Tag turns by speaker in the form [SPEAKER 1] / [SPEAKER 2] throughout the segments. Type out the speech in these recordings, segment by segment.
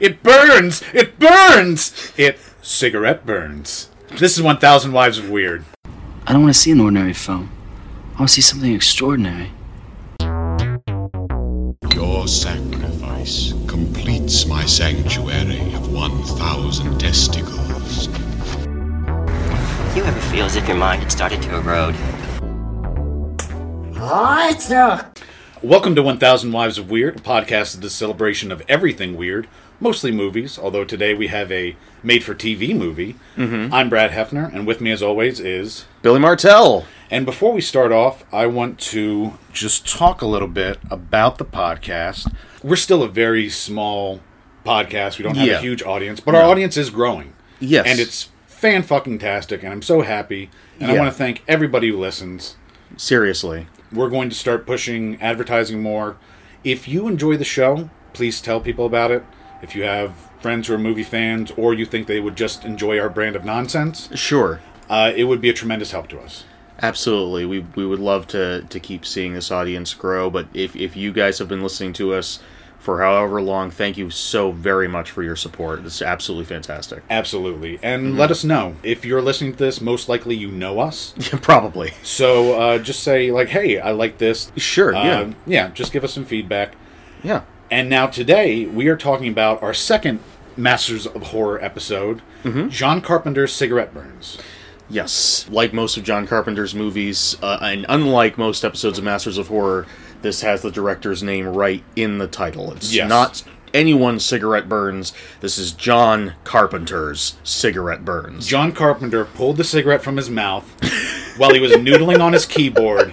[SPEAKER 1] It burns! It burns! It cigarette burns. This is 1000 Wives of Weird.
[SPEAKER 2] I don't want to see an ordinary film. I want to see something extraordinary.
[SPEAKER 3] Your sacrifice completes my sanctuary of 1,000 testicles.
[SPEAKER 4] Do you ever feel as if your mind had started to erode?
[SPEAKER 1] Welcome to 1000 Wives of Weird, a podcast of the celebration of everything weird, mostly movies, although today we have a made for TV movie. I'm Brad Hefner, and with me, as always, is
[SPEAKER 5] Billy Martell.
[SPEAKER 1] And before we start off, I want to just talk a little bit about the podcast. We're still a very small podcast. We don't have
[SPEAKER 5] Yeah.
[SPEAKER 1] a huge audience, but our audience is growing.
[SPEAKER 5] Yes.
[SPEAKER 1] And it's fan fucking tastic, and I'm so happy. And I
[SPEAKER 5] Yeah.
[SPEAKER 1] want to thank everybody who listens.
[SPEAKER 5] Seriously.
[SPEAKER 1] We're going to start pushing advertising more. If you enjoy the show, please tell people about it. If you have friends who are movie fans or you think they would just enjoy our brand of nonsense,
[SPEAKER 5] Sure.
[SPEAKER 1] uh, it would be a tremendous help to us.
[SPEAKER 5] Absolutely. We, we would love to, to keep seeing this audience grow, but if, if you guys have been listening to us for however long, thank you so very much for your support. It's absolutely fantastic.
[SPEAKER 1] Absolutely. And
[SPEAKER 5] Mm-hmm.
[SPEAKER 1] let us know. If you're listening to this, most likely you know us.
[SPEAKER 5] Probably.
[SPEAKER 1] So uh, just say, like, hey, I like this.
[SPEAKER 5] Sure,
[SPEAKER 1] Uh,
[SPEAKER 5] yeah.
[SPEAKER 1] Yeah, just give us some feedback.
[SPEAKER 5] Yeah.
[SPEAKER 1] And now today, we are talking about our second Masters of Horror episode
[SPEAKER 5] Mm-hmm.
[SPEAKER 1] John Carpenter's Cigarette Burns.
[SPEAKER 5] Yes. Like most of John Carpenter's movies, uh, and unlike most episodes of Masters of Horror, this has the director's name right in the title. It's
[SPEAKER 1] Yes.
[SPEAKER 5] not anyone's cigarette burns. This is John Carpenter's cigarette burns.
[SPEAKER 1] John Carpenter pulled the cigarette from his mouth while he was noodling on his keyboard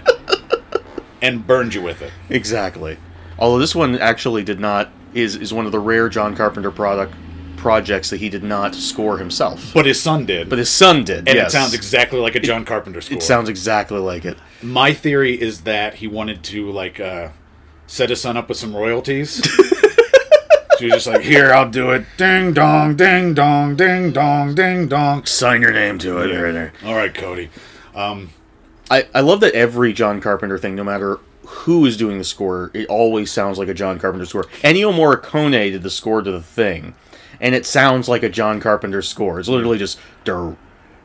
[SPEAKER 1] and burned you with it.
[SPEAKER 5] Exactly. Although this one actually did not is is one of the rare John Carpenter product projects that he did not score himself.
[SPEAKER 1] But his son did.
[SPEAKER 5] But his son did.
[SPEAKER 1] and
[SPEAKER 5] yes.
[SPEAKER 1] it sounds exactly like a John Carpenter score.
[SPEAKER 5] It sounds exactly like it.
[SPEAKER 1] My theory is that he wanted to like uh, set his son up with some royalties. so he's just like, here, I'll do it. Ding dong, ding dong, ding dong, ding dong.
[SPEAKER 5] Sign your name to it. right there.
[SPEAKER 1] All right, Cody.
[SPEAKER 5] I, I love that every John Carpenter thing, no matter who is doing the score, it always sounds like a John Carpenter score. Ennio Morricone did the score to the thing, and it sounds like a John Carpenter score. It's literally just do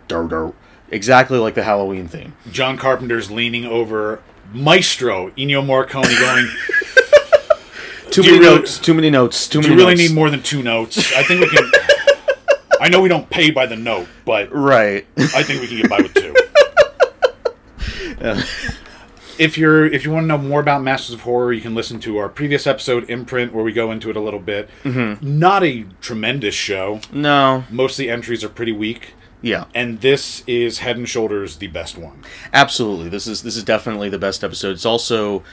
[SPEAKER 5] do do exactly like the Halloween theme.
[SPEAKER 1] John Carpenter's leaning over Maestro Ennio Morricone, going,
[SPEAKER 5] Too
[SPEAKER 1] Do you
[SPEAKER 5] many
[SPEAKER 1] really-
[SPEAKER 5] notes. Too many notes. Too
[SPEAKER 1] "Do
[SPEAKER 5] many.
[SPEAKER 1] you really
[SPEAKER 5] notes.
[SPEAKER 1] need more than two notes? I think we can. I know we don't pay by the note, but
[SPEAKER 5] Right.
[SPEAKER 1] I think we can get by with two. If you're if you want to know more about Masters of Horror, you can listen to our previous episode imprint where we go into it a little bit. Not a tremendous show.
[SPEAKER 5] no.
[SPEAKER 1] Most of the entries are pretty weak,
[SPEAKER 5] Yeah.
[SPEAKER 1] and this is head and shoulders the best one.
[SPEAKER 5] Absolutely. This is this is definitely the best episode. It's also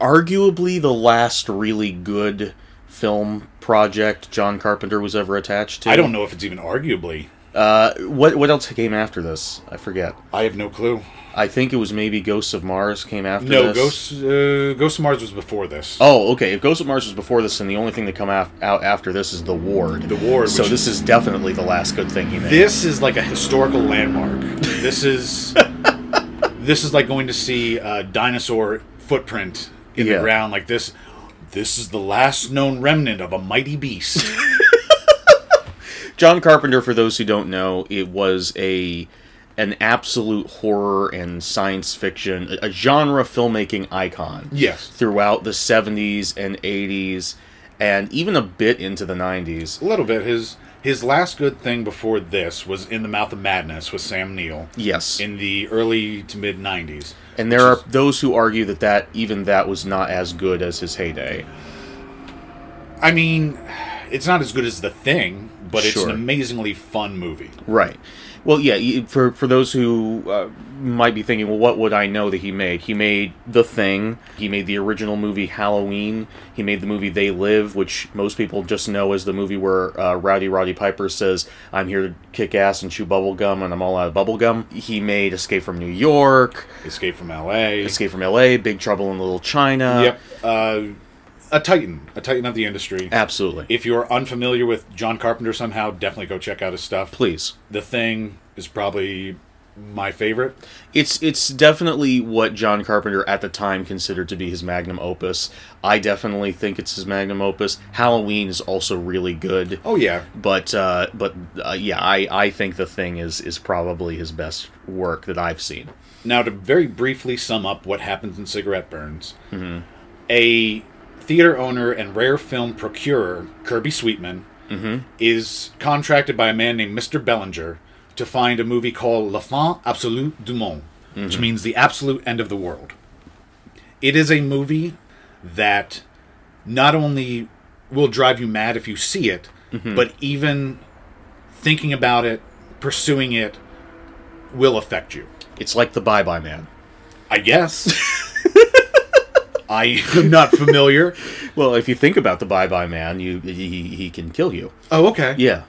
[SPEAKER 5] arguably the last really good film project John Carpenter was ever attached to. Uh,
[SPEAKER 1] I don't know if it's even arguably.
[SPEAKER 5] What what else came after this? I forget.
[SPEAKER 1] I have no clue.
[SPEAKER 5] I think it was maybe Ghosts of Mars came after
[SPEAKER 1] No,
[SPEAKER 5] this.
[SPEAKER 1] Ghost uh, Ghost of Mars was before this.
[SPEAKER 5] Oh, okay. If Ghosts of Mars was before this, then the only thing that come af- out after this is The Ward.
[SPEAKER 1] The Ward,
[SPEAKER 5] So
[SPEAKER 1] which-
[SPEAKER 5] this is definitely the last good thing he made.
[SPEAKER 1] This is like a historical landmark. This is this is like going to see a dinosaur footprint in
[SPEAKER 5] Yeah.
[SPEAKER 1] the ground like this. This is the last known remnant of a mighty beast.
[SPEAKER 5] John Carpenter, for those who don't know, it was a an absolute horror and science fiction, a, a genre filmmaking icon.
[SPEAKER 1] Yes.
[SPEAKER 5] Throughout the 70s and 80s, and even a bit into the 90s.
[SPEAKER 1] a little bit his his last good thing before this was in the mouth of madness with Sam Neill
[SPEAKER 5] Yes.
[SPEAKER 1] in the early to mid 90s.
[SPEAKER 5] and there are those who argue that that even that was not as good as his heyday.
[SPEAKER 1] I mean, it's not as good as The Thing, but it's an
[SPEAKER 5] Sure.
[SPEAKER 1] amazingly fun movie.
[SPEAKER 5] Right. Well, yeah. you- For for those who uh, might be thinking, well, what would I know that he made? He made The Thing. He made the original movie Halloween. He made the movie They Live, which most people just know as the movie where uh, Rowdy Roddy Piper says, "I'm here to kick ass and chew bubble gum, and I'm all out of bubble gum." He made Escape from New York,
[SPEAKER 1] Escape from LA.
[SPEAKER 5] Escape from L.A., Big Trouble in Little China.
[SPEAKER 1] Yep. Uh, a titan, a titan of the industry.
[SPEAKER 5] Absolutely.
[SPEAKER 1] If you're unfamiliar with John Carpenter somehow, definitely go check out his stuff.
[SPEAKER 5] Please.
[SPEAKER 1] The Thing is probably my favorite.
[SPEAKER 5] It's it's definitely what John Carpenter at the time considered to be his magnum opus. I definitely think it's his magnum opus. Halloween is also really good.
[SPEAKER 1] Oh yeah,
[SPEAKER 5] But uh, but uh, yeah, I, I think the thing is is probably his best work that I've seen.
[SPEAKER 1] Now, to very briefly sum up what happens in cigarette burns, a theater owner and rare film procurer, Kirby Sweetman, is contracted by a man named Mr. Bellinger to find a movie called La Fin Absolue du Monde, which means the absolute end of the world. It is a movie that not only will drive you mad if you see it, but even thinking about it, pursuing it, will affect you.
[SPEAKER 5] It's like the Bye Bye Man.
[SPEAKER 1] I guess. I am not familiar.
[SPEAKER 5] Well, if you think about the Bye Bye Man, you he, he can kill you.
[SPEAKER 1] Oh, okay.
[SPEAKER 5] Yeah,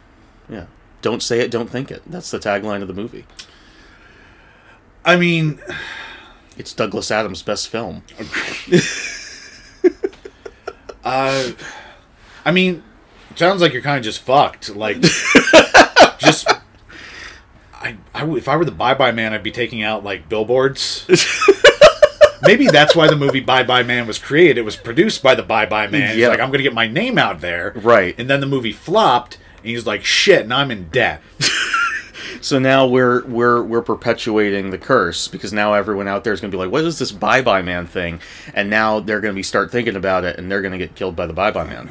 [SPEAKER 5] yeah. Don't say it, don't think it. That's the tagline of the movie.
[SPEAKER 1] I mean,
[SPEAKER 5] It's Douglas Adams' best film.
[SPEAKER 1] uh, I mean, it sounds like you're kind of just fucked. Like, just. I, I w- if I were the Bye Bye Man, I'd be taking out like billboards. Maybe that's why the movie Bye Bye Man was created. It was produced by the Bye Bye Man. He's
[SPEAKER 5] Yeah.
[SPEAKER 1] like, I'm gonna get my name out there,
[SPEAKER 5] Right.
[SPEAKER 1] And then the movie flopped, and he's like, shit, now I'm in debt.
[SPEAKER 5] So now we're we're we're perpetuating the curse because now everyone out there is going to be like, "What is this Bye Bye Man thing?" And now they're going to be start thinking about it, and they're going to get killed by the Bye Bye Man.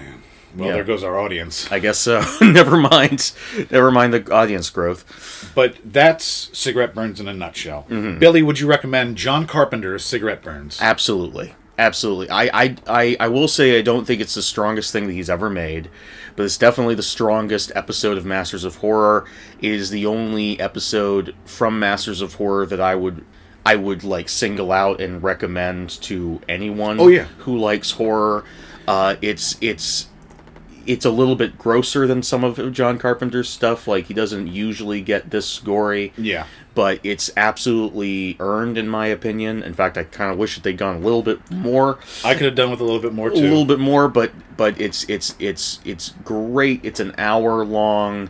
[SPEAKER 1] Well,
[SPEAKER 5] Yeah.
[SPEAKER 1] there goes our audience.
[SPEAKER 5] I guess so. Never mind. Never mind the audience growth.
[SPEAKER 1] But that's Cigarette Burns in a nutshell.
[SPEAKER 5] Mm-hmm.
[SPEAKER 1] Billy, would you recommend John Carpenter's Cigarette Burns?
[SPEAKER 5] Absolutely. Absolutely. I, I, I, I will say I don't think it's the strongest thing that he's ever made, but it's definitely the strongest episode of Masters of Horror. It is the only episode from Masters of Horror that I would I would like single out and recommend to anyone
[SPEAKER 1] Oh, yeah.
[SPEAKER 5] who likes horror. Uh, it's it's it's a little bit grosser than some of John Carpenter's stuff. Like he doesn't usually get this gory
[SPEAKER 1] Yeah.
[SPEAKER 5] but it's absolutely earned in my opinion. In fact, I kind of wish that they'd gone a little bit more,
[SPEAKER 1] I could have done with a little bit more
[SPEAKER 5] a little
[SPEAKER 1] too.
[SPEAKER 5] bit more, but but it's it's it's it's great. It's an hour long.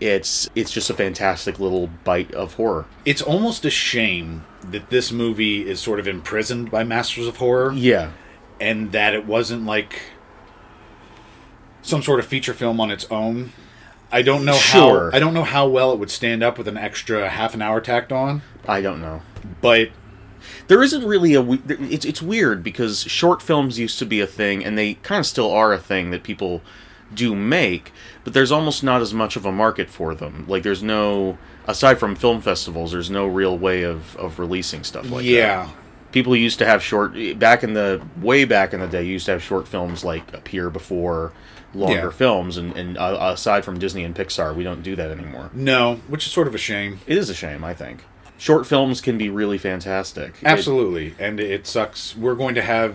[SPEAKER 5] It's it's just a fantastic little bite of horror.
[SPEAKER 1] It's almost a shame that this movie is sort of imprisoned by Masters of Horror
[SPEAKER 5] Yeah.
[SPEAKER 1] and that it wasn't like some sort of feature film on its own. I don't know
[SPEAKER 5] Sure.
[SPEAKER 1] how I don't know how well it would stand up with an extra half an hour tacked on,
[SPEAKER 5] I don't know.
[SPEAKER 1] but
[SPEAKER 5] There isn't really a. we- It's it's weird because short films used to be a thing, and they kind of still are a thing that people do make. But there's almost not as much of a market for them. Like there's no aside from film festivals, there's no real way of of releasing stuff like that.
[SPEAKER 1] yeah.
[SPEAKER 5] People used to have short back in the way back in the day. Used to have short films like appear before longer
[SPEAKER 1] Yeah.
[SPEAKER 5] films, and and uh, aside from Disney and Pixar, we don't do that anymore.
[SPEAKER 1] No, which is sort of a shame.
[SPEAKER 5] It is a shame, I think. Short films can be really fantastic. It-
[SPEAKER 1] Absolutely, and it sucks. We're going to have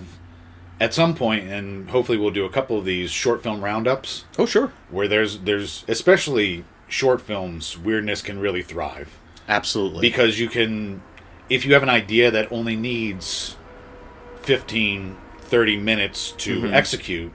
[SPEAKER 1] at some point, and hopefully we'll do a couple of these short film roundups
[SPEAKER 5] oh sure.
[SPEAKER 1] where there's there's especially short films weirdness can really thrive
[SPEAKER 5] Absolutely.
[SPEAKER 1] because you can if you have an idea that only needs 15 30 minutes to execute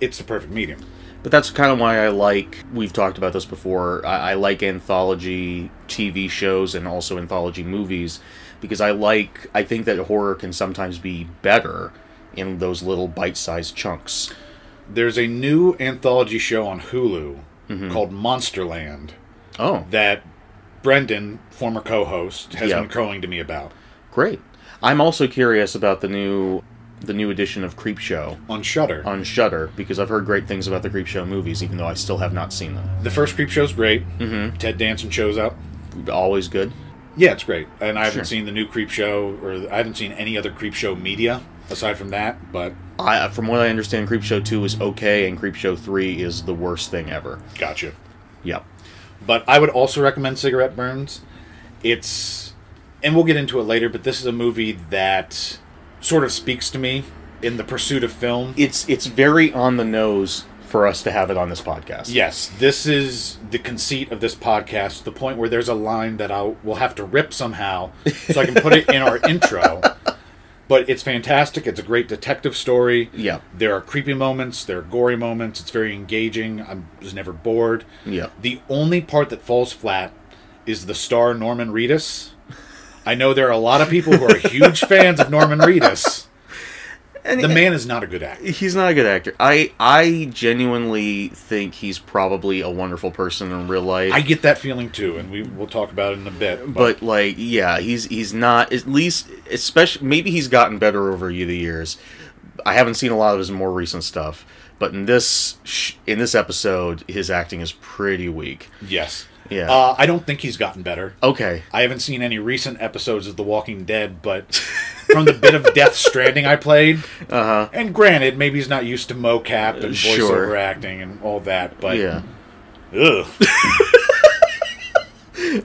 [SPEAKER 1] it's the perfect medium
[SPEAKER 5] But that's kind of why I like. We've talked about this before. I, I like anthology TV shows and also anthology movies because I like. I think that horror can sometimes be better in those little bite-sized chunks.
[SPEAKER 1] there's a new anthology show on hulu called monsterland
[SPEAKER 5] Oh,
[SPEAKER 1] that brendan former co-host has
[SPEAKER 5] Yeah.
[SPEAKER 1] been crowing to me about
[SPEAKER 5] great! I'm also curious about the new, the new edition of Creepshow
[SPEAKER 1] on Shudder.
[SPEAKER 5] on Shudder because I've heard great things about the Creepshow movies, even though I still have not seen them.
[SPEAKER 1] the first creep show's great. Mm-hmm. Ted Danson shows up.
[SPEAKER 5] Always good.
[SPEAKER 1] Yeah, it's great. And I haven't
[SPEAKER 5] Sure.
[SPEAKER 1] seen the new creep show, or I haven't seen any other creep show media aside from that. But
[SPEAKER 5] I, from what I understand, Creepshow two is okay, and Creepshow three is the worst thing ever.
[SPEAKER 1] gotcha.
[SPEAKER 5] Yep.
[SPEAKER 1] But I would also recommend Cigarette Burns. It's, and we'll get into it later. But this is a movie that sort of speaks to me in the pursuit of film.
[SPEAKER 5] it's it's very on the nose for us to have it on this podcast.
[SPEAKER 1] Yes, this is the conceit of this podcast, the point where there's a line that I will have to rip somehow so I can put it in our intro. But it's fantastic. It's a great detective story.
[SPEAKER 5] Yeah.
[SPEAKER 1] There are creepy moments, there are gory moments. It's very engaging. I was never bored.
[SPEAKER 5] Yeah.
[SPEAKER 1] The only part that falls flat is the star Norman Reedus. I know there are a lot of people who are huge fans of Norman Reedus. the man is not a good actor.
[SPEAKER 5] He's not a good actor. I I genuinely think he's probably a wonderful person in real life.
[SPEAKER 1] I get that feeling too, and we will talk about it in a bit.
[SPEAKER 5] but like yeah he's he's not at least especially maybe he's gotten better over the years i haven't seen a lot of his more recent stuff but in this sh- in this episode his acting is pretty weak
[SPEAKER 1] yes,
[SPEAKER 5] Yeah.
[SPEAKER 1] uh, I don't think he's gotten better.
[SPEAKER 5] okay
[SPEAKER 1] I haven't seen any recent episodes of The Walking Dead, but from the bit of Death Stranding I played, uh-huh. and granted, maybe he's not used to mocap and voiceover
[SPEAKER 5] Uh, Sure.
[SPEAKER 1] acting and all that, but
[SPEAKER 5] yeah
[SPEAKER 1] ugh.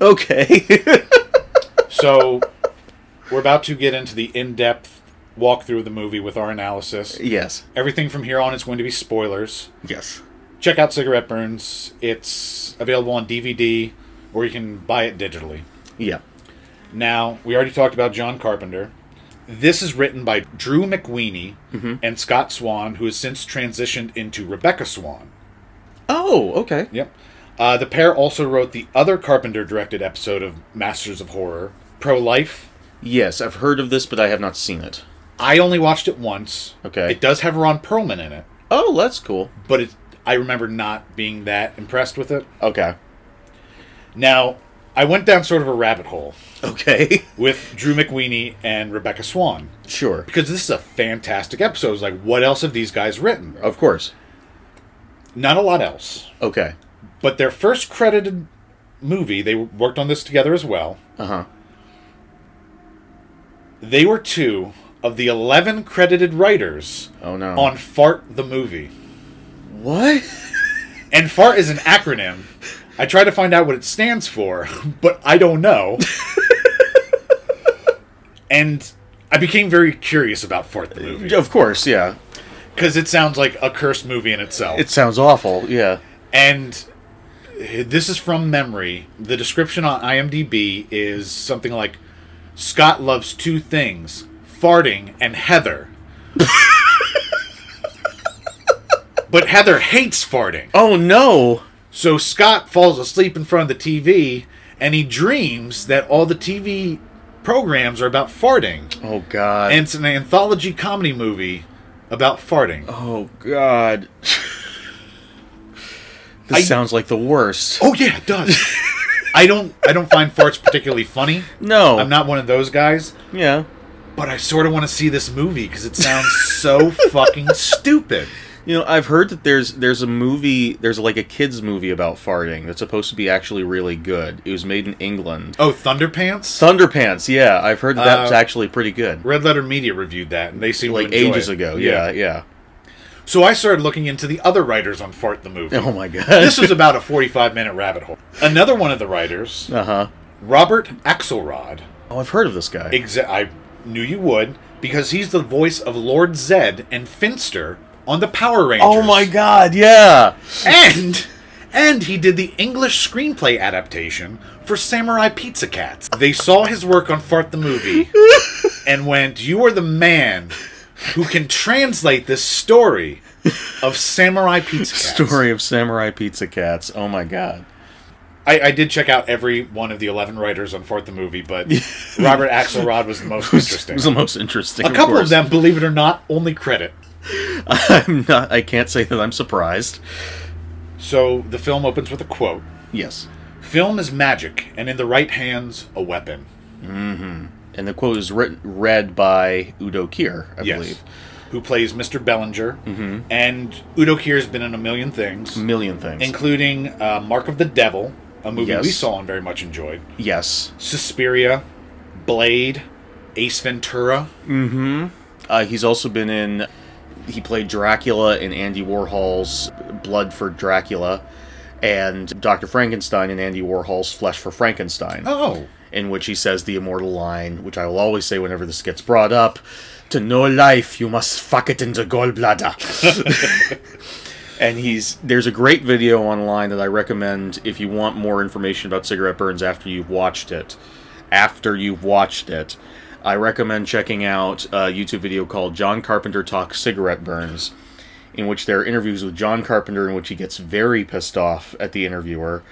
[SPEAKER 5] okay
[SPEAKER 1] so we're about to get into the in-depth walkthrough of the movie with our analysis.
[SPEAKER 5] yes
[SPEAKER 1] Everything from here on is going to be spoilers.
[SPEAKER 5] yes
[SPEAKER 1] Check out Cigarette Burns. It's available on DVD, or you can buy it digitally.
[SPEAKER 5] yeah
[SPEAKER 1] Now, we already talked about John Carpenter. This is written by Drew McWeeny and Scott Swan, who has since transitioned into Rebecca Swan.
[SPEAKER 5] oh okay
[SPEAKER 1] Yep. Uh, the pair also wrote the other Carpenter directed episode of Masters of Horror, Pro Life.
[SPEAKER 5] yes i've heard of this but i have not seen it
[SPEAKER 1] I only watched it once.
[SPEAKER 5] Okay.
[SPEAKER 1] It does have Ron Perlman in it,
[SPEAKER 5] oh that's cool
[SPEAKER 1] but it, I remember not being that impressed with it.
[SPEAKER 5] okay
[SPEAKER 1] Now, I went down sort of a rabbit hole
[SPEAKER 5] okay
[SPEAKER 1] with Drew McWeeny and Rebecca Swan
[SPEAKER 5] sure
[SPEAKER 1] because this is a fantastic episode. It's like, what else have these guys written?
[SPEAKER 5] of course
[SPEAKER 1] Not a lot else.
[SPEAKER 5] okay
[SPEAKER 1] But their first credited movie, they worked on this together as well.
[SPEAKER 5] uh-huh
[SPEAKER 1] They were two of the 11 credited writers
[SPEAKER 5] oh no
[SPEAKER 1] on Fart the movie.
[SPEAKER 5] what
[SPEAKER 1] And Fart is an acronym. I tried to find out what it stands for, but I don't know. and I became very curious about Fart the movie
[SPEAKER 5] of course yeah
[SPEAKER 1] because it sounds like a cursed movie in itself.
[SPEAKER 5] it sounds awful yeah
[SPEAKER 1] And this is from memory. The description on IMDb is something like Scott loves two things farting and Heather. but Heather hates farting.
[SPEAKER 5] oh no
[SPEAKER 1] So Scott falls asleep in front of the TV and he dreams that all the TV programs are about farting.
[SPEAKER 5] Oh God!
[SPEAKER 1] And it's an anthology comedy movie about farting.
[SPEAKER 5] oh God! this
[SPEAKER 1] I-
[SPEAKER 5] sounds like the worst.
[SPEAKER 1] Oh yeah, it does. I don't I don't find farts particularly funny.
[SPEAKER 5] No,
[SPEAKER 1] I'm not one of those guys,
[SPEAKER 5] Yeah,
[SPEAKER 1] but I sort of want to see this movie because it sounds so fucking stupid.
[SPEAKER 5] you know, I've heard that there's there's a movie, there's like a kids movie about farting that's supposed to be actually really good. It was made in England.
[SPEAKER 1] Oh, Thunderpants?
[SPEAKER 5] Thunderpants. Yeah, I've heard that that's
[SPEAKER 1] Uh,
[SPEAKER 5] actually pretty good.
[SPEAKER 1] Red Letter Media reviewed that, and they seemed
[SPEAKER 5] Like
[SPEAKER 1] to enjoy
[SPEAKER 5] ages
[SPEAKER 1] it.
[SPEAKER 5] ago. Yeah. yeah,
[SPEAKER 1] So I started looking into the other writers on Fart the movie.
[SPEAKER 5] Oh my God.
[SPEAKER 1] this was about a 45 minute rabbit hole. Another one of the writers,
[SPEAKER 5] uh huh.
[SPEAKER 1] Robert Axelrod.
[SPEAKER 5] Oh, I've heard of this guy.
[SPEAKER 1] Exa- I knew you would because he's the voice of Lord Zed and Finster on the Power Rangers.
[SPEAKER 5] oh my God! Yeah.
[SPEAKER 1] And and he did the English screenplay adaptation for Samurai Pizza Cats. They saw his work on Fart the movie and went, "You are the man who can translate this story of Samurai Pizza Cats."
[SPEAKER 5] Story of Samurai Pizza Cats. Oh my God.
[SPEAKER 1] I, I did check out every one of the eleven writers on Fort the movie, but Robert Axelrod was the most
[SPEAKER 5] It
[SPEAKER 1] interesting.
[SPEAKER 5] was the most interesting.
[SPEAKER 1] a couple of
[SPEAKER 5] course.
[SPEAKER 1] them, believe it or not, only credit.
[SPEAKER 5] I'm not. I can't say that I'm surprised.
[SPEAKER 1] So the film opens with a quote:
[SPEAKER 5] Yes.
[SPEAKER 1] "Film is magic, and in the right hands, a weapon."
[SPEAKER 5] And the quote is written, read by Udo Kier, I believe.
[SPEAKER 1] who plays Mr. Bellinger?
[SPEAKER 5] Mm-hmm.
[SPEAKER 1] And Udo Kier has been in a million things,
[SPEAKER 5] A million things.
[SPEAKER 1] including uh, Mark of the Devil, a movie we
[SPEAKER 5] Yes.
[SPEAKER 1] saw and very much enjoyed,
[SPEAKER 5] yes.
[SPEAKER 1] Suspiria, Blade, Ace Ventura.
[SPEAKER 5] Uh, he's also been in. He played Dracula in Andy Warhol's Blood for Dracula and Dr. Frankenstein in Andy Warhol's Flesh for Frankenstein,
[SPEAKER 1] Oh,
[SPEAKER 5] in which he says the immortal line, which I will always say whenever this gets brought up to know life, you must fuck it into gallbladder. and he's there's a great video online that I recommend if you want more information about cigarette burns after you've watched it. After you've watched it, I recommend checking out a YouTube video called "John Carpenter Talks Cigarette Burns." in which there are interviews with John Carpenter, in which he gets very pissed off at the interviewer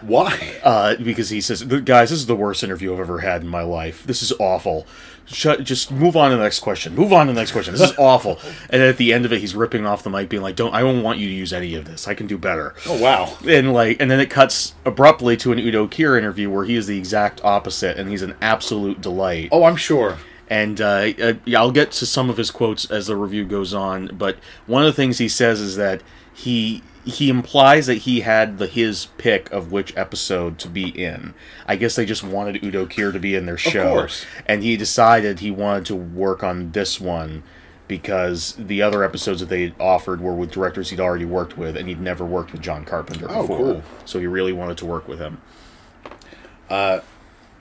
[SPEAKER 1] Why?
[SPEAKER 5] uh, because he says, "Guys, this is the worst interview I've ever had in my life. This is awful. Shut, just move on to the next question. Move on to the next question. This is awful." and at the end of it, he's ripping off the mic, being like, "Don't I don't want you to use any of this. I can do better."
[SPEAKER 1] Oh wow.
[SPEAKER 5] and like and then it cuts abruptly to an Udo Kier interview where he is the exact opposite and he's an absolute delight.
[SPEAKER 1] Oh, I'm sure.
[SPEAKER 5] And uh, uh, yeah, I'll get to some of his quotes as the review goes on, but one of the things he says is that he he implies that he had the his pick of which episode to be in. I guess they just wanted Udo Kier to be in their show.
[SPEAKER 1] course.
[SPEAKER 5] And he decided he wanted to work on this one because the other episodes that they offered were with directors he'd already worked with and he'd never worked with John Carpenter
[SPEAKER 1] Oh,
[SPEAKER 5] before.
[SPEAKER 1] cool.
[SPEAKER 5] So he really wanted to work with him.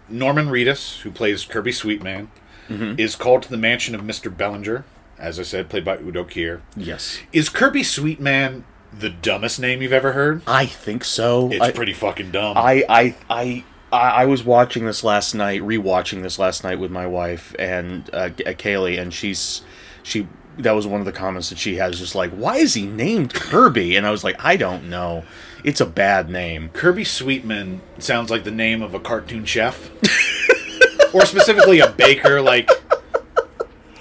[SPEAKER 1] Norman Reedus, who plays Kirby Sweetman,
[SPEAKER 5] Mm-hmm.
[SPEAKER 1] is called to the mansion of Mr. Bellinger, as I said, played by Udo Kier.
[SPEAKER 5] Yes.
[SPEAKER 1] Is Kirby Sweetman the dumbest name you've ever heard?
[SPEAKER 5] I think so.
[SPEAKER 1] It's
[SPEAKER 5] I-
[SPEAKER 1] pretty fucking dumb.
[SPEAKER 5] I I I I I was watching this last night, rewatching this last night with my wife and uh, K- uh, Kaylee, and she's she. That was one of the comments that she has, just like, why is he named Kirby? And I was like, I don't know. It's a bad name.
[SPEAKER 1] Kirby Sweetman sounds like the name of a cartoon chef, or specifically a baker. Like,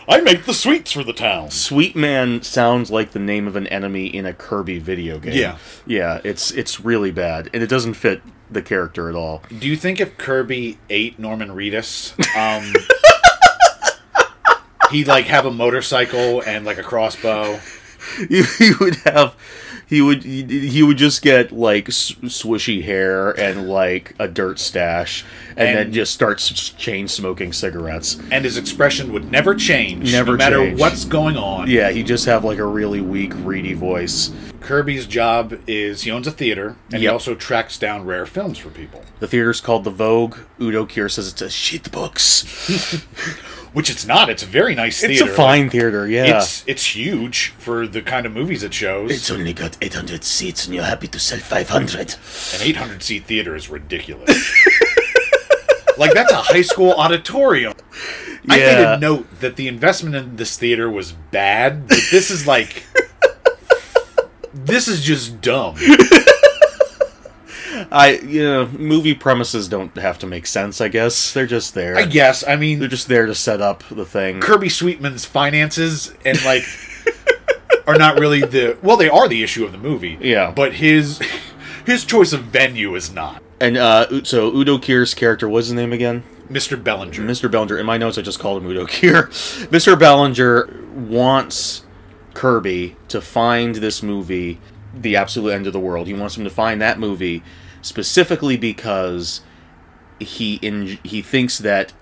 [SPEAKER 1] I make the sweets for the town.
[SPEAKER 5] Sweet Man sounds like the name of an enemy in a Kirby video game.
[SPEAKER 1] Yeah.
[SPEAKER 5] yeah, it's it's really bad, and it doesn't fit the character at all.
[SPEAKER 1] Do you think if Kirby ate Norman Reedus, um, he'd like have a motorcycle and like a crossbow?
[SPEAKER 5] he, he would have he would he, he would just get like s- swishy hair and like a dirt stash and,
[SPEAKER 1] And-
[SPEAKER 5] then just starts chain smoking cigarettes
[SPEAKER 1] and his expression would never change,
[SPEAKER 5] Never
[SPEAKER 1] no matter
[SPEAKER 5] change.
[SPEAKER 1] what's going on.
[SPEAKER 5] yeah he just have like a really weak reedy voice
[SPEAKER 1] Kirby's job is he owns a theater, and he
[SPEAKER 5] Yep.
[SPEAKER 1] also tracks down rare films for people,
[SPEAKER 5] the theater's called the vogue udo kier says it's a shit box
[SPEAKER 1] which it's not. It's a very nice
[SPEAKER 5] it's
[SPEAKER 1] theater.
[SPEAKER 5] a fine theater yeah
[SPEAKER 1] It's Uh, it's huge for the kind of movies it shows.
[SPEAKER 5] only got 800 seats and you're happy to sell 500
[SPEAKER 1] An 800 seat theater is ridiculous. like that's a high school auditorium. I made
[SPEAKER 5] Yeah.
[SPEAKER 1] a note that the investment in this theater was bad, but this is like this is just dumb.
[SPEAKER 5] i you know movie premises don't have to make sense i guess they're just there
[SPEAKER 1] I guess. I mean,
[SPEAKER 5] they're just there to set up the thing
[SPEAKER 1] Kirby Sweetman's finances and like are not really the well, they are the issue of the movie.
[SPEAKER 5] Yeah.
[SPEAKER 1] but his his choice of venue is not
[SPEAKER 5] And uh, U- so Udo Kier's character, what's his name again?
[SPEAKER 1] Mr. Bellinger.
[SPEAKER 5] Mr. Bellinger. In my notes, I just called him Udo Kier. Mr. Bellinger wants Kirby to find this movie, The Absolute End of the World. He wants him to find that movie specifically because he in, he thinks that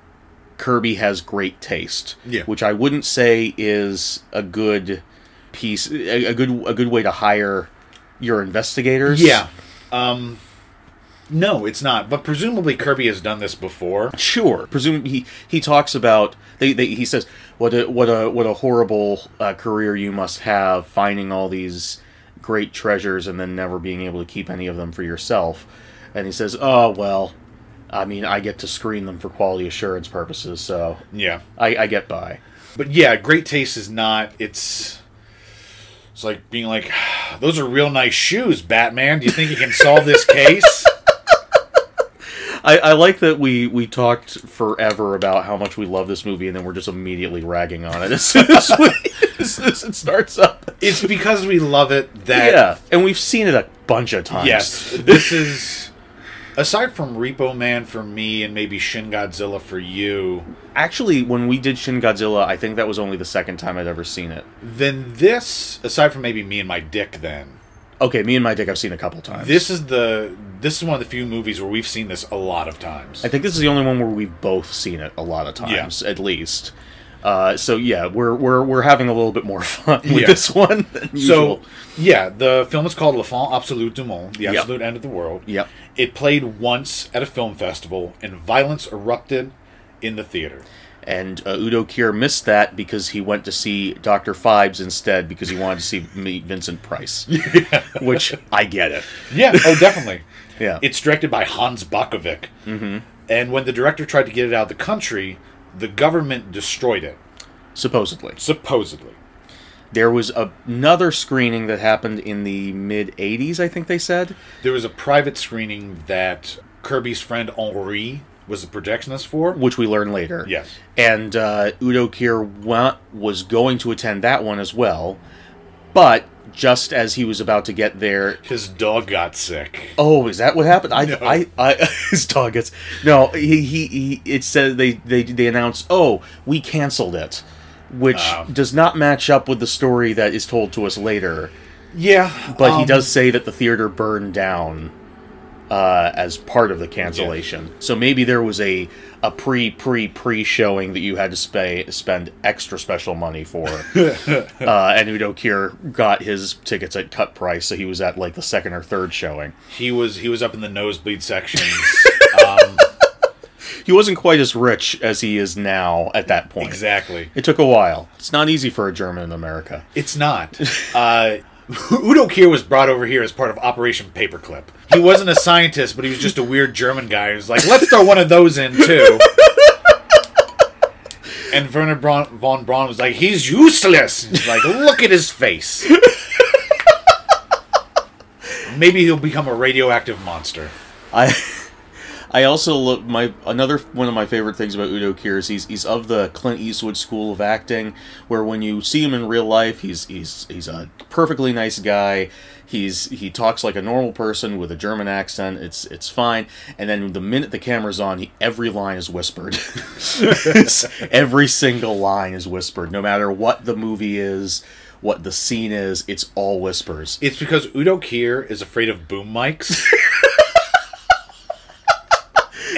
[SPEAKER 5] Kirby has great taste,
[SPEAKER 1] Yeah.
[SPEAKER 5] which I wouldn't say is a good piece, a, a good a good way to hire your investigators.
[SPEAKER 1] yeah, um, no, it's not. But presumably Kirby has done this before.
[SPEAKER 5] Sure. Presume he he talks about they, they he says what a what a what a horrible uh, career you must have finding all these great treasures and then never being able to keep any of them for yourself. And he says, "Oh well, I mean, I get to screen them for quality assurance purposes, so
[SPEAKER 1] Yeah,
[SPEAKER 5] I, I get by."
[SPEAKER 1] but yeah, great taste is not. It's it's like being like, those are real nice shoes, Batman. Do you think you can solve this case?
[SPEAKER 5] I, I like that we we talked forever about how much we love this movie, and then we're just immediately ragging on it as soon as, we, as, soon as it starts up.
[SPEAKER 1] it's because we love it that
[SPEAKER 5] Yeah, and we've seen it a bunch of times.
[SPEAKER 1] Yes, this is aside from Repo Man for me and maybe Shin Godzilla for you.
[SPEAKER 5] Actually, when we did Shin Godzilla, I think that was only the second time I'd ever seen it.
[SPEAKER 1] Then this, aside from maybe me and my dick, then
[SPEAKER 5] Okay, me and my dick, I've seen a couple times.
[SPEAKER 1] this is the this is one of the few movies where we've seen this a lot of times.
[SPEAKER 5] I think this is the only one where we've both seen it a lot of times, at least. Uh, so yeah, we're we're we're having a little bit more fun with
[SPEAKER 1] Yeah.
[SPEAKER 5] this one. Than
[SPEAKER 1] So
[SPEAKER 5] usual.
[SPEAKER 1] yeah, the film is called Le Fond Absolu du Monde, the
[SPEAKER 5] Yep.
[SPEAKER 1] absolute end of the world.
[SPEAKER 5] Yep.
[SPEAKER 1] It played once at a film festival, and violence erupted in the theater.
[SPEAKER 5] and uh, Udo Kier missed that because he went to see Doctor Fibes instead because he wanted to see meet Vincent Price, which I get it.
[SPEAKER 1] Yeah, oh, definitely.
[SPEAKER 5] Yeah. Mm-hmm.
[SPEAKER 1] It's directed by Hans Bakovic. And when the director tried to get it out of the country, the government destroyed it,
[SPEAKER 5] Supposedly,
[SPEAKER 1] supposedly.
[SPEAKER 5] There was a- another screening that happened in the mid 80s, I think they said.
[SPEAKER 1] There was a private screening that Kirby's friend Henri was a projectionist for.
[SPEAKER 5] which we learn later.
[SPEAKER 1] Yes.
[SPEAKER 5] And uh, Udo Kier wa- was going to attend that one as well, but just as he was about to get there,
[SPEAKER 1] His dog got sick.
[SPEAKER 5] oh, is that what happened? I,
[SPEAKER 1] No.
[SPEAKER 5] I, I, his dog gets no. He, he, he it says they, they, they announce, oh, we canceled it, which
[SPEAKER 1] Oh.
[SPEAKER 5] does not match up with the story that is told to us later.
[SPEAKER 1] Yeah,
[SPEAKER 5] But he does say that the theater burned down uh, as part of the cancellation. So maybe there was a a pre pre pre showing that you had to spay, spend extra special money for. uh, and Udo Kier got his tickets at cut price, so he was at like the second or third showing.
[SPEAKER 1] He was he was up in the nosebleed sections. um,
[SPEAKER 5] He wasn't quite as rich as he is now at that point.
[SPEAKER 1] exactly.
[SPEAKER 5] It took a while. It's not easy for a German in America.
[SPEAKER 1] It's not. Uh, Udo Kier was brought over here as part of Operation Paperclip. He wasn't a scientist, but he was just a weird German guy who's like, let's throw one of those in too. And Werner Braun, von Braun was like, he's useless. He's like, look at his face. Maybe he'll become a radioactive monster.
[SPEAKER 5] I I also look my another one of my favorite things about Udo Kier is he's he's of the Clint Eastwood school of acting, where when you see him in real life, he's he's he's a perfectly nice guy. He's he talks like a normal person with a German accent. It's it's fine. And then the minute the camera's on, he, every line is whispered. every single line is whispered, no matter what the movie is, what the scene is. It's all whispers.
[SPEAKER 1] It's because Udo Kier is afraid of boom mics.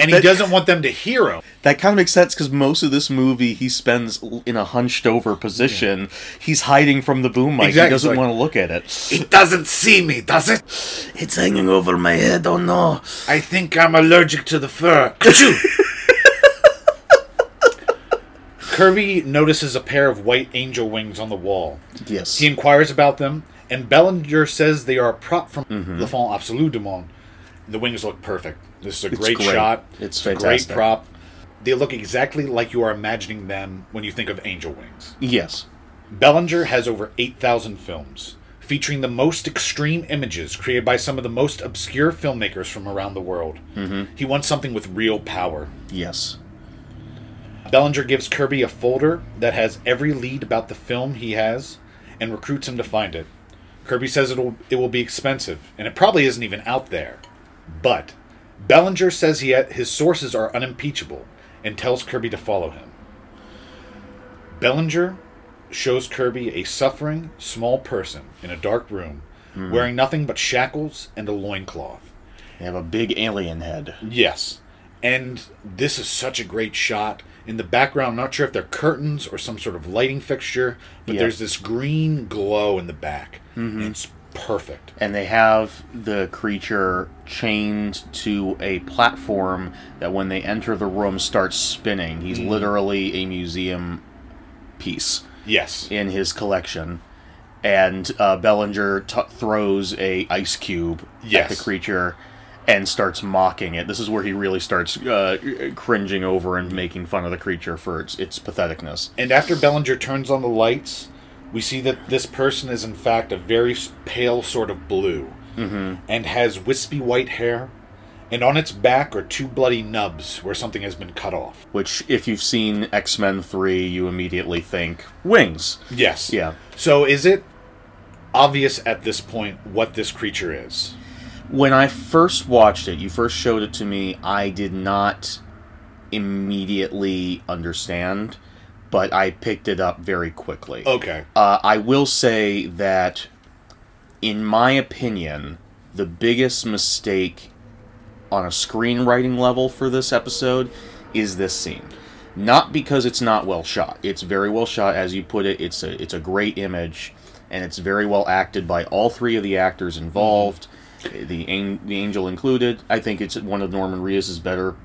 [SPEAKER 1] and he doesn't want them to hear him.
[SPEAKER 5] That kind of makes sense because most of this movie he spends l- in a hunched over position. He's hiding from the boom mic.
[SPEAKER 1] Exactly.
[SPEAKER 5] He doesn't
[SPEAKER 1] Like-
[SPEAKER 5] want to look at it.
[SPEAKER 1] It doesn't see me, does it?
[SPEAKER 5] It's hanging over my head. Oh no!
[SPEAKER 1] I think I'm allergic to the fur. Kirby notices a pair of white angel wings on the wall.
[SPEAKER 5] Yes.
[SPEAKER 1] He inquires about them, and Bellinger says they are a prop from
[SPEAKER 5] Mm-hmm.
[SPEAKER 1] Le Fond Absolu du Monde. The wings look perfect. This is a great,
[SPEAKER 5] great.
[SPEAKER 1] shot.
[SPEAKER 5] It's
[SPEAKER 1] a
[SPEAKER 5] fantastic.
[SPEAKER 1] great prop. They look exactly like you are imagining them when you think of angel wings.
[SPEAKER 5] yes.
[SPEAKER 1] Bellinger has over 8,000 films, featuring the most extreme images created by some of the most obscure filmmakers from around the world. He wants something with real power.
[SPEAKER 5] Yes.
[SPEAKER 1] Bellinger gives Kirby a folder that has every lead about the film he has and recruits him to find it. Kirby says it'll it will be expensive and it probably isn't even out there. But Bellinger says he ha- his sources are unimpeachable and tells Kirby to follow him. Bellinger shows Kirby a suffering small person in a dark room wearing nothing but shackles and a loincloth.
[SPEAKER 5] They have a big alien head.
[SPEAKER 1] Yes. And this is such a great shot. In the background, I'm not sure if they're curtains or some sort of lighting fixture, but
[SPEAKER 5] Yeah. Mm-hmm.
[SPEAKER 1] there's this green glow in the back. And it's perfect.
[SPEAKER 5] and they have the creature chained to a platform that when they enter the room starts spinning. He's
[SPEAKER 1] Mm-hmm.
[SPEAKER 5] literally a museum piece
[SPEAKER 1] Yes.
[SPEAKER 5] in his collection. And uh, Bellinger t- throws a ice cube
[SPEAKER 1] Yes.
[SPEAKER 5] at the creature and starts mocking it. This is where he really starts uh, cringing over and making fun of the creature for its, its patheticness.
[SPEAKER 1] And after Bellinger turns on the lights, we see that this person is, in fact, a very s- pale sort of blue
[SPEAKER 5] Mm-hmm.
[SPEAKER 1] and has wispy white hair. And on its back are two bloody nubs where something has been cut off.
[SPEAKER 5] Which, if you've seen X Men 3, you immediately think wings.
[SPEAKER 1] Yes.
[SPEAKER 5] Yeah.
[SPEAKER 1] So is it obvious at this point what this creature is?
[SPEAKER 5] when I first watched it, you first showed it to me, I did not immediately understand, but I picked it up very quickly.
[SPEAKER 1] Okay.
[SPEAKER 5] Uh, I will say that, in my opinion, the biggest mistake on a screenwriting level for this episode is this scene. Not because it's not well shot. It's very well shot, as you put it. It's a it's a great image, and it's very well acted by all three of the actors involved, the an- the angel included. I think it's one of Norman Reedus's better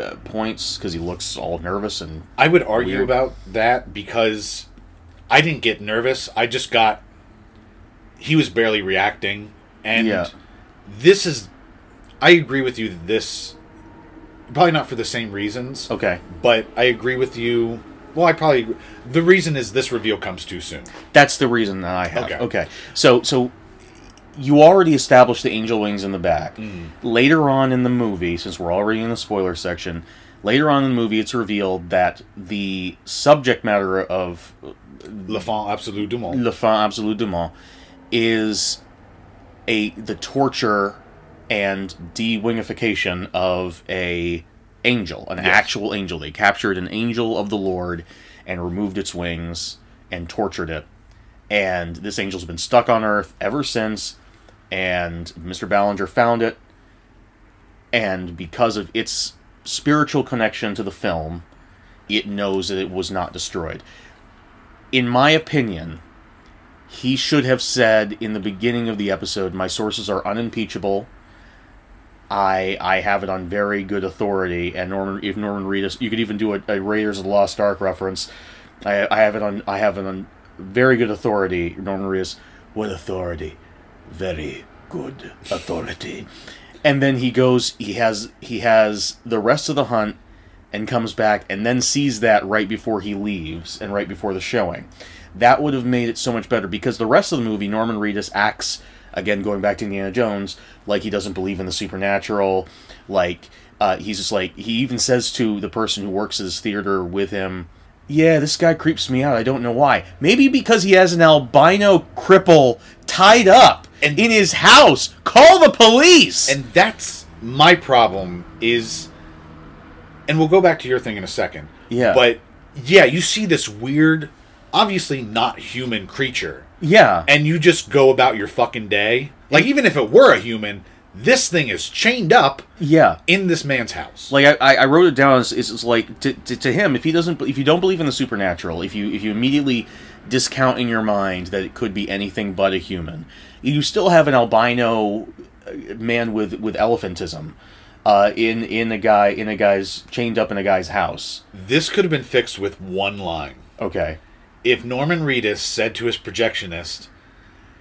[SPEAKER 5] uh, points because he looks all nervous and
[SPEAKER 1] I would argue
[SPEAKER 5] Weird.
[SPEAKER 1] about that because I didn't get nervous. I just got he was barely reacting and
[SPEAKER 5] Yeah.
[SPEAKER 1] this is I agree with you
[SPEAKER 5] Oh.
[SPEAKER 1] that this probably not for the same reasons.
[SPEAKER 5] okay.
[SPEAKER 1] But I agree with you Well, I probably the reason is this reveal comes too soon.
[SPEAKER 5] That's the reason that I have.
[SPEAKER 1] Okay.
[SPEAKER 5] Okay. So so you already established the angel wings in the back. Later on in the movie, since we're already in the spoiler section, later on in the movie it's revealed that the subject matter of
[SPEAKER 1] Le Fond Absolu Dumont.
[SPEAKER 5] Le Fin Absolu Dumont is a the torture and de-wingification of a angel, an actual angel. They captured an angel of the Lord and removed its wings and tortured it. And this angel's been stuck on Earth ever since. And Mr. Ballinger found it. And because of its spiritual connection to the film, it knows that it was not destroyed in my opinion, he should have said in the beginning of the episode, "My sources are unimpeachable. I I have it on very good authority." And Norman, if Norman Reedus, you could even do a, a Raiders of the Lost Ark reference. I I have it on I have it on very good authority. Norman Reedus, with authority, very good authority. and then he goes. He has he has the rest of the hunt and comes back and then sees that right before he leaves and right before the showing. That would have made it so much better because the rest of the movie, Norman Reedus acts, again going back to Indiana Jones, like he doesn't believe in the supernatural. Like, uh, he's just like, he even says to the person who works at his theater with him, Yeah, this guy creeps me out. I don't know why. Maybe because he has an albino cripple tied up
[SPEAKER 1] And-
[SPEAKER 5] in his house. Call the police!
[SPEAKER 1] and that's my problem is and we'll go back to your thing in a second
[SPEAKER 5] Yeah.
[SPEAKER 1] but yeah you see this weird obviously not human creature
[SPEAKER 5] yeah.
[SPEAKER 1] and you just go about your fucking day like even if it were a human this thing is chained up
[SPEAKER 5] yeah.
[SPEAKER 1] in this man's house
[SPEAKER 5] like I- I, I wrote it down as it's, it's like to, to, to him if he doesn't if you don't believe in the supernatural if you if you immediately discount in your mind that it could be anything but a human you still have an albino uh, man with with elephantism uh, in in a guy in a guy's chained up in a guy's house
[SPEAKER 1] this could have been fixed with one line
[SPEAKER 5] okay
[SPEAKER 1] if norman reedus said to his projectionist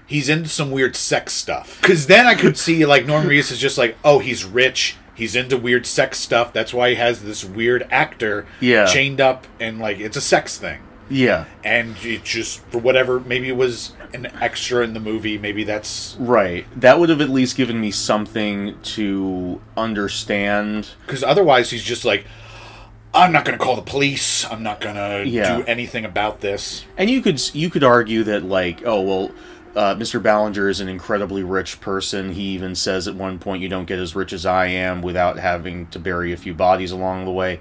[SPEAKER 1] he's into some weird sex stuff because then i could see like norman reedus is just like oh he's rich he's into weird sex stuff that's why he has this weird actor
[SPEAKER 5] Yeah.
[SPEAKER 1] chained up and like it's a sex thing
[SPEAKER 5] yeah
[SPEAKER 1] and it just for whatever maybe it was an extra in the movie maybe that's
[SPEAKER 5] right that would have at least given me something to understand
[SPEAKER 1] because otherwise he's just like i'm not gonna call the police i'm not gonna
[SPEAKER 5] Yeah.
[SPEAKER 1] do anything about this
[SPEAKER 5] And you could you could argue that like oh well, uh, Mr. Ballinger is an incredibly rich person. He even says at one point, "You don't get as rich as I am without having to bury a few bodies along the way."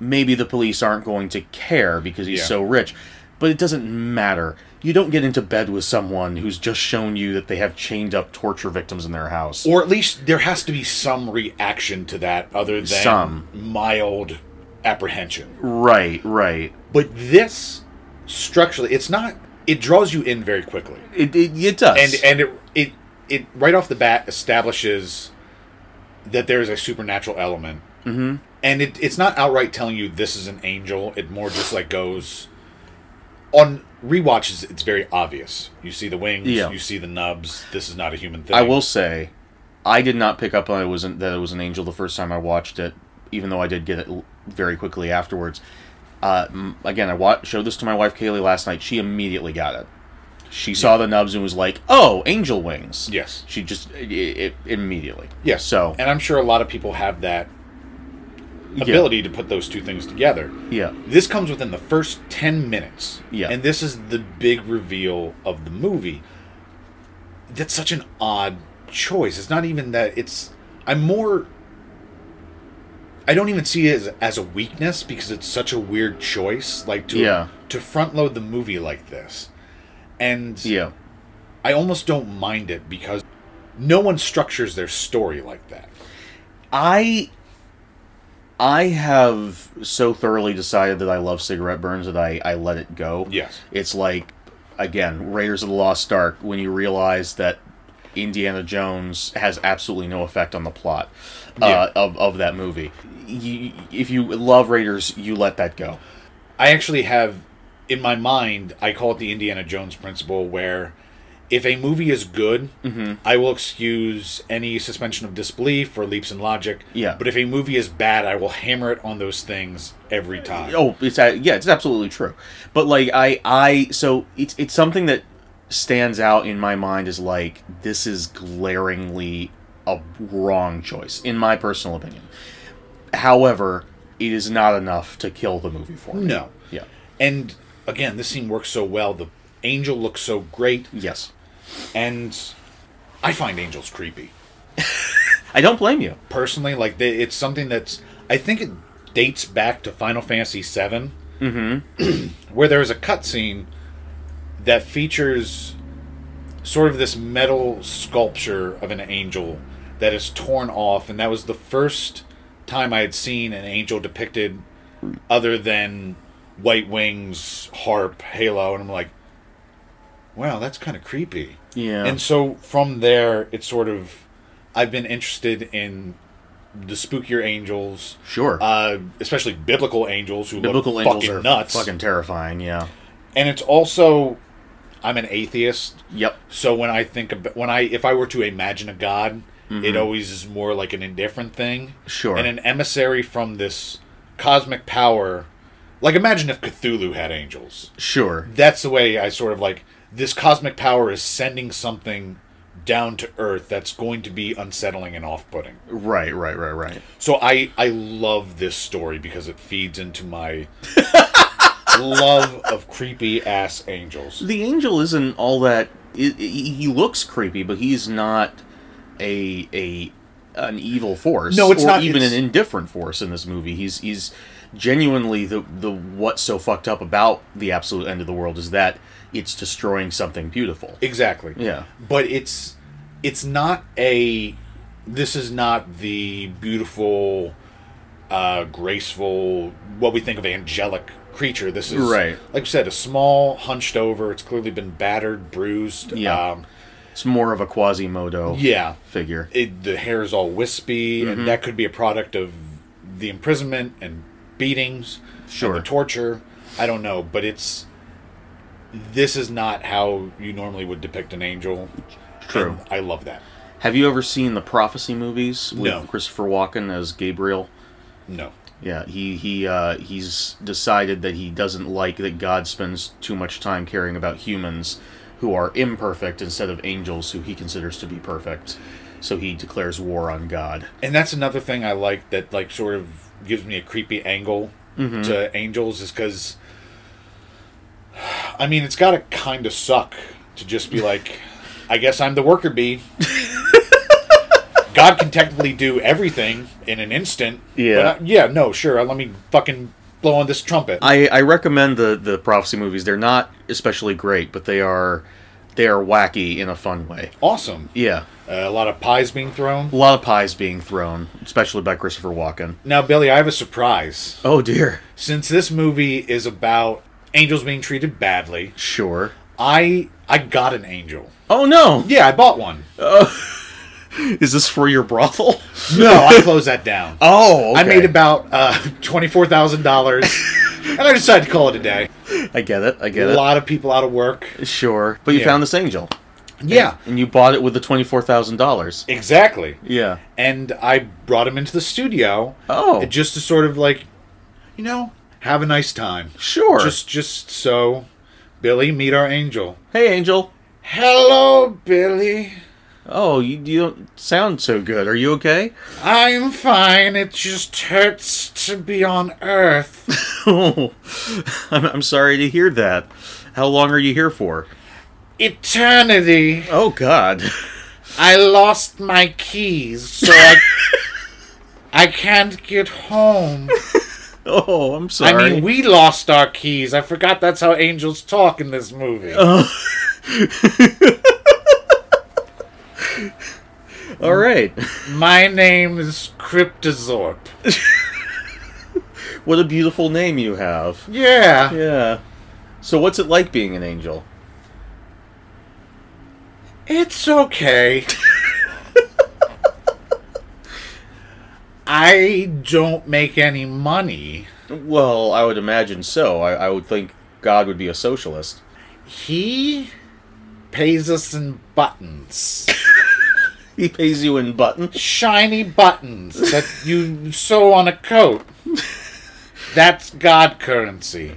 [SPEAKER 5] Maybe the police aren't going to care because he's
[SPEAKER 1] Yeah.
[SPEAKER 5] so rich, but it doesn't matter. You don't get into bed with someone who's just shown you that they have chained up torture victims in their house.
[SPEAKER 1] or at least there has to be some reaction to that other than
[SPEAKER 5] Some.
[SPEAKER 1] mild apprehension
[SPEAKER 5] right, right.
[SPEAKER 1] But this structurally, it's not. It draws you in very quickly,
[SPEAKER 5] It it, it does.
[SPEAKER 1] and and it it it right off the bat establishes that there is a supernatural element, mm-hmm. and it it's not outright telling you this is an angel. It more just like goes on rewatches. It's very obvious. You see the wings.
[SPEAKER 5] Yeah.
[SPEAKER 1] You see the nubs. This is not a human thing.
[SPEAKER 5] I will say, I did not pick up on it wasn't that it was an angel the first time I watched it, even though I did get it l- very quickly afterwards. Uh, m- again, I wa- showed this to my wife Kaylee last night. She immediately got it. She saw the nubs and was like, "Oh, angel wings."
[SPEAKER 1] Yes.
[SPEAKER 5] She just i it, immediately.
[SPEAKER 1] Yes.
[SPEAKER 5] So
[SPEAKER 1] and I'm sure a lot of people have that
[SPEAKER 5] yeah,
[SPEAKER 1] ability to put those two things together.
[SPEAKER 5] Yeah.
[SPEAKER 1] This comes within the first 10 minutes.
[SPEAKER 5] Yeah.
[SPEAKER 1] And this is the big reveal of the movie. That's such an odd choice. It's not even that it's I'm more I don't even see it as, as a weakness because it's such a weird choice like to
[SPEAKER 5] Yeah.
[SPEAKER 1] to front load the movie like this. And
[SPEAKER 5] Yeah.
[SPEAKER 1] I almost don't mind it because no one structures their story like that.
[SPEAKER 5] I I have so thoroughly decided that I love cigarette burns that I, I let it go.
[SPEAKER 1] Yes.
[SPEAKER 5] It's like again, Raiders of the Lost Ark when you realize that Indiana Jones has absolutely no effect on the plot
[SPEAKER 1] Yeah.
[SPEAKER 5] uh, of, of that movie. You, if you love Raiders, you let that go.
[SPEAKER 1] I actually have in my mind I call it the Indiana Jones principle where if a movie is good,
[SPEAKER 5] Mm-hmm.
[SPEAKER 1] I will excuse any suspension of disbelief or leaps in logic.
[SPEAKER 5] Yeah.
[SPEAKER 1] But if a movie is bad, I will hammer it on those things every time.
[SPEAKER 5] Oh, it's a- yeah, it's absolutely true. But like I I so it's it's something that stands out in my mind as like this is glaringly a wrong choice in my personal opinion. However, it is not enough to kill the movie for me.
[SPEAKER 1] No.
[SPEAKER 5] Yeah.
[SPEAKER 1] And again, this scene works so well. The angel looks so great,
[SPEAKER 5] Yes.
[SPEAKER 1] and I find angels creepy
[SPEAKER 5] I don't blame you.
[SPEAKER 1] personally. Like they, it's something that's I think it dates back to Final Fantasy VII, mm-hmm. where there is a cutscene that features sort of this metal sculpture of an angel that is torn off, and that was the first time I had seen an angel depicted other than white wings, harp, halo, and I'm like, wow, that's kind of creepy.
[SPEAKER 5] Yeah.
[SPEAKER 1] And so from there, it's sort of I've been interested in the spookier angels,
[SPEAKER 5] Sure.
[SPEAKER 1] uh, especially biblical angels who
[SPEAKER 5] Biblical
[SPEAKER 1] look
[SPEAKER 5] angels
[SPEAKER 1] fucking
[SPEAKER 5] are
[SPEAKER 1] nuts.
[SPEAKER 5] fucking terrifying, yeah.
[SPEAKER 1] And it's also I'm an atheist,
[SPEAKER 5] Yep.
[SPEAKER 1] so when I think about when I if I were to imagine a god, it always is more like an indifferent thing.
[SPEAKER 5] Mm-hmm. Sure.
[SPEAKER 1] And an emissary from this cosmic power. Like imagine if Cthulhu had angels.
[SPEAKER 5] Sure.
[SPEAKER 1] That's the way I sort of like this cosmic power is sending something down to earth that's going to be unsettling and off-putting.
[SPEAKER 5] Right, right, right, right.
[SPEAKER 1] So I I love this story because it feeds into my love of creepy ass angels.
[SPEAKER 5] The angel isn't all that. i i he looks creepy, but he's not a a an evil force.
[SPEAKER 1] No, it's
[SPEAKER 5] or
[SPEAKER 1] not-
[SPEAKER 5] even
[SPEAKER 1] it's-
[SPEAKER 5] an indifferent force in this movie. He's he's genuinely the the what's so fucked up about the absolute end of the world is that it's destroying something beautiful.
[SPEAKER 1] Exactly.
[SPEAKER 5] Yeah.
[SPEAKER 1] But it's it's not a this is not the beautiful uh graceful what we think of angelic creature. This is
[SPEAKER 5] Right.
[SPEAKER 1] like I said, a small, hunched over, it's clearly been battered, bruised.
[SPEAKER 5] Yeah.
[SPEAKER 1] Um,
[SPEAKER 5] It's more of a Quasimodo
[SPEAKER 1] yeah.
[SPEAKER 5] figure.
[SPEAKER 1] it, the hair is all wispy,
[SPEAKER 5] Mm-hmm.
[SPEAKER 1] and that could be a product of the imprisonment and beatings,
[SPEAKER 5] Sure.
[SPEAKER 1] and the torture. I don't know, but it's this is not how you normally would depict an angel.
[SPEAKER 5] True.
[SPEAKER 1] And I love that.
[SPEAKER 5] Have you ever seen the prophecy movies with
[SPEAKER 1] No.
[SPEAKER 5] Christopher Walken as Gabriel?
[SPEAKER 1] No,
[SPEAKER 5] Yeah, he he uh, he's decided that he doesn't like that God spends too much time caring about humans who are imperfect instead of angels who he considers to be perfect. So he declares war on God.
[SPEAKER 1] and that's another thing I like that like sort of gives me a creepy angle
[SPEAKER 5] Mm-hmm.
[SPEAKER 1] to angels is because I mean it's got to kind of suck to just be like, I guess I'm the worker bee. God can technically do everything in an instant.
[SPEAKER 5] Yeah.
[SPEAKER 1] I- yeah. No. Sure. uh, Let me fucking blow on this trumpet.
[SPEAKER 5] I, I recommend the the prophecy movies. They're not especially great, but they are they are wacky in a fun way.
[SPEAKER 1] awesome.
[SPEAKER 5] Yeah,
[SPEAKER 1] Uh, a lot of pies being
[SPEAKER 5] a
[SPEAKER 1] thrown.
[SPEAKER 5] lot of pies being thrown, especially by Christopher Walken.
[SPEAKER 1] Now, Billy, I have a surprise.
[SPEAKER 5] Oh dear.
[SPEAKER 1] Since this movie is about angels being treated badly,
[SPEAKER 5] Sure.
[SPEAKER 1] I I got an angel.
[SPEAKER 5] Oh no.
[SPEAKER 1] Yeah, I bought one.
[SPEAKER 5] Is this for your brothel?
[SPEAKER 1] No, I closed that down.
[SPEAKER 5] Oh,
[SPEAKER 1] I made about uh, twenty four thousand dollars, and I decided to call it a day.
[SPEAKER 5] I get it. I
[SPEAKER 1] A
[SPEAKER 5] get it.
[SPEAKER 1] lot of people out of work.
[SPEAKER 5] Sure. But you
[SPEAKER 1] Yeah.
[SPEAKER 5] found this angel.
[SPEAKER 1] Yeah,
[SPEAKER 5] And you bought it with the $24,000.
[SPEAKER 1] exactly.
[SPEAKER 5] Yeah.
[SPEAKER 1] And I brought him into the studio.
[SPEAKER 5] Oh.
[SPEAKER 1] uh, just to sort of like, you know, have a nice time.
[SPEAKER 5] Sure.
[SPEAKER 1] Just, just so, Billy, meet our angel.
[SPEAKER 5] hey, Angel.
[SPEAKER 1] Hello, Billy.
[SPEAKER 5] Oh, you, you don't sound so good. Are you okay?
[SPEAKER 1] I'm fine. It just hurts to be on Earth.
[SPEAKER 5] Oh, I'm, I'm sorry to hear that. How long are you here for?
[SPEAKER 1] Eternity.
[SPEAKER 5] Oh, God.
[SPEAKER 1] I lost my keys, so I, I can't get home.
[SPEAKER 5] Oh, I'm
[SPEAKER 1] I
[SPEAKER 5] sorry.
[SPEAKER 1] mean, we lost our keys. I forgot that's how angels talk in this movie.
[SPEAKER 5] All right.
[SPEAKER 1] My name is Cryptozorp.
[SPEAKER 5] what a beautiful name you have.
[SPEAKER 1] Yeah.
[SPEAKER 5] Yeah. So, what's it like being an angel?
[SPEAKER 1] It's okay. I don't make any money.
[SPEAKER 5] Well, I would imagine so. I, I would think God would be a socialist.
[SPEAKER 1] He pays us in buttons.
[SPEAKER 5] He pays you in buttons.
[SPEAKER 1] Shiny buttons that you sew on a coat. That's God currency.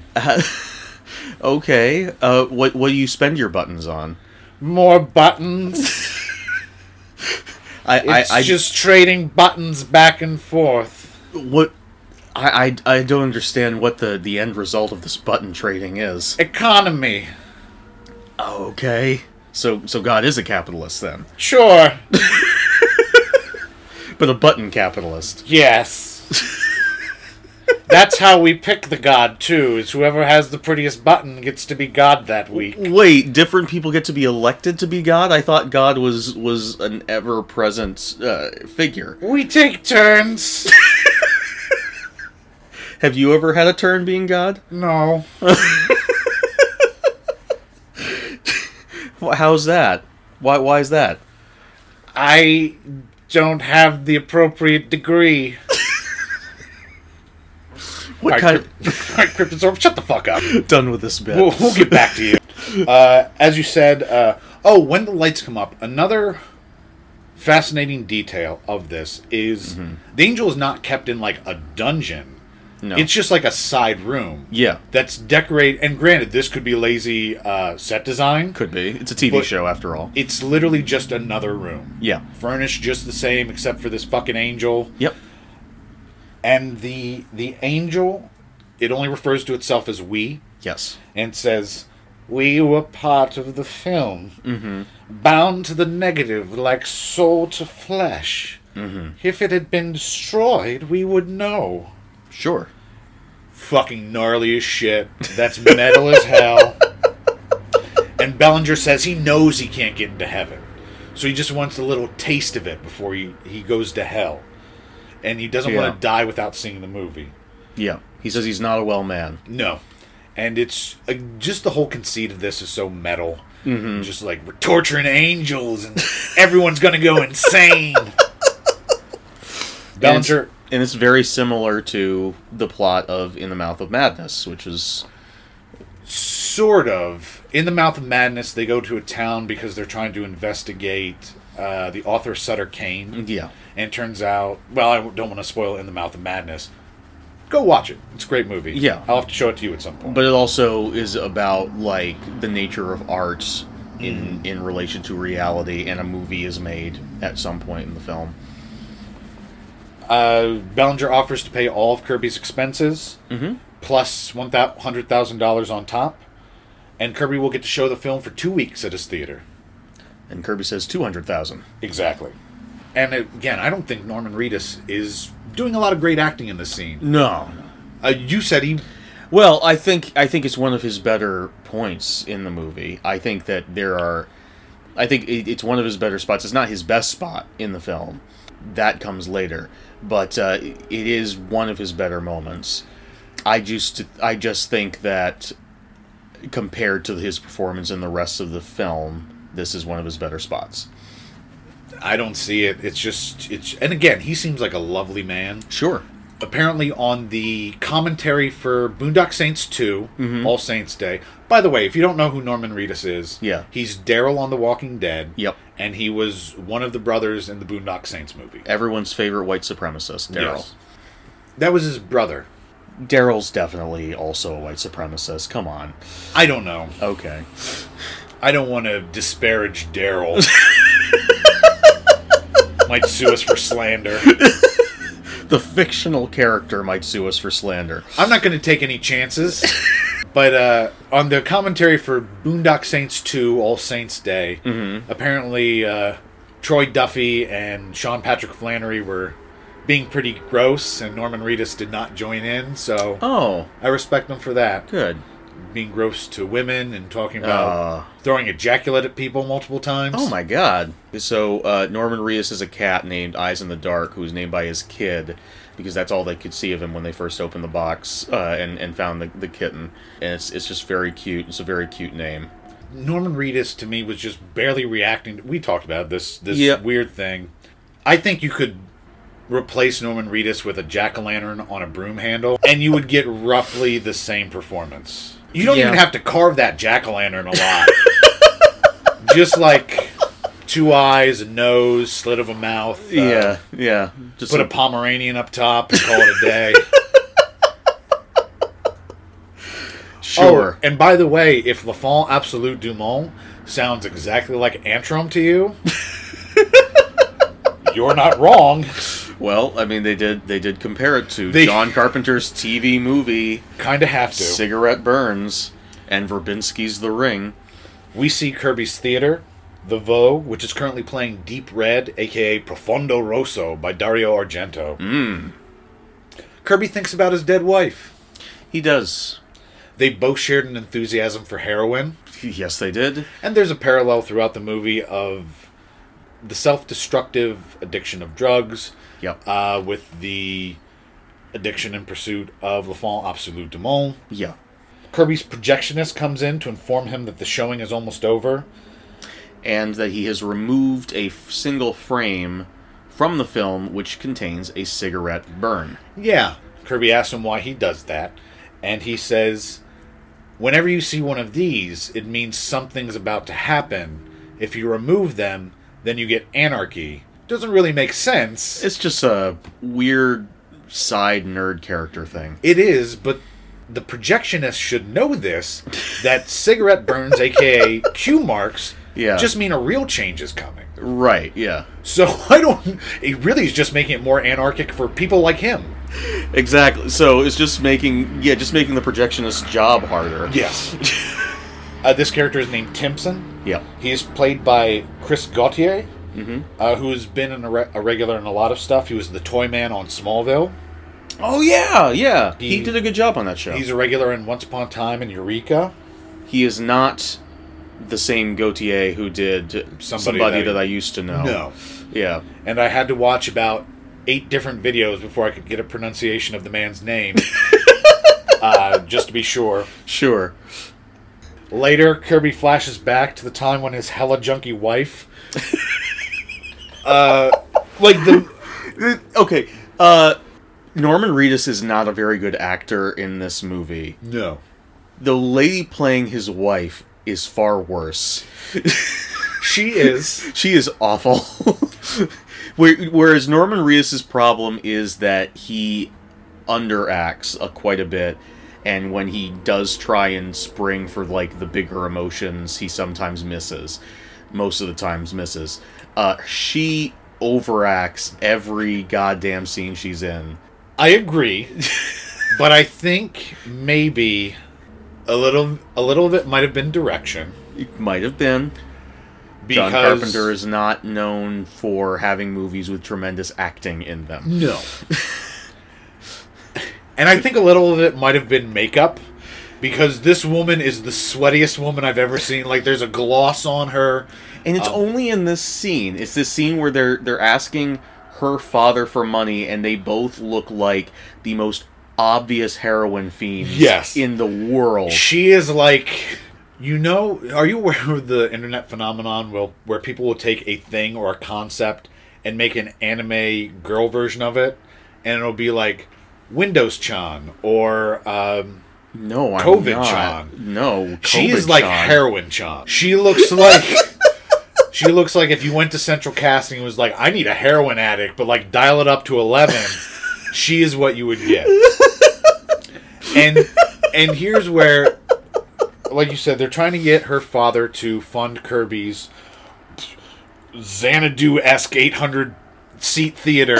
[SPEAKER 5] Okay. Uh, what what do you spend your buttons on?
[SPEAKER 1] More buttons.
[SPEAKER 5] I
[SPEAKER 1] It's
[SPEAKER 5] I, I
[SPEAKER 1] just trading buttons back and forth.
[SPEAKER 5] what I, I I don't understand what the the end result of this button trading is.
[SPEAKER 1] Economy.
[SPEAKER 5] Okay. So so God is a capitalist then,
[SPEAKER 1] Sure.
[SPEAKER 5] but a button capitalist.
[SPEAKER 1] Yes. That's how we pick the god too. Is whoever has the prettiest button gets to be god that week.
[SPEAKER 5] Wait, different people get to be elected to be God? I thought God was was an ever present uh, figure.
[SPEAKER 1] We take turns.
[SPEAKER 5] Have you ever had a turn being God?
[SPEAKER 1] No.
[SPEAKER 5] Wh- How's that? Why why is that?
[SPEAKER 1] I don't have the appropriate degree.
[SPEAKER 5] What
[SPEAKER 1] All
[SPEAKER 5] kind?
[SPEAKER 1] right, Crypt- all right, Cryptozorum, shut the fuck up.
[SPEAKER 5] done with this bit.
[SPEAKER 1] We'll, we'll get back to you. Uh, as you said, uh, oh, when the lights come up, another fascinating detail of this is the angel is not kept in like a dungeon.
[SPEAKER 5] Mm-hmm. No.
[SPEAKER 1] It's just like a side room.
[SPEAKER 5] Yeah.
[SPEAKER 1] That's decorated. And granted, this could be lazy uh, set design.
[SPEAKER 5] Could be. It's a TV
[SPEAKER 1] But-
[SPEAKER 5] show after all.
[SPEAKER 1] It's literally just another room.
[SPEAKER 5] Yeah.
[SPEAKER 1] Furnished just the same, except for this fucking angel.
[SPEAKER 5] Yep.
[SPEAKER 1] And the the angel, it only refers to itself as we,
[SPEAKER 5] Yes.
[SPEAKER 1] and says, "We were part of the film, bound to the negative like soul to flesh. If it had been destroyed, we would know."
[SPEAKER 5] Sure.
[SPEAKER 1] Fucking gnarly as shit. That's metal as hell. And Bellinger says he knows he can't get into heaven, so he just wants a little taste of it before he, he goes to hell, and he doesn't want
[SPEAKER 5] Yeah.
[SPEAKER 1] to die without seeing the movie.
[SPEAKER 5] Yeah. He says he's not a well man.
[SPEAKER 1] No. And it's uh, just the whole conceit of this is so metal. Just like we're torturing angels and everyone's going to go insane. Bellinger.
[SPEAKER 5] And it's very similar to the plot of In the Mouth of Madness, which is
[SPEAKER 1] sort of in the mouth of madness they go to a town because they're trying to investigate uh, the author sutter kane
[SPEAKER 5] Yeah.
[SPEAKER 1] and it turns out well i don't want to spoil in the mouth of madness go watch it it's a great movie
[SPEAKER 5] Yeah.
[SPEAKER 1] i'll have to show it to you at some point
[SPEAKER 5] but it also is about like the nature of art in in relation to reality and a movie is made at some point in the film.
[SPEAKER 1] uh, bellinger offers to pay all of kirby's expenses mm-hmm. plus $100000 on top and kirby will get to show the film for two weeks at his theater
[SPEAKER 5] And Kirby says 200,000.
[SPEAKER 1] exactly and again i don't think norman reedus is doing a lot of great acting in this scene
[SPEAKER 5] No.
[SPEAKER 1] Uh, you said he.
[SPEAKER 5] Well, I think I think it's one of his better points in the movie. I think that there are I think it, it's one of his better spots. It's not his best spot in the film. That comes later, but uh, it is one of his better moments. I just I just think that compared to his performance in the rest of the film, this is one of his better spots.
[SPEAKER 1] I don't see it. It's just it's. And again, he seems like a lovely man.
[SPEAKER 5] Sure.
[SPEAKER 1] Apparently, on the commentary for Boondock Saints 2 All Saints Day. By the way, if you don't know who Norman Reedus is,
[SPEAKER 5] Yeah.
[SPEAKER 1] he's Daryl on The Walking Dead.
[SPEAKER 5] Yep.
[SPEAKER 1] and he was one of the brothers in the Boondock Saints movie.
[SPEAKER 5] Everyone's favorite white supremacist, Daryl.
[SPEAKER 1] Yes. That was his brother.
[SPEAKER 5] Daryl's definitely also a white supremacist. Come on.
[SPEAKER 1] I don't know.
[SPEAKER 5] Okay.
[SPEAKER 1] I don't want to disparage Daryl. Might sue us for slander.
[SPEAKER 5] The fictional character might sue us for slander.
[SPEAKER 1] I'm not going to take any chances. but uh, on the commentary for Boondock Saints 2, All Saints Day, apparently uh, Troy Duffy and Sean Patrick Flannery were being pretty gross, and Norman Reedus did not join in. So
[SPEAKER 5] Oh,
[SPEAKER 1] I respect them for that.
[SPEAKER 5] good.
[SPEAKER 1] Being gross to women and talking about
[SPEAKER 5] Uh.
[SPEAKER 1] throwing ejaculate at people multiple times.
[SPEAKER 5] Oh my god. So uh, Norman Reedus is a cat named Eyes in the Dark, who was named by his kid because that's all they could see of him when they first opened the box uh, and and found the, the kitten. And it's it's just very cute. It's a very cute name.
[SPEAKER 1] Norman Reedus to me was just barely reacting. To, we talked about this this
[SPEAKER 5] Yeah.
[SPEAKER 1] weird thing. I think you could replace Norman Reedus with a jack o' lantern on a broom handle, and you would get roughly the same performance. You don't
[SPEAKER 5] Yeah.
[SPEAKER 1] even have to carve that jack o' lantern a lot. just like two eyes, a nose, slit of a mouth. uh,
[SPEAKER 5] yeah, yeah. Just
[SPEAKER 1] Put a
[SPEAKER 5] like-
[SPEAKER 1] Pomeranian up top and call it a day.
[SPEAKER 5] sure.
[SPEAKER 1] Oh, and by the way, if Lafont Absolute Dumont sounds exactly like Antrim to you, you're not wrong.
[SPEAKER 5] Well, I mean, they did they did compare it to
[SPEAKER 1] They-
[SPEAKER 5] John Carpenter's TV movie
[SPEAKER 1] Kind of have to.
[SPEAKER 5] Cigarette Burns and Verbinski's The Ring.
[SPEAKER 1] We see Kirby's Theater, The Vogue, which is currently playing Deep Red, aka Profondo Rosso by Dario Argento. Kirby thinks about his dead wife.
[SPEAKER 5] He does.
[SPEAKER 1] They both shared an enthusiasm for heroin,
[SPEAKER 5] Yes, they did.
[SPEAKER 1] and there's a parallel throughout the movie of the self destructive addiction of drugs
[SPEAKER 5] Yep.
[SPEAKER 1] uh, with the addiction and pursuit of Lafont Absolute Dumont.
[SPEAKER 5] yeah.
[SPEAKER 1] Kirby's projectionist comes in to inform him that the showing is almost over.
[SPEAKER 5] And that he has removed a f- single frame from the film which contains a cigarette burn.
[SPEAKER 1] Yeah. Kirby asks him why he does that, and he says, Whenever you see one of these, it means something's about to happen. If you remove them, then you get anarchy. Doesn't really make sense.
[SPEAKER 5] It's just a weird side nerd character thing.
[SPEAKER 1] It is, but the projectionist should know this that cigarette burns, aka Q marks,
[SPEAKER 5] Yeah.
[SPEAKER 1] just mean a real change is coming.
[SPEAKER 5] Right, yeah.
[SPEAKER 1] So I don't. It really is just making it more anarchic for people like him.
[SPEAKER 5] Exactly. So it's just making yeah, just making the projectionist's job harder.
[SPEAKER 1] Yes. uh, this character is named Timpson.
[SPEAKER 5] Yep.
[SPEAKER 1] He is played by Chris Gautier, uh, who's been an, a, re- a regular in a lot of stuff. He was the toy man on Smallville.
[SPEAKER 5] Oh yeah, yeah. He,
[SPEAKER 1] He-
[SPEAKER 5] did a good job on that show.
[SPEAKER 1] He's a regular in Once Upon a Time in Eureka.
[SPEAKER 5] he is not the same Gautier who did somebody, that,
[SPEAKER 1] that-
[SPEAKER 5] I used to know. Yeah.
[SPEAKER 1] And I had to watch about eight different videos before I could get a pronunciation of the man's name, uh, just to be sure.
[SPEAKER 5] Sure.
[SPEAKER 1] Later, Kirby flashes back to the time when his hella junky wife. uh, like the.
[SPEAKER 5] Okay. Uh Norman Reedus is not a very good actor in this movie.
[SPEAKER 1] No.
[SPEAKER 5] The lady playing his wife is far worse.
[SPEAKER 1] She is.
[SPEAKER 5] She is awful. Where- Whereas Norman Reedus's problem is that he underacts uh, quite a bit, and when he does try and spring for like the bigger emotions, he sometimes misses. Most of the times misses. Uh, she overacts every goddamn scene she's in.
[SPEAKER 1] I agree, but I think maybe a little a little of it might have been direction
[SPEAKER 5] It might have been.
[SPEAKER 1] because
[SPEAKER 5] John Carpenter is not known for having movies with tremendous acting in them.
[SPEAKER 1] no. and I think a little of it might have been makeup because this woman is the sweatiest woman I've ever seen. Like there's a gloss on her.
[SPEAKER 5] And it's only in this scene. It's this scene where they're they're asking her father for money, and they both look like the most obvious heroin fiends
[SPEAKER 1] Yes.
[SPEAKER 5] in the world.
[SPEAKER 1] She is like you know, are you aware of the internet phenomenon where, where people will take a thing or a concept and make an anime girl version of it? And it'll be like Windows Chan or um,
[SPEAKER 5] No, I'm
[SPEAKER 1] COVID
[SPEAKER 5] not.
[SPEAKER 1] Chan.
[SPEAKER 5] No,
[SPEAKER 1] she is
[SPEAKER 5] COVID
[SPEAKER 1] like
[SPEAKER 5] Chan.
[SPEAKER 1] heroin Chan. She looks like she looks like if you went to Central Casting and was like, I need a heroin addict, but like dial it up to eleven, she is what you would get. And and here's where like you said, they're trying to get her father to fund Kirby's Xanadu esque eight hundred seat theater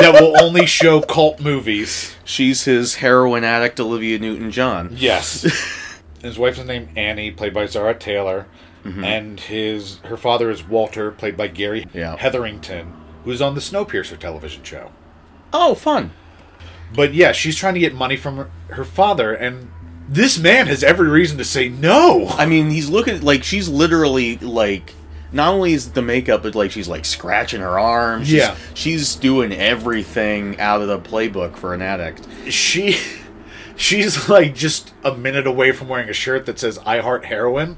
[SPEAKER 1] that will only show cult movies.
[SPEAKER 5] She's his heroin addict, Olivia Newton-John.
[SPEAKER 1] Yes. his wife is named Annie, played by Zara Taylor, and his her father is Walter, played by Gary
[SPEAKER 5] Yeah.
[SPEAKER 1] Hetherington, who's on the Snowpiercer television show.
[SPEAKER 5] Oh, fun.
[SPEAKER 1] But yeah, she's trying to get money from her, her father, and this man has every reason to say no.
[SPEAKER 5] I mean, he's looking like she's literally like. Not only is it the makeup, but like she's like scratching her arm. She's,
[SPEAKER 1] Yeah.
[SPEAKER 5] she's doing everything out of the playbook for an addict.
[SPEAKER 1] She. She's like just a minute away from wearing a shirt that says "I heart heroin."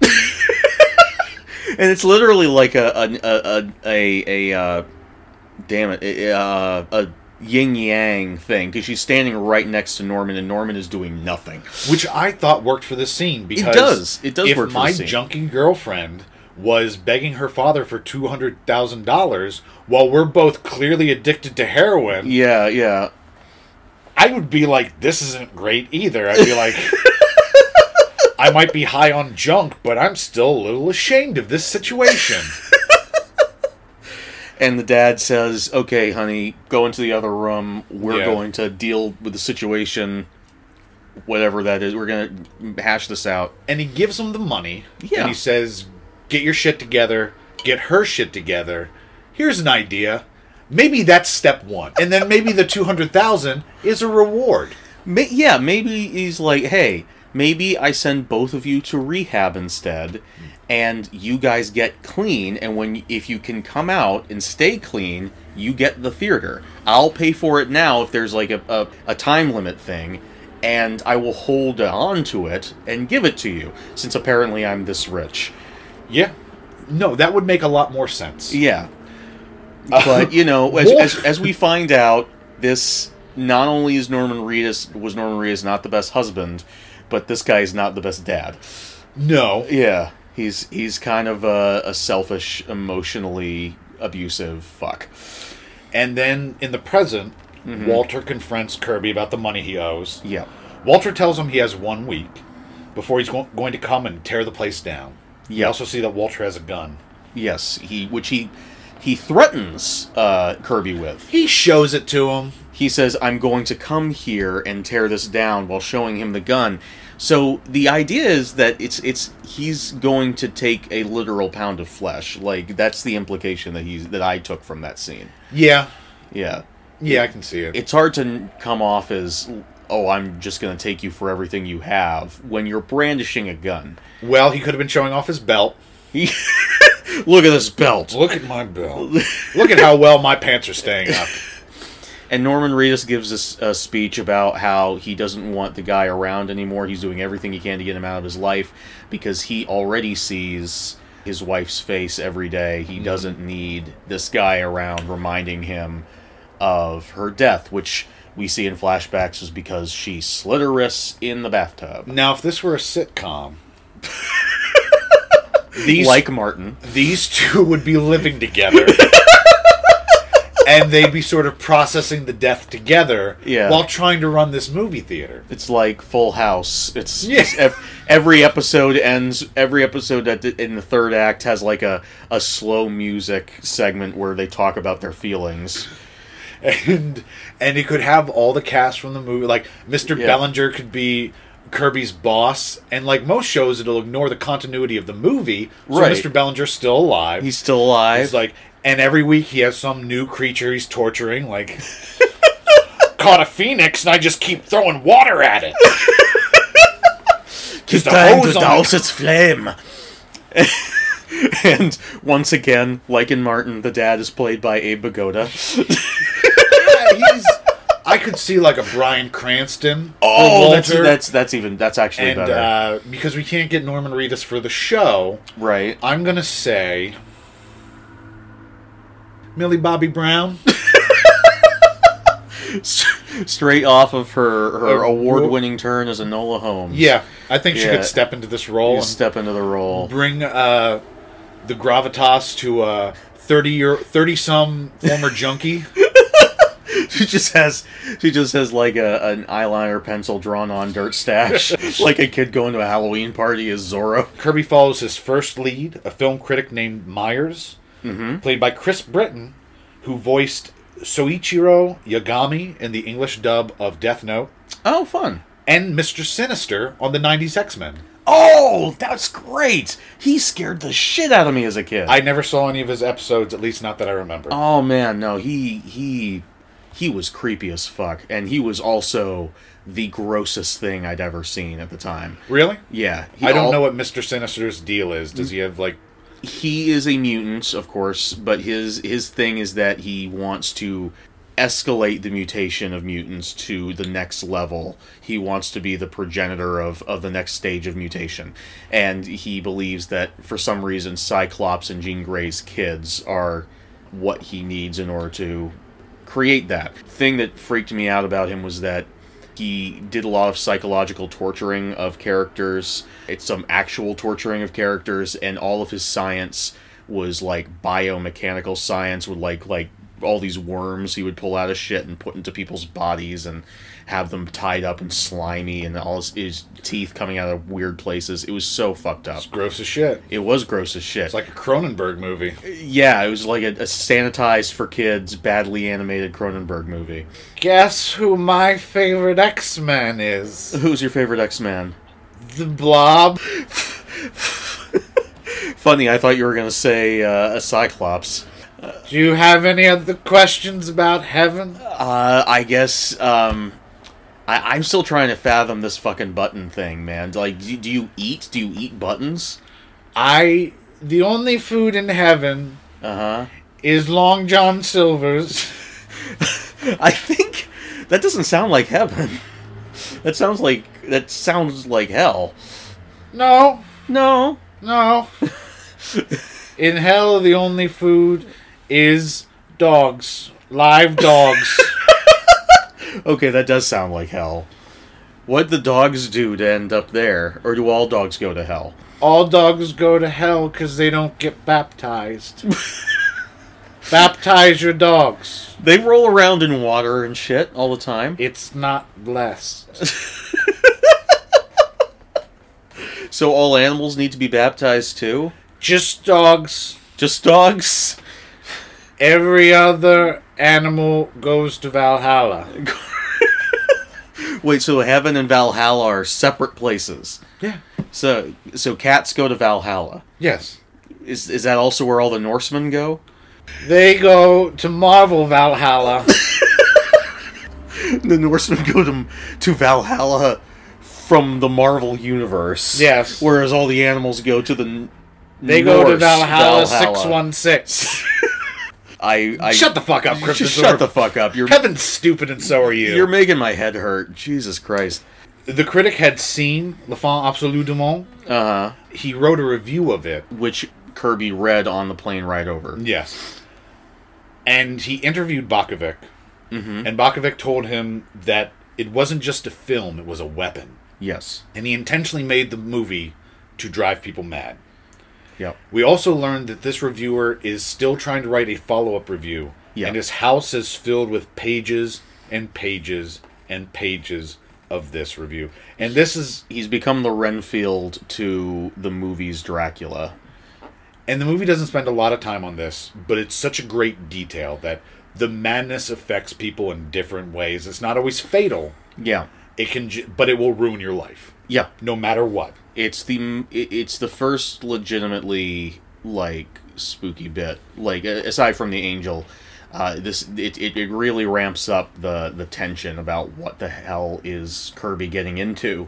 [SPEAKER 5] and it's literally like a a a a, a, a uh, damn it a, a, a yin yang thing because she's standing right next to Norman and Norman is doing nothing.
[SPEAKER 1] which I thought worked for this scene because
[SPEAKER 5] does. It does
[SPEAKER 1] if
[SPEAKER 5] work for
[SPEAKER 1] my
[SPEAKER 5] the scene.
[SPEAKER 1] junkie girlfriend was begging her father for two hundred thousand dollars while we're both clearly addicted to heroin.
[SPEAKER 5] Yeah, yeah.
[SPEAKER 1] I would be like, this isn't great either. I'd be like, I might be high on junk, but I'm still a little ashamed of this situation.
[SPEAKER 5] And the dad says, "Okay, honey, go into the other room. We're
[SPEAKER 1] Yeah.
[SPEAKER 5] going to deal with the situation, whatever that is. We're going to hash this out."
[SPEAKER 1] and he gives him the money.
[SPEAKER 5] Yeah.
[SPEAKER 1] And he says, get your shit together, get her shit together. Here's an idea. Maybe that's step one. And then maybe the 200000 is a reward.
[SPEAKER 5] May- yeah, maybe he's like, "Hey, maybe I send both of you to rehab instead, and you guys get clean. And when if you can come out and stay clean, you get the theater. I'll pay for it now if there's like a a, a time limit thing." And I will hold on to it and give it to you, since apparently I'm this rich.
[SPEAKER 1] Yeah. No, that would make a lot more sense.
[SPEAKER 5] Yeah. But you know, as, as, as we find out, this not only is Norman Reedus was Norman Reedus not the best husband, but this guy is not the best dad.
[SPEAKER 1] No.
[SPEAKER 5] Yeah, he's he's kind of a, a selfish, emotionally abusive fuck.
[SPEAKER 1] And then in the present, Walter confronts Kirby about the money he owes.
[SPEAKER 5] Mm-hmm. Yeah,
[SPEAKER 1] Walter tells him he has one week before he's go- going to come and tear the place down. You
[SPEAKER 5] Yeah.
[SPEAKER 1] also see that Walter has a gun.
[SPEAKER 5] yes, he which he he threatens uh, Kirby with.
[SPEAKER 1] He shows it to him.
[SPEAKER 5] he says, I'm going to come here and tear this down while showing him the gun. So the idea is that it's it's he's going to take a literal pound of flesh. Like that's the implication that he's that I took from that scene.
[SPEAKER 1] Yeah.
[SPEAKER 5] Yeah.
[SPEAKER 1] Yeah, I can see it.
[SPEAKER 5] It's hard to n- come off as oh, I'm just going to take you for everything you have when you're brandishing a gun.
[SPEAKER 1] Well, he could have been showing off his belt.
[SPEAKER 5] Look at this belt.
[SPEAKER 1] Look at my belt. Look at how well my pants are staying up.
[SPEAKER 5] And Norman Reedus gives us a speech about how he doesn't want the guy around anymore. He's doing everything he can to get him out of his life because he already sees his wife's face every day. He doesn't need this guy around reminding him of her death, which we see in flashbacks was because she slit her wrists in the bathtub.
[SPEAKER 1] Now, if this were a sitcom, these
[SPEAKER 5] Like Martin.
[SPEAKER 1] these two would be living together. And they'd be sort of processing the death together
[SPEAKER 5] Yeah.
[SPEAKER 1] while trying to run this movie theater.
[SPEAKER 5] It's like Full House. It's,
[SPEAKER 1] Yeah.
[SPEAKER 5] it's ev- every episode ends. Every episode that th- in the third act has like a, a slow music segment where they talk about their feelings.
[SPEAKER 1] and and it could have all the cast from the movie. Like Mr.
[SPEAKER 5] Yeah.
[SPEAKER 1] Bellinger could be Kirby's boss, and like most shows, it'll ignore the continuity of the movie. So
[SPEAKER 5] Right.
[SPEAKER 1] Mr. Bellinger's still alive.
[SPEAKER 5] He's still alive.
[SPEAKER 1] He's like, and every week he has some new creature he's torturing. Like, caught a phoenix, and I just keep throwing water at it.
[SPEAKER 5] Keep
[SPEAKER 1] the
[SPEAKER 5] trying
[SPEAKER 1] hose
[SPEAKER 5] to
[SPEAKER 1] on
[SPEAKER 5] douse
[SPEAKER 1] the-
[SPEAKER 5] its flame. and once again, like in Martin, the dad is played by Abe Bagoda.
[SPEAKER 1] yeah, he's. I could see like a Brian Cranston.
[SPEAKER 5] Oh,
[SPEAKER 1] or
[SPEAKER 5] that's
[SPEAKER 1] Walter,
[SPEAKER 5] that's that's even that's actually
[SPEAKER 1] and
[SPEAKER 5] better,
[SPEAKER 1] uh, because we can't get Norman Reedus for the show,
[SPEAKER 5] right?
[SPEAKER 1] I'm gonna say Millie Bobby Brown.
[SPEAKER 5] Straight off of her her
[SPEAKER 1] Uh,
[SPEAKER 5] award-winning turn as Enola Holmes.
[SPEAKER 1] Yeah, I think she
[SPEAKER 5] Yeah.
[SPEAKER 1] could step into this role
[SPEAKER 5] You
[SPEAKER 1] and
[SPEAKER 5] step into the role.
[SPEAKER 1] bring uh, the gravitas to a thirty year thirty some former junkie.
[SPEAKER 5] She just has she just has like a an eyeliner pencil drawn on dirt stash, like a kid going to a Halloween party as Zorro.
[SPEAKER 1] Kirby follows his first lead, a film critic named Myers, played by Chris Britton, who voiced Soichiro Yagami in the English dub of Death Note,
[SPEAKER 5] Oh, fun!
[SPEAKER 1] and Mr. Sinister on the '90s X Men.
[SPEAKER 5] Oh, that's great! He scared the shit out of me as a kid.
[SPEAKER 1] I never saw any of his episodes, at least not that I remember.
[SPEAKER 5] oh man, no, he he he was creepy as fuck, and he was also the grossest thing I'd ever seen at the time.
[SPEAKER 1] really?
[SPEAKER 5] Yeah, he
[SPEAKER 1] I don't
[SPEAKER 5] al-
[SPEAKER 1] know what Mister Sinister's deal is. Does he have like?
[SPEAKER 5] he is a mutant, of course, but his his thing is that he wants to escalate the mutation of mutants to the next level. He wants to be the progenitor of, of the next stage of mutation. And he believes that for some reason Cyclops and Jean Grey's kids are what he needs in order to create that. thing that freaked me out about him was that He did a lot of psychological torturing of characters, it's some actual torturing of characters, and all of his science was like biomechanical science with like like all these worms he would pull out of shit and put into people's bodies and have them tied up and slimy and all his, his teeth coming out of weird places. It was so fucked up.
[SPEAKER 1] It's gross as shit.
[SPEAKER 5] It was gross as shit.
[SPEAKER 1] It's like a Cronenberg movie.
[SPEAKER 5] yeah, it was like a, a sanitized for kids, badly animated Cronenberg movie.
[SPEAKER 1] Guess who my favorite X Man is?
[SPEAKER 5] Who's your favorite X Man?
[SPEAKER 1] The Blob.
[SPEAKER 5] Funny, I thought you were gonna say uh, a Cyclops.
[SPEAKER 1] Do you have any other questions about heaven?
[SPEAKER 5] Uh, I guess um, I, I'm still trying to fathom this fucking button thing, man. Like, do, do you eat? Do you eat buttons?
[SPEAKER 1] I. The only food in heaven
[SPEAKER 5] Uh
[SPEAKER 1] is Long John Silver's.
[SPEAKER 5] huh. I think that doesn't sound like heaven. That sounds like that sounds like hell.
[SPEAKER 1] No,
[SPEAKER 5] No.
[SPEAKER 1] no. in hell, the only food is dogs. Live dogs.
[SPEAKER 5] Okay, that does sound like hell. What the dogs do to end up there, or do all dogs go to hell?
[SPEAKER 1] All dogs go to hell because they don't get baptized. Baptize your dogs.
[SPEAKER 5] They roll around in water and shit all the time.
[SPEAKER 1] It's not blessed.
[SPEAKER 5] So all animals need to be baptized too.
[SPEAKER 1] Just dogs.
[SPEAKER 5] Just dogs.
[SPEAKER 1] Every other animal goes to Valhalla.
[SPEAKER 5] Wait, so heaven and Valhalla are separate places.
[SPEAKER 1] Yeah.
[SPEAKER 5] So so cats go to Valhalla.
[SPEAKER 1] Yes.
[SPEAKER 5] Is is that also where all the Norsemen go?
[SPEAKER 1] They go to Marvel Valhalla.
[SPEAKER 5] The Norsemen go to to Valhalla from the Marvel universe.
[SPEAKER 1] Yes.
[SPEAKER 5] Whereas all the animals go to the n-
[SPEAKER 1] They go to
[SPEAKER 5] Norse
[SPEAKER 1] Valhalla,
[SPEAKER 5] Valhalla.
[SPEAKER 1] 616.
[SPEAKER 5] I, I
[SPEAKER 1] Shut the fuck up,
[SPEAKER 5] Just
[SPEAKER 1] Cryptozoid.
[SPEAKER 5] shut the fuck up. You're
[SPEAKER 1] Heaven's stupid and so are you.
[SPEAKER 5] you're making my head hurt. Jesus Christ.
[SPEAKER 1] the critic had seen Le Fond Absolu du Monde.
[SPEAKER 5] Uh huh.
[SPEAKER 1] He wrote a review of it.
[SPEAKER 5] Which Kirby read on the plane ride over.
[SPEAKER 1] Yes. And he interviewed Bakovic.
[SPEAKER 5] Mm-hmm.
[SPEAKER 1] And Bakovic told him that it wasn't just a film, it was a weapon.
[SPEAKER 5] Yes.
[SPEAKER 1] And he intentionally made the movie to drive people mad.
[SPEAKER 5] Yep.
[SPEAKER 1] We also learned that this reviewer is still trying to write a follow up review,
[SPEAKER 5] Yeah.
[SPEAKER 1] and his house is filled with pages and pages and pages of this review. And this is,
[SPEAKER 5] He's become the Renfield to the movies Dracula.
[SPEAKER 1] and the movie doesn't spend a lot of time on this, but it's such a great detail that the madness affects people in different ways. It's not always fatal,
[SPEAKER 5] Yeah.
[SPEAKER 1] it can, ju- but it will ruin your life,
[SPEAKER 5] Yeah.
[SPEAKER 1] no matter what.
[SPEAKER 5] It's the m- it- it's the first legitimately like spooky bit. Like a- aside from the angel, uh, this it, it, it really ramps up the the tension about what the hell is Kirby getting into.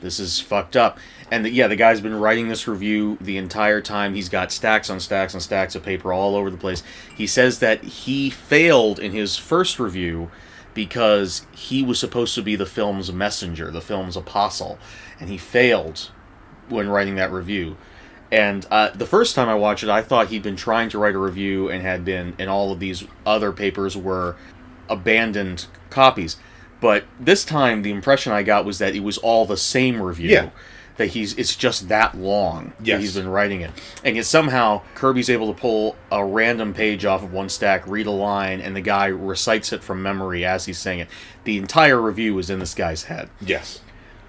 [SPEAKER 5] This is fucked up. And the, yeah, the guy's been writing this review the entire time. He's got stacks on stacks on stacks of paper all over the place. He says that he failed in his first review because he was supposed to be the film's messenger, the film's apostle, and he failed when writing that review. And uh, the first time I watched it, I thought he'd been trying to write a review and had been, and all of these other papers were abandoned copies. But this time, the impression I got was that it was all the same review.
[SPEAKER 1] Yeah.
[SPEAKER 5] That he's, it's just that long that
[SPEAKER 1] Yes.
[SPEAKER 5] he's been writing it. And yet somehow Kirby's able to pull a random page off of one stack, read a line, and the guy recites it from memory as he's saying it. The entire review is in this guy's head
[SPEAKER 1] Yes.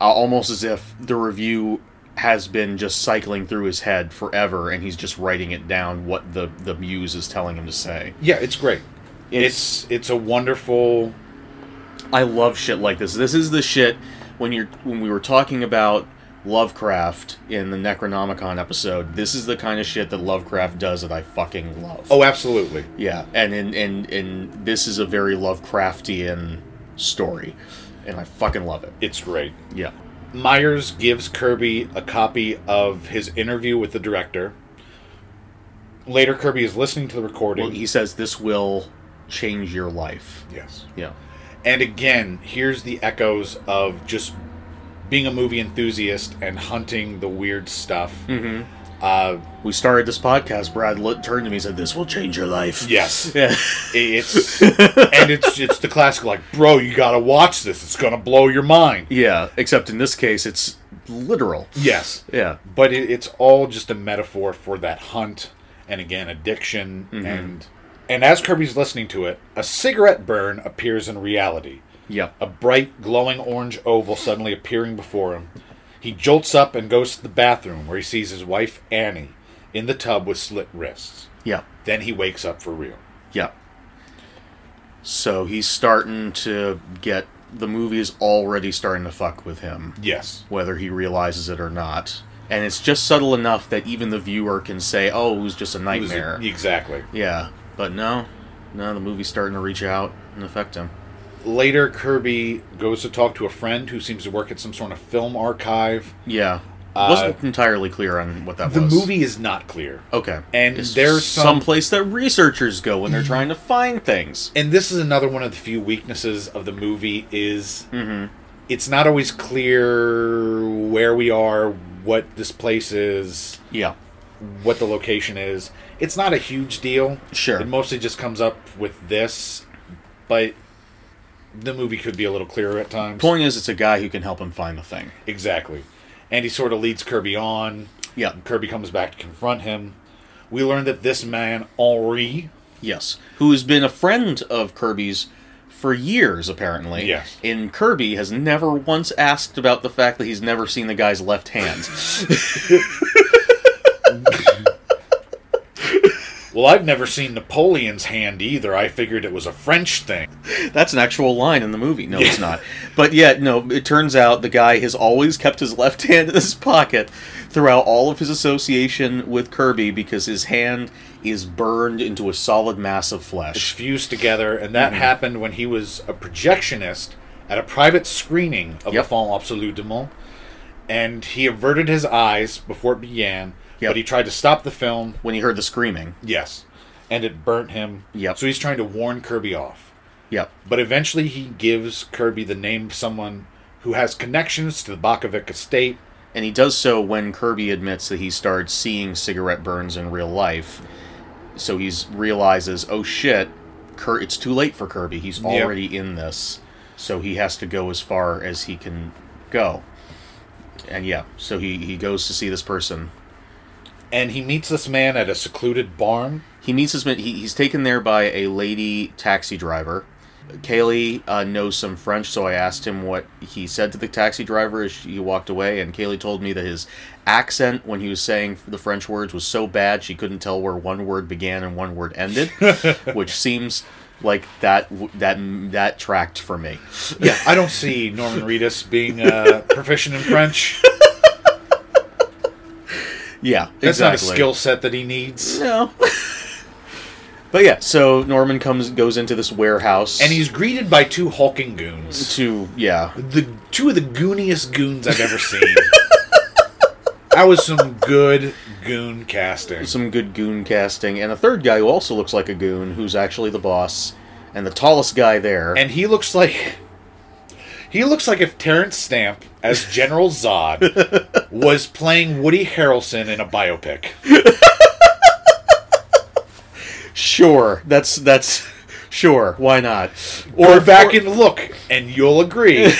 [SPEAKER 5] uh, almost as if the review has been just cycling through his head forever and he's just writing it down what the the muse is telling him to say
[SPEAKER 1] Yeah, it's great.
[SPEAKER 5] It's-
[SPEAKER 1] it's it's a wonderful
[SPEAKER 5] i love shit like this this is the shit when you're when we were talking about lovecraft in the necronomicon episode this is the kind of shit that lovecraft does that i fucking love
[SPEAKER 1] Oh, absolutely.
[SPEAKER 5] yeah and in and and this is a very lovecraftian story and i fucking love it
[SPEAKER 1] It's great.
[SPEAKER 5] yeah
[SPEAKER 1] Myers gives Kirby a copy of his interview with the director. Later, Kirby is listening to the recording.
[SPEAKER 5] well, he says this will change your life
[SPEAKER 1] yes.
[SPEAKER 5] yeah
[SPEAKER 1] And again, here's the echoes of just being a movie enthusiast and hunting the weird stuff. Mm-hmm. Uh,
[SPEAKER 5] We started this podcast. Brad looked, turned to me and said, "This will change your life."
[SPEAKER 1] yes,
[SPEAKER 5] Yeah.
[SPEAKER 1] it's and it's it's the classic like, bro, you gotta watch this. It's gonna blow your mind.
[SPEAKER 5] Yeah. Except in this case, it's literal.
[SPEAKER 1] Yes,
[SPEAKER 5] Yeah.
[SPEAKER 1] but it, it's all just a metaphor for that hunt and again addiction and and as Kirby's listening to it, a cigarette burn appears in reality.
[SPEAKER 5] Yeah.
[SPEAKER 1] a bright, glowing orange oval suddenly appearing before him. He jolts up and goes to the bathroom where he sees his wife, Annie, in the tub with slit wrists.
[SPEAKER 5] Yeah.
[SPEAKER 1] Then he wakes up for real.
[SPEAKER 5] Yeah. So he's starting to get the movie is already starting to fuck with him,
[SPEAKER 1] Yes.
[SPEAKER 5] whether he realizes it or not. And it's just subtle enough that even the viewer can say, "Oh, it was just a
[SPEAKER 1] It was-
[SPEAKER 5] nightmare."
[SPEAKER 1] Exactly.
[SPEAKER 5] yeah. But no, no, the movie's starting to reach out and affect him.
[SPEAKER 1] Later, Kirby goes to talk to a friend who seems to work at some sort of film archive.
[SPEAKER 5] Yeah.
[SPEAKER 1] Uh,
[SPEAKER 5] wasn't entirely clear on what that
[SPEAKER 1] The
[SPEAKER 5] was.
[SPEAKER 1] movie is not clear.
[SPEAKER 5] Okay.
[SPEAKER 1] And
[SPEAKER 5] It's
[SPEAKER 1] there's
[SPEAKER 5] just
[SPEAKER 1] some-
[SPEAKER 5] place that researchers go when they're trying to find things.
[SPEAKER 1] and this is another one of the few weaknesses of the movie is
[SPEAKER 5] Mm-hmm.
[SPEAKER 1] it's not always clear where we are, what this place is.
[SPEAKER 5] Yeah.
[SPEAKER 1] what the location is. It's not a huge deal.
[SPEAKER 5] Sure.
[SPEAKER 1] It mostly just comes up with this, but the movie could be a little clearer at times.
[SPEAKER 5] Point is, it's a guy who can help him find the thing.
[SPEAKER 1] Exactly. And he sort of leads Kirby on.
[SPEAKER 5] Yeah.
[SPEAKER 1] Kirby comes back to confront him. We learn that this man, Henri,
[SPEAKER 5] Yes, who has been a friend of Kirby's for years, apparently.
[SPEAKER 1] Yes.
[SPEAKER 5] And Kirby has never once asked about the fact that he's never seen the guy's left hand.
[SPEAKER 1] well, I've never seen Napoleon's hand either. I figured it was a French thing.
[SPEAKER 5] That's an actual line in the movie. No, it's not. But yeah, no, it turns out the guy has always kept his left hand in his pocket throughout all of his association with Kirby because his hand is burned into a solid mass of
[SPEAKER 1] It's
[SPEAKER 5] flesh.
[SPEAKER 1] fused together, and
[SPEAKER 5] Mm-hmm.
[SPEAKER 1] that happened when he was a projectionist at a private screening of
[SPEAKER 5] Yep.
[SPEAKER 1] *The Fall Absolu Demon*, and he averted his eyes before it began,
[SPEAKER 5] Yep.
[SPEAKER 1] but he tried to stop the film.
[SPEAKER 5] When he heard the screaming.
[SPEAKER 1] Yes, and it burnt him.
[SPEAKER 5] Yep.
[SPEAKER 1] So he's trying to warn Kirby off,
[SPEAKER 5] Yep.
[SPEAKER 1] but eventually he gives Kirby the name of someone who has connections to the Bakovic estate.
[SPEAKER 5] And he does so when Kirby admits that he started seeing cigarette burns in real life. So he realizes, oh shit, Kir- it's too late for Kirby. He's
[SPEAKER 1] Yep.
[SPEAKER 5] already in this. So he has to go as far as he can go. And yeah, so he, he goes to see this person.
[SPEAKER 1] And he meets this man at a secluded barn.
[SPEAKER 5] He meets his man. He, he's taken there by a lady taxi driver. Kaylee uh, knows some French, so I asked him what he said to the taxi driver as he walked away, and Kaylee told me that his accent when he was saying the French words was so bad she couldn't tell where one word began and one word ended, which seems like that w- that that tracked for me.
[SPEAKER 1] Yeah, I don't see Norman Reedus being uh, proficient in French.
[SPEAKER 5] Yeah,
[SPEAKER 1] That's
[SPEAKER 5] exactly.
[SPEAKER 1] not a skill set that he needs.
[SPEAKER 5] No. but yeah, so Norman comes goes into this warehouse
[SPEAKER 1] and he's greeted by two hulking goons.
[SPEAKER 5] to yeah
[SPEAKER 1] The two of the gooniest goons I've ever seen. that was some good goon casting.
[SPEAKER 5] some good goon casting, and a third guy who also looks like a goon, who's actually the boss, and the tallest guy there.
[SPEAKER 1] And he looks like he looks like if Terrence Stamp as General Zod was playing Woody Harrelson in a biopic.
[SPEAKER 5] sure, that's that's sure. Why not?
[SPEAKER 1] Or back and look, and you'll agree.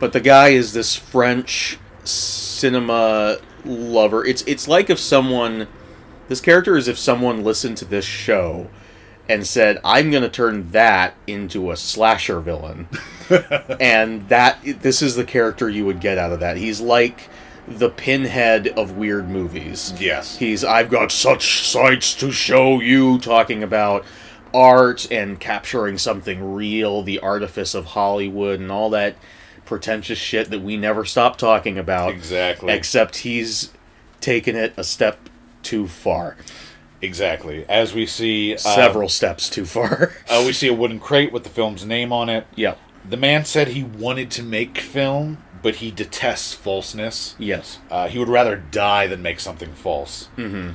[SPEAKER 5] But the guy is this French cinema lover. It's it's like if someone this character is if someone listened to this show and said, "I'm going to turn that into a slasher villain." and that this is the character you would get out of that. He's like the pinhead of weird movies.
[SPEAKER 1] Yes.
[SPEAKER 5] He's I've got such sights to show you talking about art and capturing something real, the artifice of Hollywood and all that pretentious shit that we never stop talking about.
[SPEAKER 1] Exactly.
[SPEAKER 5] Except he's taken it a step too far.
[SPEAKER 1] exactly. As we see uh,
[SPEAKER 5] Several steps too far.
[SPEAKER 1] uh, we see a wooden crate with the film's name on it.
[SPEAKER 5] yeah.
[SPEAKER 1] The man said he wanted to make film, but he detests falseness.
[SPEAKER 5] Yes.
[SPEAKER 1] Uh, he would rather die than make something false. Mm-hmm.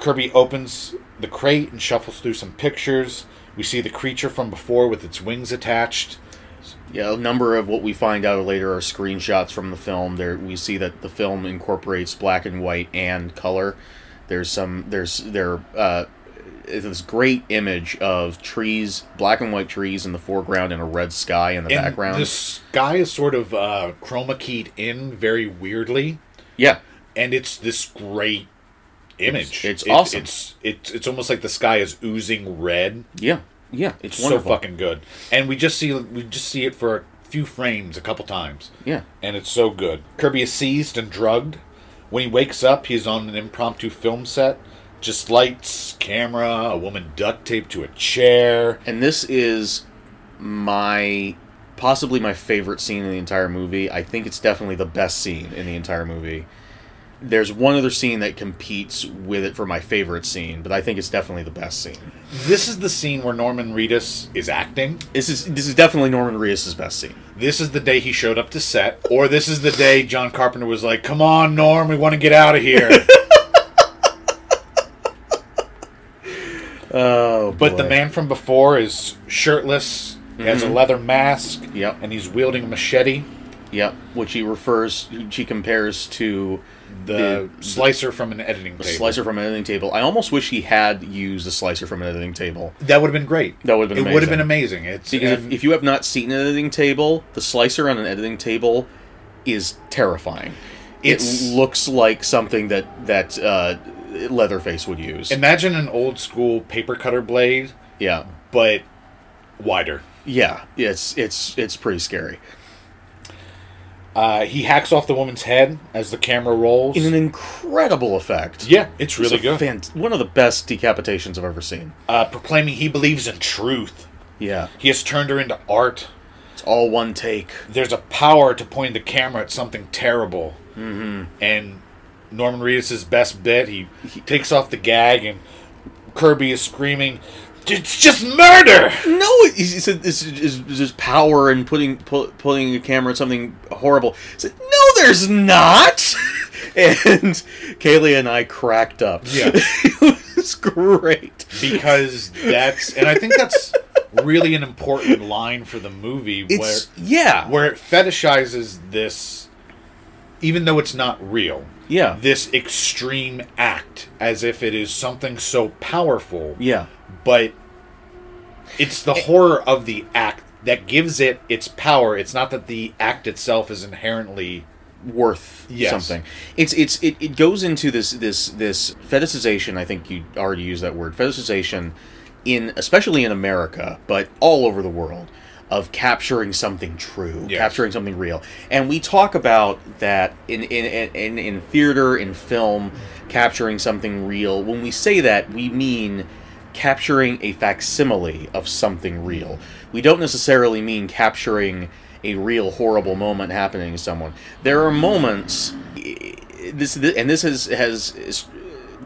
[SPEAKER 1] Kirby opens the crate and shuffles through some pictures. We see the creature from before with its wings attached. is.
[SPEAKER 5] Yeah, a number of what we find out later are screenshots from the film. There, we see that the film incorporates black and white and color. There's some there's there uh, is this great image of trees, black and white trees in the foreground, and a red sky in the
[SPEAKER 1] And
[SPEAKER 5] background.
[SPEAKER 1] the sky is sort of uh, chroma keyed in very weirdly,
[SPEAKER 5] yeah,
[SPEAKER 1] and it's this great image.
[SPEAKER 5] it's awesome.
[SPEAKER 1] It's it's it's almost like the sky is oozing red.
[SPEAKER 5] yeah, yeah. It's
[SPEAKER 1] so
[SPEAKER 5] wonderful.
[SPEAKER 1] fucking good. And we just see we just see it for a few frames a couple times.
[SPEAKER 5] Yeah.
[SPEAKER 1] And it's so good. Kirby is seized and drugged. When he wakes up, he's on an impromptu film set. Just lights, camera, a woman duct taped to a chair.
[SPEAKER 5] And this is my possibly my favorite scene in the entire movie. I think it's definitely the best scene in the entire movie. There's one other scene that competes with it for my favorite scene, but I think it's definitely the best scene.
[SPEAKER 1] This is the scene where Norman Reedus is acting.
[SPEAKER 5] This is this is definitely Norman Reedus' best scene.
[SPEAKER 1] This is the day he showed up to set, or this is the day John Carpenter was like, "Come on, Norm, we want to get out of here."
[SPEAKER 5] Oh,
[SPEAKER 1] But the man from before is shirtless, has a leather mask,
[SPEAKER 5] Yep.
[SPEAKER 1] and he's wielding a machete.
[SPEAKER 5] Yep, which he refers, which he compares to
[SPEAKER 1] The, slicer from an editing
[SPEAKER 5] the
[SPEAKER 1] table.
[SPEAKER 5] slicer from an editing table. I almost wish he had used the slicer from an editing table.
[SPEAKER 1] That would have been great.
[SPEAKER 5] That would've been
[SPEAKER 1] It would have
[SPEAKER 5] amazing.
[SPEAKER 1] been amazing. It's
[SPEAKER 5] Because if,
[SPEAKER 1] and
[SPEAKER 5] if you have not seen an editing table, the slicer on an editing table is terrifying.
[SPEAKER 1] It's-
[SPEAKER 5] it looks like something that that uh, Leatherface would use.
[SPEAKER 1] imagine an old school paper cutter blade,
[SPEAKER 5] yeah,
[SPEAKER 1] but wider.
[SPEAKER 5] yeah, it's it's it's pretty scary.
[SPEAKER 1] Uh, he hacks off the woman's head as the camera rolls.
[SPEAKER 5] In an incredible effect.
[SPEAKER 1] yeah, it's
[SPEAKER 5] It's
[SPEAKER 1] really
[SPEAKER 5] a
[SPEAKER 1] good.
[SPEAKER 5] fan- one of the best decapitations I've ever seen.
[SPEAKER 1] uh, proclaiming he believes in truth.
[SPEAKER 5] Yeah,
[SPEAKER 1] He has turned her into art.
[SPEAKER 5] it's all one take.
[SPEAKER 1] There's a power to point the camera at something terrible. Mm-hmm. And Norman Reedus' best bit, he, he takes off the gag, and Kirby is screaming, "It's just murder!"
[SPEAKER 5] No, he said this is, is, is just power and putting pu- putting a camera at something horrible. He said, no, there's not. and Kaylee and I cracked up.
[SPEAKER 1] Yeah.
[SPEAKER 5] it was great.
[SPEAKER 1] because that's and I think that's really an important line for the movie where
[SPEAKER 5] It's yeah,
[SPEAKER 1] where it fetishizes this even though it's not real.
[SPEAKER 5] yeah,
[SPEAKER 1] This extreme act as if it is something so powerful,
[SPEAKER 5] yeah,
[SPEAKER 1] but it's the horror of the act that gives it its power. It's not that the act itself is inherently
[SPEAKER 5] worth
[SPEAKER 1] Yes.
[SPEAKER 5] something. It's it's it, it goes into this this this fetishization. I think you already used that word fetishization in especially in America, but all over the world of capturing something true,
[SPEAKER 1] Yes.
[SPEAKER 5] capturing something real. And we talk about that in in, in in theater, in film, capturing something real. When we say that, we mean capturing a facsimile of something real. We don't necessarily mean capturing a real horrible moment happening to someone. There are moments this and this has has is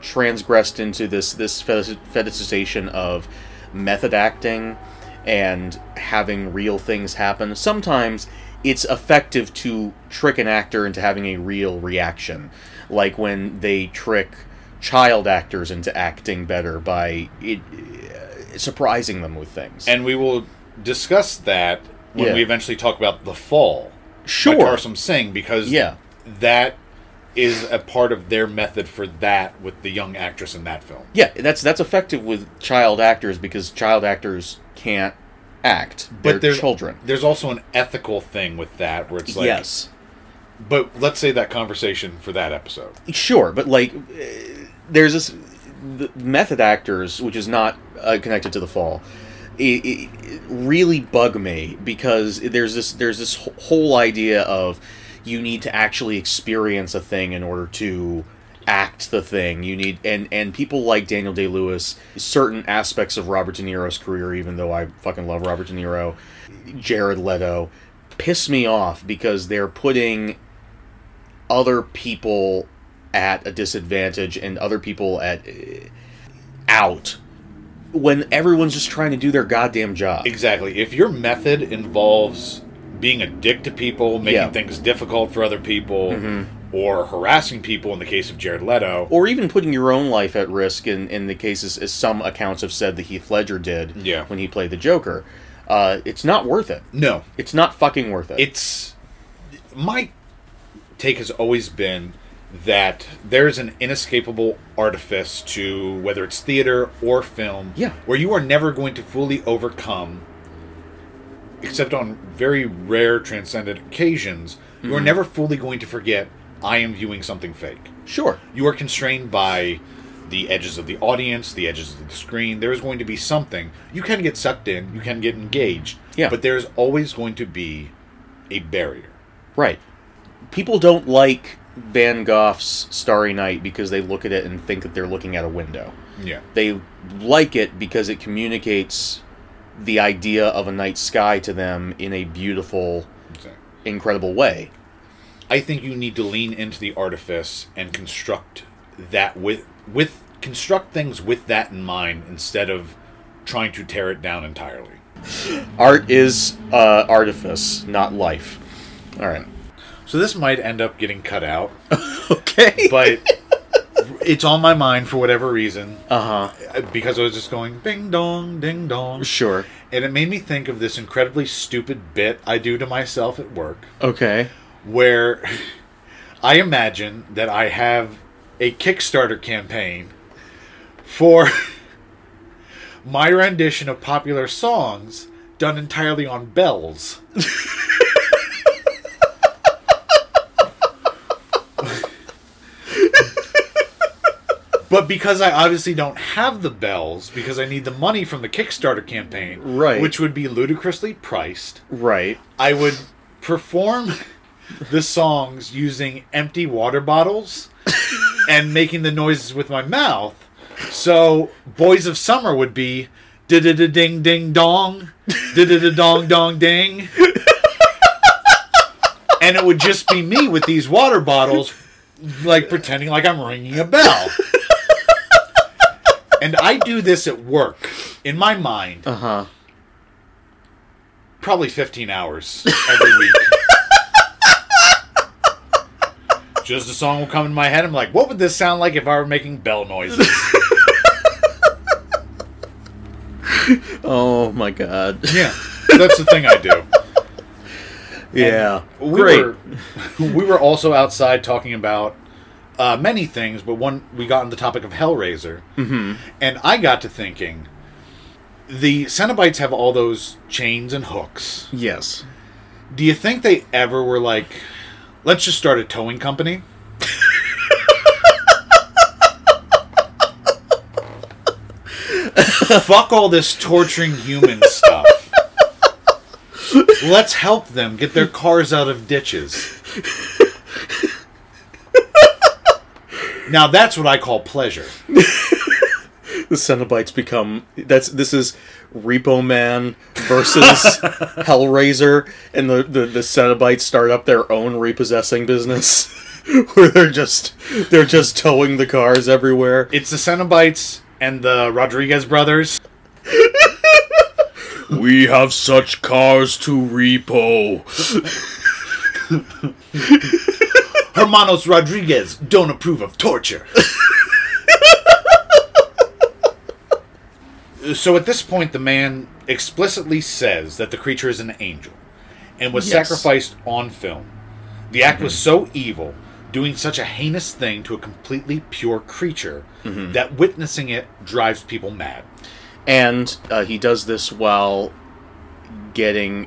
[SPEAKER 5] transgressed into this this fetish- fetishization of method acting and having real things happen. Sometimes it's effective to trick an actor into having a real reaction, like when they trick child actors into acting better by it, uh, surprising them with things.
[SPEAKER 1] and we will discuss that when
[SPEAKER 5] Yeah.
[SPEAKER 1] we eventually talk about the fall.
[SPEAKER 5] Sure.
[SPEAKER 1] by Tarsum Singh because
[SPEAKER 5] Yeah.
[SPEAKER 1] that is a part of their method for that with the young actress in that film.
[SPEAKER 5] yeah, that's that's effective with child actors because child actors can't act. They're
[SPEAKER 1] there's
[SPEAKER 5] children.
[SPEAKER 1] There's also an ethical thing with that where it's like
[SPEAKER 5] yes.
[SPEAKER 1] But let's say that conversation for that episode.
[SPEAKER 5] Sure, but like, uh, there's this the method actors, which is not uh, connected to the fall. It, it, it really bug me because there's this there's this wh- whole idea of you need to actually experience a thing in order to act the thing you need and and people like Daniel Day Lewis certain aspects of Robert De Niro's career even though I fucking love Robert De Niro Jared Leto piss me off because they're putting other people at a disadvantage and other people at eh, out when everyone's just trying to do their goddamn job.
[SPEAKER 1] Exactly. If your method involves being a dick to people, making
[SPEAKER 5] Yeah. Mm-hmm.
[SPEAKER 1] things difficult for other people, or harassing people in the case of Jared Leto,
[SPEAKER 5] Or even putting your own life at risk in, in the cases, as some accounts have said that Heath Ledger did
[SPEAKER 1] Yeah.
[SPEAKER 5] when he played the Joker. uh, it's not worth it.
[SPEAKER 1] No,
[SPEAKER 5] It's not fucking worth it.
[SPEAKER 1] it's my take has always been that there's an inescapable artifice to whether it's theater or film
[SPEAKER 5] Yeah.
[SPEAKER 1] where you are never going to fully overcome except on very rare transcendent occasions you are never fully going to forget i am viewing something fake
[SPEAKER 5] sure.
[SPEAKER 1] you are constrained by the edges of the audience, the edges of the screen. There is going to be something. You can get sucked in, you can get engaged,
[SPEAKER 5] Yeah.
[SPEAKER 1] but there is always going to be a barrier.
[SPEAKER 5] Right. People don't like Van Gogh's Starry Night because they look at it and think that they're looking at a window.
[SPEAKER 1] Yeah.
[SPEAKER 5] They like it because it communicates the idea of a night sky to them in a beautiful,
[SPEAKER 1] Exactly.
[SPEAKER 5] incredible way.
[SPEAKER 1] I think you need to lean into the artifice and construct that with with construct things with that in mind instead of trying to tear it down entirely.
[SPEAKER 5] Art is uh, artifice, not life. All right.
[SPEAKER 1] So this might end up getting cut out,
[SPEAKER 5] Okay.
[SPEAKER 1] but it's on my mind for whatever reason
[SPEAKER 5] Uh huh.
[SPEAKER 1] because I was just going ding dong ding dong.
[SPEAKER 5] Sure.
[SPEAKER 1] And it made me think of this incredibly stupid bit I do to myself at work
[SPEAKER 5] Okay.
[SPEAKER 1] where I imagine that I have a Kickstarter campaign for my rendition of popular songs done entirely on bells. But because I obviously don't have the bells, because I need the money from the Kickstarter campaign,
[SPEAKER 5] Right.
[SPEAKER 1] which would be ludicrously priced,
[SPEAKER 5] Right.
[SPEAKER 1] I would perform the songs using empty water bottles and making the noises with my mouth. So, Boys of Summer would be da da da ding ding dong, da da da dong dong ding. And it would just be me with these water bottles, like pretending like I'm ringing a bell. And I do this at work in my mind
[SPEAKER 5] Uh huh.
[SPEAKER 1] probably 15 hours every week. Just a song will come in my head. I'm like, what would this sound like if I were making bell noises?
[SPEAKER 5] Oh my god.
[SPEAKER 1] yeah, that's the thing I do.
[SPEAKER 5] Yeah.
[SPEAKER 1] We Were, we were also outside talking about uh, many things, but one we got on the topic of Hellraiser, mm-hmm. and I got to thinking. The Cenobites have all those chains and hooks.
[SPEAKER 5] Yes.
[SPEAKER 1] Do you think they ever were like, let's just start a towing company? Fuck all this torturing human stuff. Let's help them get their cars out of ditches. Now that's what I call pleasure.
[SPEAKER 5] the Cenobites become that's this is Repo Man versus Hellraiser, and the, the the Cenobites start up their own repossessing business where they're just they're just towing the cars everywhere.
[SPEAKER 1] It's the Cenobites and the Rodriguez brothers.
[SPEAKER 5] We have such cars to repo.
[SPEAKER 1] Hermanos Rodriguez don't approve of torture. so at this point, the man explicitly says that the creature is an angel and was
[SPEAKER 5] Yes.
[SPEAKER 1] sacrificed on film. The act was so evil, doing such a heinous thing to a completely pure creature, that witnessing it drives people mad.
[SPEAKER 5] And uh, he does this while getting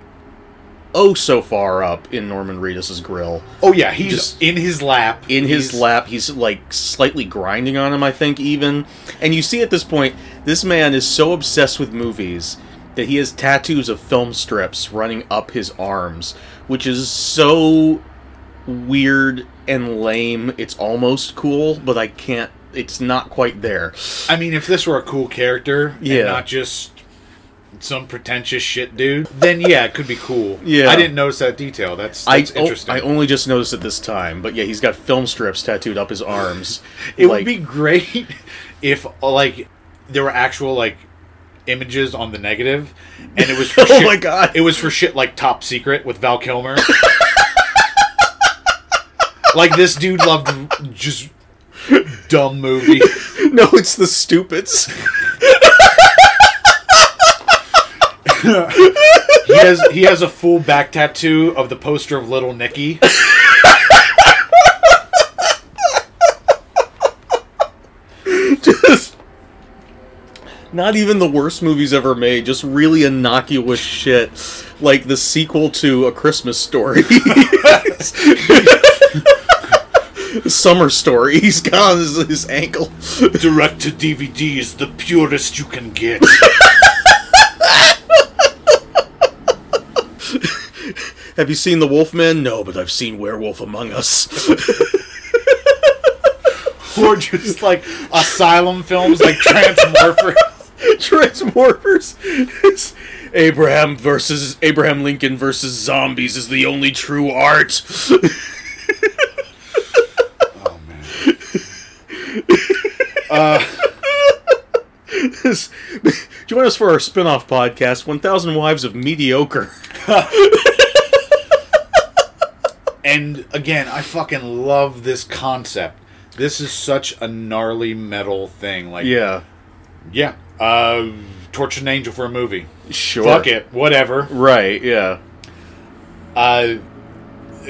[SPEAKER 5] oh so far up in Norman Reedus's grill.
[SPEAKER 1] Oh, yeah, he's
[SPEAKER 5] Just-
[SPEAKER 1] in his lap.
[SPEAKER 5] in his
[SPEAKER 1] He's-
[SPEAKER 5] lap. He's like slightly grinding on him, I think, even. And you see at this point, this man is so obsessed with movies that he has tattoos of film strips running up his arms, which is so weird and lame. It's almost cool, but I can't. It's not quite there.
[SPEAKER 1] I mean, if this were a cool character
[SPEAKER 5] Yeah.
[SPEAKER 1] and not just some pretentious shit dude, then yeah, it could be cool.
[SPEAKER 5] Yeah.
[SPEAKER 1] I didn't notice that detail. That's,
[SPEAKER 5] I,
[SPEAKER 1] that's
[SPEAKER 5] o-
[SPEAKER 1] interesting.
[SPEAKER 5] I only just noticed it this time, but yeah, he's got film strips tattooed up his arms.
[SPEAKER 1] it
[SPEAKER 5] like-
[SPEAKER 1] would be great if like there were actual like images on the negative, and it was for
[SPEAKER 5] Oh
[SPEAKER 1] shit,
[SPEAKER 5] my God.
[SPEAKER 1] it was for shit like Top Secret with Val Kilmer. like this dude loved just dumb movie.
[SPEAKER 5] no, it's the stupids.
[SPEAKER 1] has he has a full back tattoo of the poster of Little Nicky.
[SPEAKER 5] just not even the worst movies ever made just really innocuous shit like the sequel to a christmas story summer story he's gone his, his ankle
[SPEAKER 1] Direct to DVD is the purest you can get.
[SPEAKER 5] have you seen the wolfman no but i've seen werewolf among us
[SPEAKER 1] or just like asylum films like Transmorphers.
[SPEAKER 5] transformers It's abraham versus abraham lincoln versus zombies is the only true art
[SPEAKER 1] Oh man.
[SPEAKER 5] Uh, Yes. Join us for our spin off podcast, 1000 Wives of Mediocre.
[SPEAKER 1] And again, I fucking love this concept. This is such a gnarly metal thing. Like
[SPEAKER 5] Yeah.
[SPEAKER 1] yeah. Uh torture an angel for a movie.
[SPEAKER 5] Sure.
[SPEAKER 1] Fuck it. Whatever.
[SPEAKER 5] Right, yeah.
[SPEAKER 1] Uh,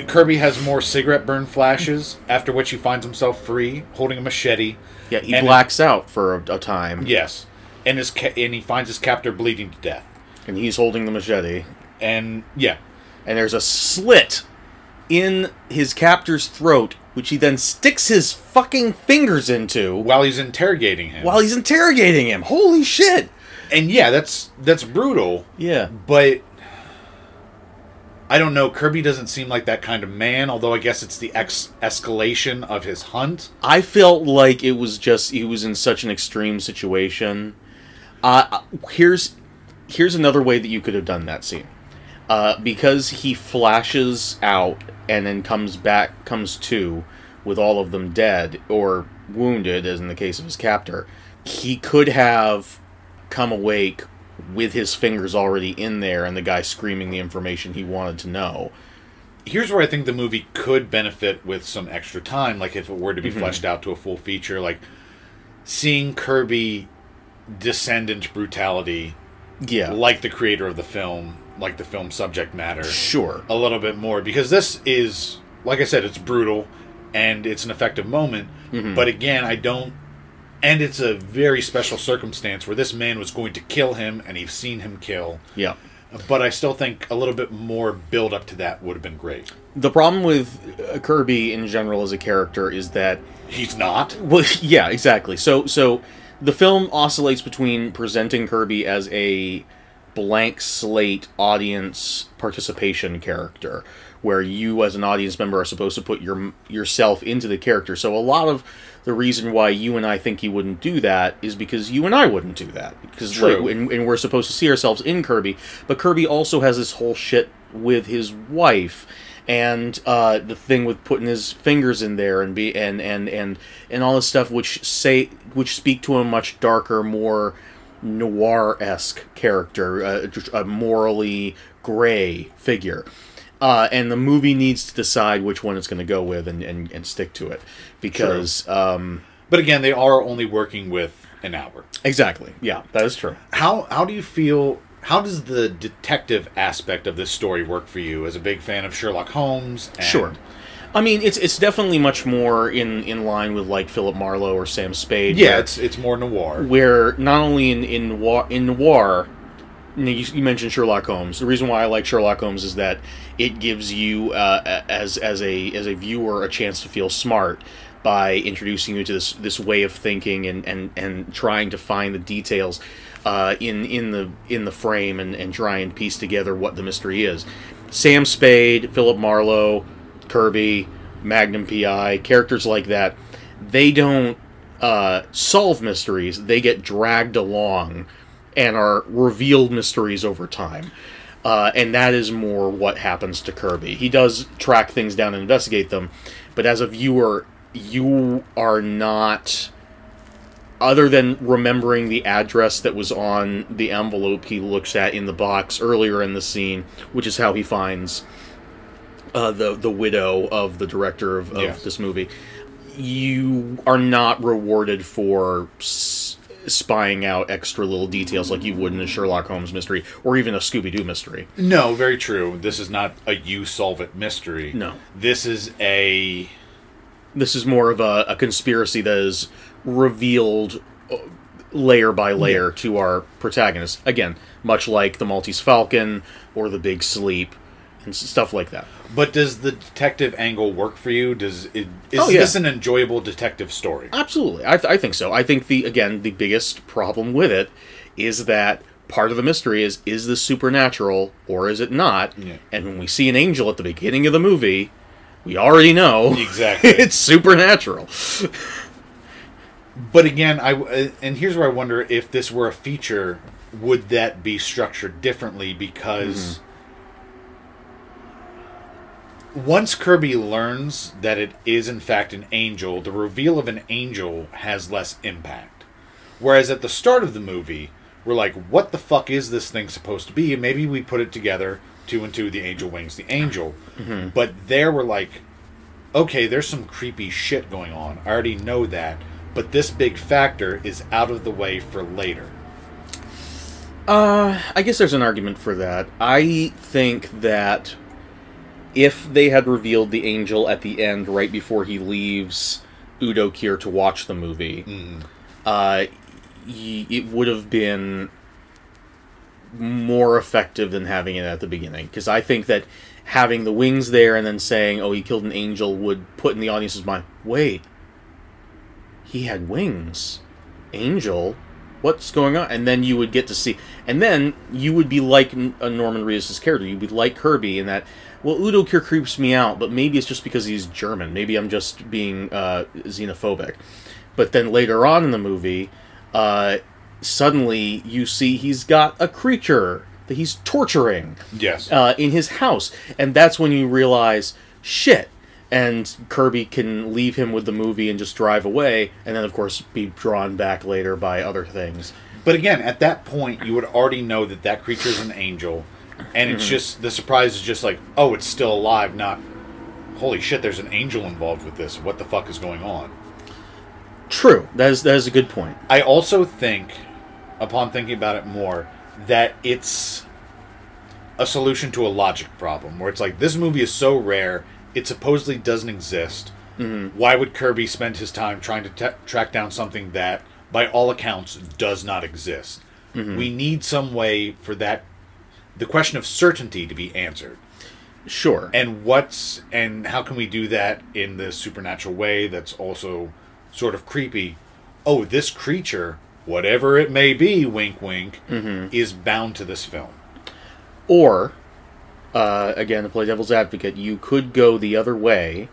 [SPEAKER 1] Kirby has more cigarette burn flashes, after which he finds himself free, holding a machete.
[SPEAKER 5] Yeah, he
[SPEAKER 1] And-
[SPEAKER 5] blacks out for a, a time.
[SPEAKER 1] Yes, and his ca- and he finds his captor bleeding to death.
[SPEAKER 5] And he's holding the machete.
[SPEAKER 1] And yeah,
[SPEAKER 5] And there's a slit in his captor's throat, which he then sticks his fucking fingers into
[SPEAKER 1] while he's interrogating him.
[SPEAKER 5] while he's interrogating him. Holy shit!
[SPEAKER 1] and yeah, that's that's brutal.
[SPEAKER 5] Yeah.
[SPEAKER 1] But I don't know. Kirby doesn't seem like that kind of man. Although I guess it's the ex- escalation of his hunt.
[SPEAKER 5] I felt like it was just he was in such an extreme situation. Uh, here's here's another way that you could have done that scene, uh, because he flashes out and then comes back, comes to, with all of them dead or wounded, as in the case of his captor. He could have come awake with his fingers already in there and the guy screaming the information he wanted to know.
[SPEAKER 1] here's where I think the movie could benefit with some extra time, like if it were to be fleshed out to a full feature, like seeing Kirby descend into brutality,
[SPEAKER 5] Yeah,
[SPEAKER 1] like the creator of the film, like the film subject matter,
[SPEAKER 5] sure.
[SPEAKER 1] a little bit more because this is, like I said, it's brutal and it's an effective moment, but again, I don't. And it's a very special circumstance where this man was going to kill him, and he's seen him kill.
[SPEAKER 5] Yeah.
[SPEAKER 1] But I still think a little bit more build up to that would have been great.
[SPEAKER 5] The problem with uh, Kirby in general as a character is that
[SPEAKER 1] He's not.
[SPEAKER 5] well, yeah, exactly. So so the film oscillates between presenting Kirby as a blank slate audience participation character where you as an audience member are supposed to put your yourself into the character. So a lot of the reason why you and I think he wouldn't do that is because you and I wouldn't do that because
[SPEAKER 1] True.
[SPEAKER 5] like, and, and we're supposed to see ourselves in Kirby, but Kirby also has this whole shit with his wife and uh, the thing with putting his fingers in there and be and and and and all this stuff which say which speak to a much darker, more noir esque character, a, a morally gray figure. Uh, and the movie needs to decide which one it's going to go with and, and, and stick to it because um,
[SPEAKER 1] But again, they are only working with an hour.
[SPEAKER 5] exactly yeah that is true
[SPEAKER 1] How how do you feel? How does the detective aspect of this story work for you as a big fan of Sherlock Holmes? And
[SPEAKER 5] Sure. I mean, it's it's definitely much more in in line with like Philip Marlowe or Sam Spade.
[SPEAKER 1] Yeah,
[SPEAKER 5] where-
[SPEAKER 1] it's it's more noir.
[SPEAKER 5] where not only in in noir, in noir you, know, you you mentioned Sherlock Holmes. The reason why I like Sherlock Holmes is that it gives you uh, a- as as a as a viewer a chance to feel smart by introducing you to this this way of thinking and and and trying to find the details uh, in in the in the frame and and try and piece together what the mystery is. Sam Spade, Philip Marlowe, Kirby, Magnum PI, characters like that, they don't uh, solve mysteries. They get dragged along and are revealed mysteries over time. Uh, and that is more what happens to Kirby. He does track things down and investigate them, but as a viewer, you are not. Other than remembering the address that was on the envelope he looks at in the box earlier in the scene, which is how he finds uh, the the widow of the director of, of
[SPEAKER 1] Yes.
[SPEAKER 5] this movie, you are not rewarded for s- spying out extra little details like you would in a Sherlock Holmes mystery or even a Scooby Doo mystery.
[SPEAKER 1] No, very true. This is not a you solve it mystery.
[SPEAKER 5] No.
[SPEAKER 1] This is a
[SPEAKER 5] This is more of a, a conspiracy that is revealed uh, layer by layer to our protagonist. Again, much like the Maltese Falcon or the Big Sleep and s- stuff like that.
[SPEAKER 1] But does the detective angle work for you? Does it is
[SPEAKER 5] Oh, yeah.
[SPEAKER 1] this an enjoyable detective story?
[SPEAKER 5] Absolutely, I, th- I think so. I think the again the biggest problem with it is that part of the mystery is is this supernatural or is it not?
[SPEAKER 1] Yeah.
[SPEAKER 5] And when we see an angel at the beginning of the movie, we already know
[SPEAKER 1] Exactly.
[SPEAKER 5] it's supernatural.
[SPEAKER 1] But again, I w- and here's where I wonder if this were a feature, would that be structured differently? Because once Kirby learns that it is in fact an angel, the reveal of an angel has less impact. Whereas at the start of the movie, we're like, "What the fuck is this thing supposed to be?" And maybe we put it together, two and two, the angel wings the angel. But there, we're like, okay, there's some creepy shit going on. I already know that, but this big factor is out of the way for later.
[SPEAKER 5] Uh, I guess there's an argument for that. I think that if they had revealed the angel at the end, right before he leaves Udo Kier to watch the movie, uh, y- it would have been more effective than having it at the beginning. Because I think that having the wings there and then saying, "Oh, he killed an angel," would put in the audience's mind, "Wait, he had wings, angel." what's going on? And then you would get to see, and then you would be like N- uh, Norman Reedus' character. You'd be like Kirby in that. Well, Udo Kier creeps me out, but maybe it's just because he's German. Maybe I'm just being uh, xenophobic. But then later on in the movie, uh, suddenly you see he's got a creature that he's torturing
[SPEAKER 1] Yes.
[SPEAKER 5] uh, in his house, and that's when you realize shit. And Kirby can leave him with the movie and just drive away, and then of course be drawn back later by other things.
[SPEAKER 1] but again, at that point, you would already know that that creature is an angel, and it's just the surprise is just like, oh, it's still alive, not holy shit, there's an angel involved with this. What the fuck is going on?
[SPEAKER 5] True, that is that is a good point.
[SPEAKER 1] I also think, upon thinking about it more, that it's a solution to a logic problem where it's like this movie is so rare, it supposedly doesn't exist. Why would Kirby spend his time trying to t- track down something that, by all accounts, does not exist? We need some way for that, the question of certainty to be answered.
[SPEAKER 5] Sure,
[SPEAKER 1] And what's and how can we do that in the supernatural way that's also sort of creepy? Oh, this creature, whatever it may be, wink wink, is bound to this film.
[SPEAKER 5] or uh, again to play devil's advocate, you could go the other way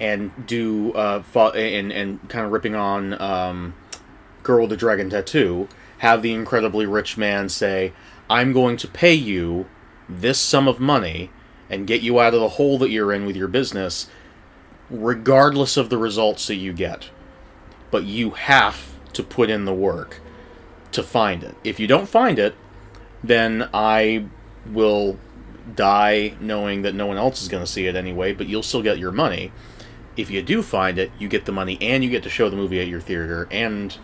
[SPEAKER 5] and do uh, fo- and and kind of ripping on um, Girl with the Dragon Tattoo. Have the incredibly rich man say, "I'm going to pay you this sum of money and get you out of the hole that you're in with your business, regardless of the results that you get." But you have to put in the work to find it. If you don't find it, then I will die knowing that no one else is going to see it anyway, but you'll still get your money. If you do find it, you get the money and you get to show the movie at your theater and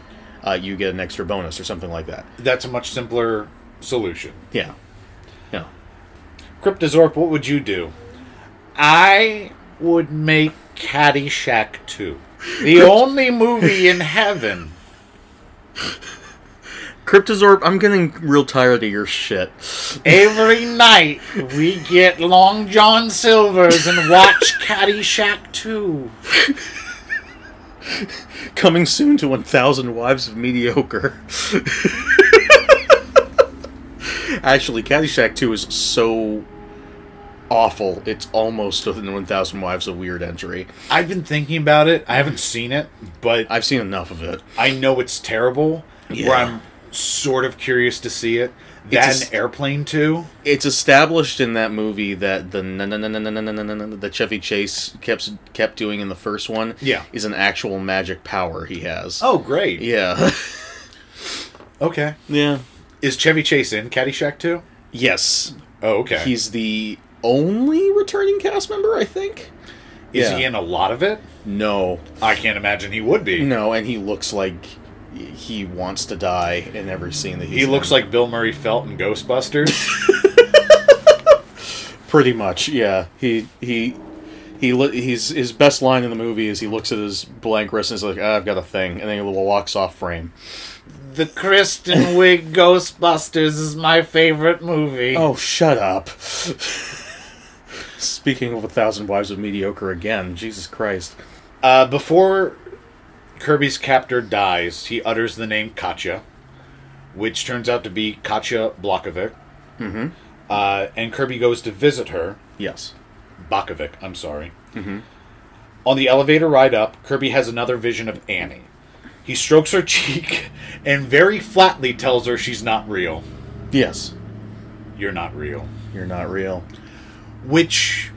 [SPEAKER 5] uh, you get an extra bonus or something like that.
[SPEAKER 1] That's a much simpler solution.
[SPEAKER 5] Yeah. Yeah.
[SPEAKER 1] Cryptozorp, what would you do? I would make Caddyshack 2. The only movie in heaven.
[SPEAKER 5] Cryptozorb, I'm getting real tired of your shit.
[SPEAKER 1] Every night we get Long John Silvers and watch Caddyshack 2.
[SPEAKER 5] Coming soon to 1000 Wives of Mediocre. Actually, Caddyshack 2 is so awful, it's almost within 1000 Wives of Weird entry.
[SPEAKER 1] I've been thinking about it. I haven't seen it, but I,
[SPEAKER 5] I've seen enough of it.
[SPEAKER 1] know it's terrible.
[SPEAKER 5] Yeah.
[SPEAKER 1] Where I'm sort of curious to see it.
[SPEAKER 5] a
[SPEAKER 1] That
[SPEAKER 5] s-
[SPEAKER 1] and Airplane too.
[SPEAKER 5] It's established in that movie that the na- na- na- na- na- na- na- na- na- na- that Chevy Chase kept kept doing in the first one
[SPEAKER 1] Yeah.
[SPEAKER 5] is an actual magic power he has.
[SPEAKER 1] Oh, great.
[SPEAKER 5] Yeah.
[SPEAKER 1] Okay.
[SPEAKER 5] Yeah.
[SPEAKER 1] Is Chevy Chase in Caddyshack too?
[SPEAKER 5] Yes.
[SPEAKER 1] Oh, okay.
[SPEAKER 5] He's the only returning cast member, I think.
[SPEAKER 1] Is
[SPEAKER 5] yeah.
[SPEAKER 1] he in a lot of it?
[SPEAKER 5] No.
[SPEAKER 1] I can't imagine he would be.
[SPEAKER 5] No, and he looks like he wants to die in every scene that he's
[SPEAKER 1] He
[SPEAKER 5] in.
[SPEAKER 1] looks like Bill Murray felt in Ghostbusters.
[SPEAKER 5] pretty much yeah he he he lo- he's his best line in the movie is he looks at his blank wrist and is like ah, I've got a thing and then he walks off frame
[SPEAKER 1] the Kristen Wiig Ghostbusters is my favorite movie.
[SPEAKER 5] oh shut up speaking of a thousand wives of mediocre again Jesus Christ
[SPEAKER 1] Uh, before Kirby's captor dies, he utters the name Katya, which turns out to be Katya Blokovic. Mm-hmm. Uh, and Kirby goes to visit her,
[SPEAKER 5] yes
[SPEAKER 1] Bakovic, I'm sorry. Mm-hmm. On the elevator ride up, Kirby has another vision of Annie. He strokes her cheek and very flatly tells her she's not real.
[SPEAKER 5] yes
[SPEAKER 1] You're not real.
[SPEAKER 5] you're not real
[SPEAKER 1] Which.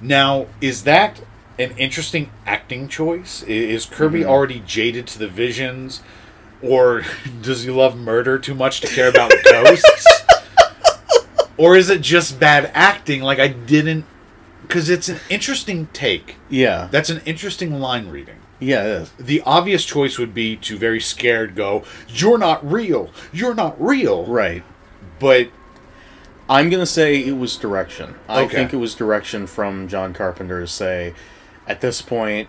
[SPEAKER 1] Now, is that an interesting acting choice? I- Is Kirby already jaded to the visions? Or does he love murder too much to care about ghosts? or is it just bad acting? Like, I didn't. Because it's an interesting take.
[SPEAKER 5] yeah
[SPEAKER 1] That's an interesting line reading.
[SPEAKER 5] yeah it is.
[SPEAKER 1] The obvious choice would be to very scared go, You're not real! You're not real!
[SPEAKER 5] right
[SPEAKER 1] But
[SPEAKER 5] I'm gonna say it was direction. I
[SPEAKER 1] Okay.
[SPEAKER 5] think it was direction from John Carpenter to say, at this point,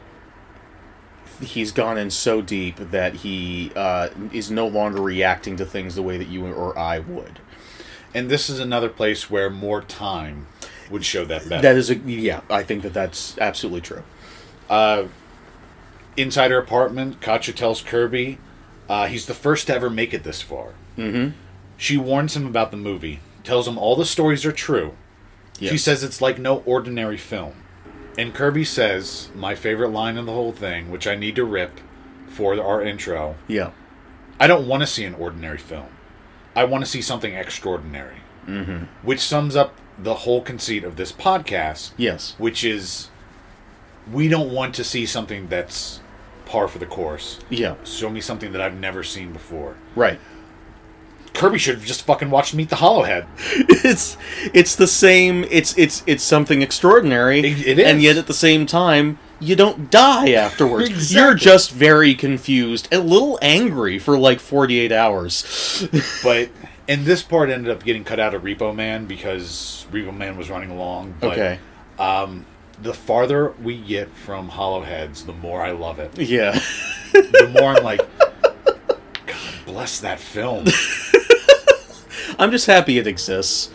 [SPEAKER 5] he's gone in so deep that he uh, is no longer reacting to things the way that you or I would.
[SPEAKER 1] And this is another place where more time would show that better.
[SPEAKER 5] That is a yeah. I think that that's absolutely true.
[SPEAKER 1] Inside her apartment, Katya tells Kirby uh, he's the first to ever make it this far. Mm-hmm. She warns him about the movie, tells him all the stories are true. She
[SPEAKER 5] Yes.
[SPEAKER 1] says it's like no ordinary film. And Kirby says, my favorite line in the whole thing, which I need to rip for our intro
[SPEAKER 5] Yeah.
[SPEAKER 1] I don't want to see an ordinary film. I want to see something extraordinary. Mm-hmm. Which sums up the whole conceit of this podcast.
[SPEAKER 5] Yes.
[SPEAKER 1] which is we don't want to see something that's par for the course.
[SPEAKER 5] Yeah.
[SPEAKER 1] Show me something that I've never seen before.
[SPEAKER 5] Right.
[SPEAKER 1] Kirby should have just fucking watched Meet the Hollowhead.
[SPEAKER 5] it's it's the same. It's it's it's something extraordinary.
[SPEAKER 1] It- it
[SPEAKER 5] and
[SPEAKER 1] is.
[SPEAKER 5] yet at the same time, you don't die afterwards.
[SPEAKER 1] Exactly.
[SPEAKER 5] You're just very confused, and a little angry for like forty eight hours.
[SPEAKER 1] But and this part ended up getting cut out of Repo Man because Repo Man was running long. But
[SPEAKER 5] okay.
[SPEAKER 1] The farther we get from Hollowheads, the more I love it.
[SPEAKER 5] Yeah.
[SPEAKER 1] The more I'm like, God bless that film.
[SPEAKER 5] I'm just happy it exists.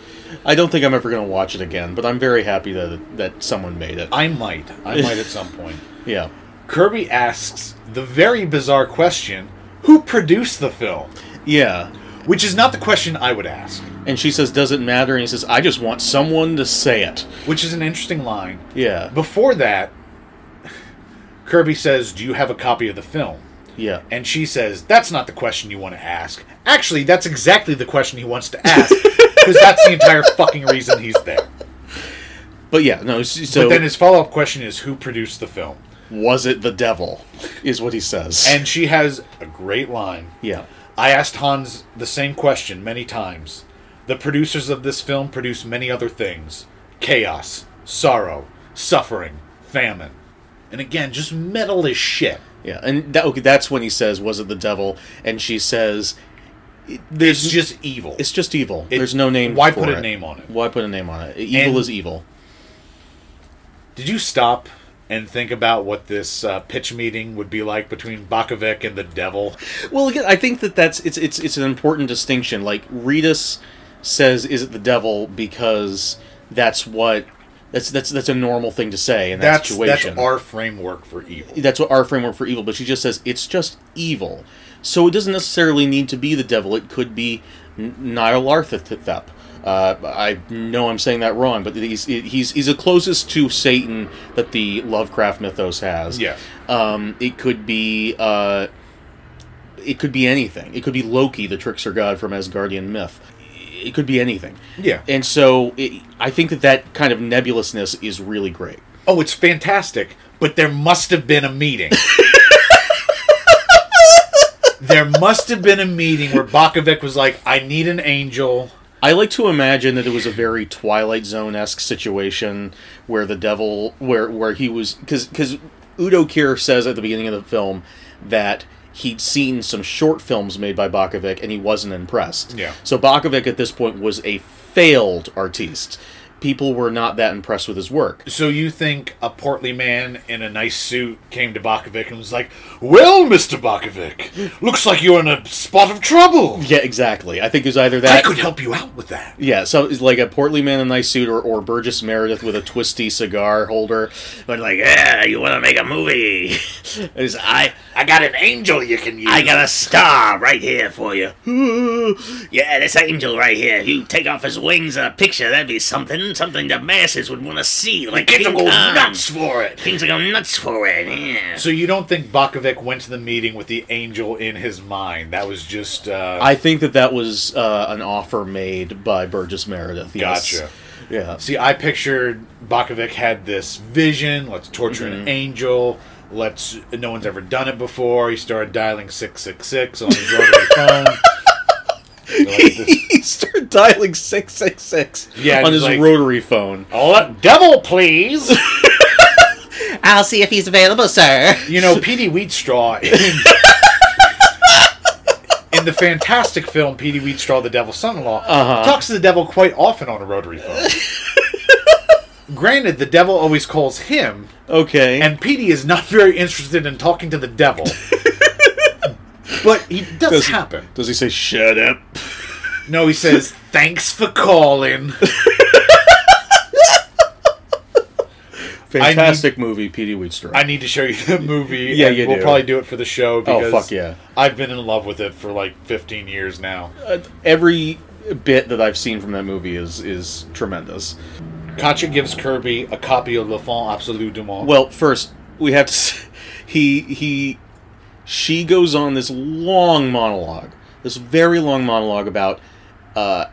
[SPEAKER 5] I don't think I'm ever gonna watch it again, but I'm very happy that that someone made it.
[SPEAKER 1] I might. I might at some point.
[SPEAKER 5] yeah.
[SPEAKER 1] Kirby asks the very bizarre question, who produced the film?
[SPEAKER 5] Yeah.
[SPEAKER 1] Which is not the question I would ask.
[SPEAKER 5] And she says, "Does it matter?" And he says, "I just want someone to say it."
[SPEAKER 1] Which is an interesting line.
[SPEAKER 5] Yeah.
[SPEAKER 1] Before that, Kirby says, Do you have a copy of the film?
[SPEAKER 5] Yeah.
[SPEAKER 1] And she says, That's not the question you want to ask. Actually, that's exactly the question he wants to ask. Because that's the entire fucking reason he's there.
[SPEAKER 5] But yeah, no. s- So
[SPEAKER 1] But then his follow up question is, Who produced the film?
[SPEAKER 5] was it the devil? Is what he says.
[SPEAKER 1] And she has a great line.
[SPEAKER 5] yeah.
[SPEAKER 1] I asked Hans the same question many times. The producers of this film produce many other things chaos, sorrow, suffering, famine. And again, just metal as shit.
[SPEAKER 5] Yeah, and that okay, that's when he says, "Was it the devil?" And she says,
[SPEAKER 1] There's it's just evil.
[SPEAKER 5] "It's just evil.
[SPEAKER 1] It-
[SPEAKER 5] There's no name.
[SPEAKER 1] why
[SPEAKER 5] for
[SPEAKER 1] put a
[SPEAKER 5] it.
[SPEAKER 1] name on it?
[SPEAKER 5] Why put a name on it? Evil
[SPEAKER 1] And-
[SPEAKER 5] is evil."
[SPEAKER 1] Did you stop and think about what this uh, pitch meeting would be like between Bakovic and the devil?
[SPEAKER 5] Well, again, I think that that's it's it's it's an important distinction. Like Redis says, "Is it the devil?" Because that's what that's that's that's a normal thing to say in that
[SPEAKER 1] That's that's
[SPEAKER 5] situation.
[SPEAKER 1] our framework for evil.
[SPEAKER 5] that's what our framework for evil, but she just says it's just evil. So it doesn't necessarily need to be the devil. It could be N- Niall Arthethep. Uh, I know I'm saying that wrong, but he's he's he's the closest to Satan that the Lovecraft mythos has.
[SPEAKER 1] Yes.
[SPEAKER 5] Um, it could be uh, it could be anything. It could be Loki, the trickster god from Asgardian myth. It could be anything.
[SPEAKER 1] Yeah.
[SPEAKER 5] And so it, I think that that kind of nebulousness is really great.
[SPEAKER 1] Oh, it's fantastic, but there must have been a meeting. there must have been a meeting where Bakovic was like, I need an angel.
[SPEAKER 5] I like to imagine that it was a very Twilight Zone esque situation where the devil, where where he was, because because Udo Kier says at the beginning of the film that he'd seen some short films made by Bakovic and he wasn't impressed.
[SPEAKER 1] Yeah.
[SPEAKER 5] So Bakovic at this point was a failed artiste. People were not that impressed with his work.
[SPEAKER 1] So you think a portly man in a nice suit came to Bakovic and was like, "Well, Mister Bakovic, looks like you're in a spot of trouble.
[SPEAKER 5] Yeah, exactly. I think it was either
[SPEAKER 1] I
[SPEAKER 5] that
[SPEAKER 1] could help you out with that."
[SPEAKER 5] Yeah, so it's like a portly man in a nice suit, or, or Burgess Meredith with a twisty cigar holder, but like, yeah, you want to make a movie? It's, I
[SPEAKER 6] I got an angel you can use.
[SPEAKER 5] I got a star right here for you.
[SPEAKER 6] yeah, this angel right here. If you take off his wings in a picture, that'd be something. Something the masses would want to see. Like
[SPEAKER 1] Kids
[SPEAKER 6] King
[SPEAKER 1] will go
[SPEAKER 6] Kong.
[SPEAKER 1] nuts for it.
[SPEAKER 6] Things will go nuts for it. Yeah.
[SPEAKER 1] So you don't think Bakovic went to the meeting with the angel in his mind? That was just uh,
[SPEAKER 5] I think that that was uh, an offer made by Burgess Meredith. Yes.
[SPEAKER 1] gotcha.
[SPEAKER 5] Yeah.
[SPEAKER 1] See, I pictured Bakovic had this vision. Let's torture an angel. Let's. No one's ever done it before. He started dialing six six six on his rotary phone. Like this-
[SPEAKER 5] He started dialing six six six
[SPEAKER 1] Yeah,
[SPEAKER 5] on
[SPEAKER 1] it's
[SPEAKER 5] his
[SPEAKER 1] like-
[SPEAKER 5] rotary phone.
[SPEAKER 1] All that devil, please.
[SPEAKER 5] I'll see if he's available, sir.
[SPEAKER 1] You know, Petey Wheatstraw in, in the fantastic film Petey Wheatstraw, The Devil's Son-in-Law, talks to the devil quite often on a rotary phone. Granted, the devil always calls him,
[SPEAKER 5] Okay.
[SPEAKER 1] and Petey is not very interested in talking to the devil. but he does,
[SPEAKER 5] does he,
[SPEAKER 1] happen.
[SPEAKER 5] does he say shut up?
[SPEAKER 1] No, he says, "Thanks for calling."
[SPEAKER 5] Fantastic movie, P.D. Wheatstraw.
[SPEAKER 1] I need to show you the movie.
[SPEAKER 5] Yeah,
[SPEAKER 1] and
[SPEAKER 5] you
[SPEAKER 1] We'll
[SPEAKER 5] do. Oh,
[SPEAKER 1] probably do it for the show. Because
[SPEAKER 5] fuck yeah.
[SPEAKER 1] I've been in love with it for like 15 years now.
[SPEAKER 5] Uh, every bit that I've seen from that movie is is tremendous.
[SPEAKER 1] Katya gives Kirby a copy of Le Fond Absolu du Monde.
[SPEAKER 5] Well, first we have to. s- He he, she goes on this long monologue, this very long monologue about uh,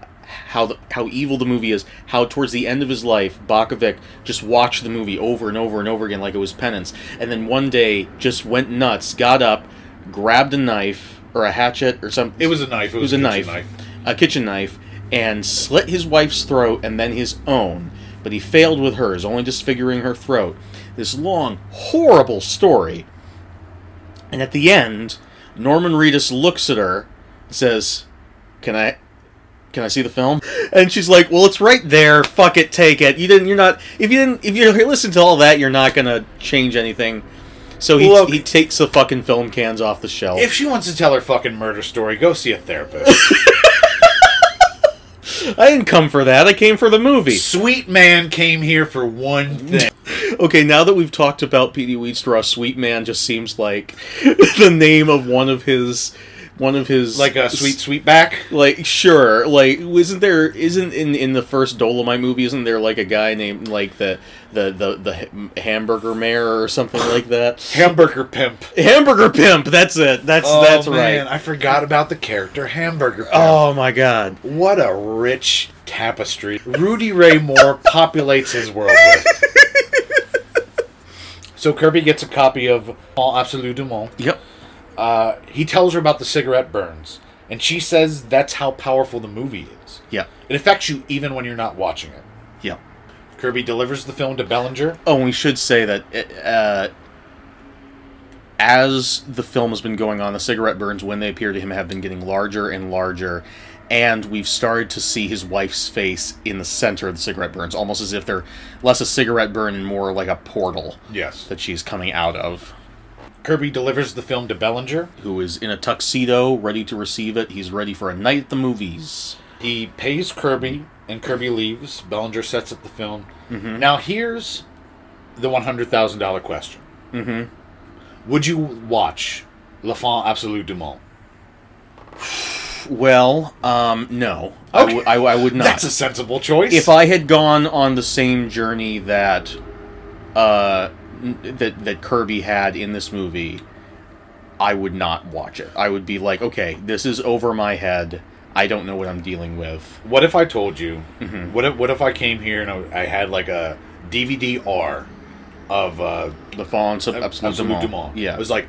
[SPEAKER 5] how the, how evil the movie is. How towards the end of his life, Bakovic just watched the movie over and over and over again like it was penance, and then one day just went nuts, got up, grabbed a knife or a hatchet or something.
[SPEAKER 1] it was a knife. It
[SPEAKER 5] It
[SPEAKER 1] was,
[SPEAKER 5] was a
[SPEAKER 1] kitchen
[SPEAKER 5] knife, a kitchen knife, and slit his wife's throat and then his own. But he failed with hers, only disfiguring her throat. This long, horrible story. And at the end, Norman Reedus looks at her, and says, "Can I?" Can I see the film? And she's like, "Well, it's right there. Fuck it, take it. You didn't. You're not. If you didn't. If you listen to all that, you're not gonna change anything." So he
[SPEAKER 1] Look-
[SPEAKER 5] he takes the fucking film cans off the shelf.
[SPEAKER 1] If she wants to tell her fucking murder story, go see a therapist.
[SPEAKER 5] I didn't come for that. I came for the movie.
[SPEAKER 1] Sweet man came here for one thing.
[SPEAKER 5] Okay, now that we've talked about P.D. Weedstraw, Sweet Man just seems like the name of one of his, one of his
[SPEAKER 1] like a sweet, sweet back.
[SPEAKER 5] like sure, like isn't there isn't in in the first Dolomite movie isn't there like a guy named like the the the the ha- hamburger mayor or something like that?
[SPEAKER 1] Hamburger pimp.
[SPEAKER 5] hamburger pimp. That's it. That's
[SPEAKER 1] Oh,
[SPEAKER 5] that's
[SPEAKER 1] man,
[SPEAKER 5] right.
[SPEAKER 1] I forgot about the character Hamburger Pimp.
[SPEAKER 5] Oh my god.
[SPEAKER 1] What a rich tapestry Rudy Ray Moore populates his world with. So Kirby gets a copy of All Absolu du Monde.
[SPEAKER 5] Yep.
[SPEAKER 1] Uh, he tells her about the cigarette burns, and she says that's how powerful the movie is.
[SPEAKER 5] Yep.
[SPEAKER 1] It affects you even when you're not watching it.
[SPEAKER 5] Yep.
[SPEAKER 1] Kirby delivers the film to Bellinger.
[SPEAKER 5] Oh, and we should say that uh, as the film has been going on, the cigarette burns, when they appear to him, have been getting larger and larger. And we've started to see his wife's face in the center of the cigarette burns, almost as if they're less a cigarette burn and more like a portal
[SPEAKER 1] Yes.
[SPEAKER 5] that she's coming out of.
[SPEAKER 1] Kirby delivers the film to Bellinger.
[SPEAKER 5] Who is in a tuxedo, ready to receive it? He's ready for a night at the movies.
[SPEAKER 1] He pays Kirby, and Kirby leaves. Bellinger sets up the film.
[SPEAKER 5] Mm-hmm.
[SPEAKER 1] Now, here's the $100,000 question mm-hmm. Would you watch La Fin Absolue du Monde?
[SPEAKER 5] Well, um, no, I
[SPEAKER 1] Okay.
[SPEAKER 5] would- I would- I would not.
[SPEAKER 1] That's a sensible choice.
[SPEAKER 5] if I had gone on the same journey that uh n- that that Kirby had in this movie, I would not watch it. I would be like, okay, this is over my head. I don't know what I'm dealing with.
[SPEAKER 1] What if I told you?
[SPEAKER 5] Mm-hmm.
[SPEAKER 1] What if what if I came here and I, I had like a DVD R of uh,
[SPEAKER 5] The Fallen Sub- Absolute
[SPEAKER 1] Absolute
[SPEAKER 5] Dumont.
[SPEAKER 1] Dumont?
[SPEAKER 5] Yeah.
[SPEAKER 1] it was like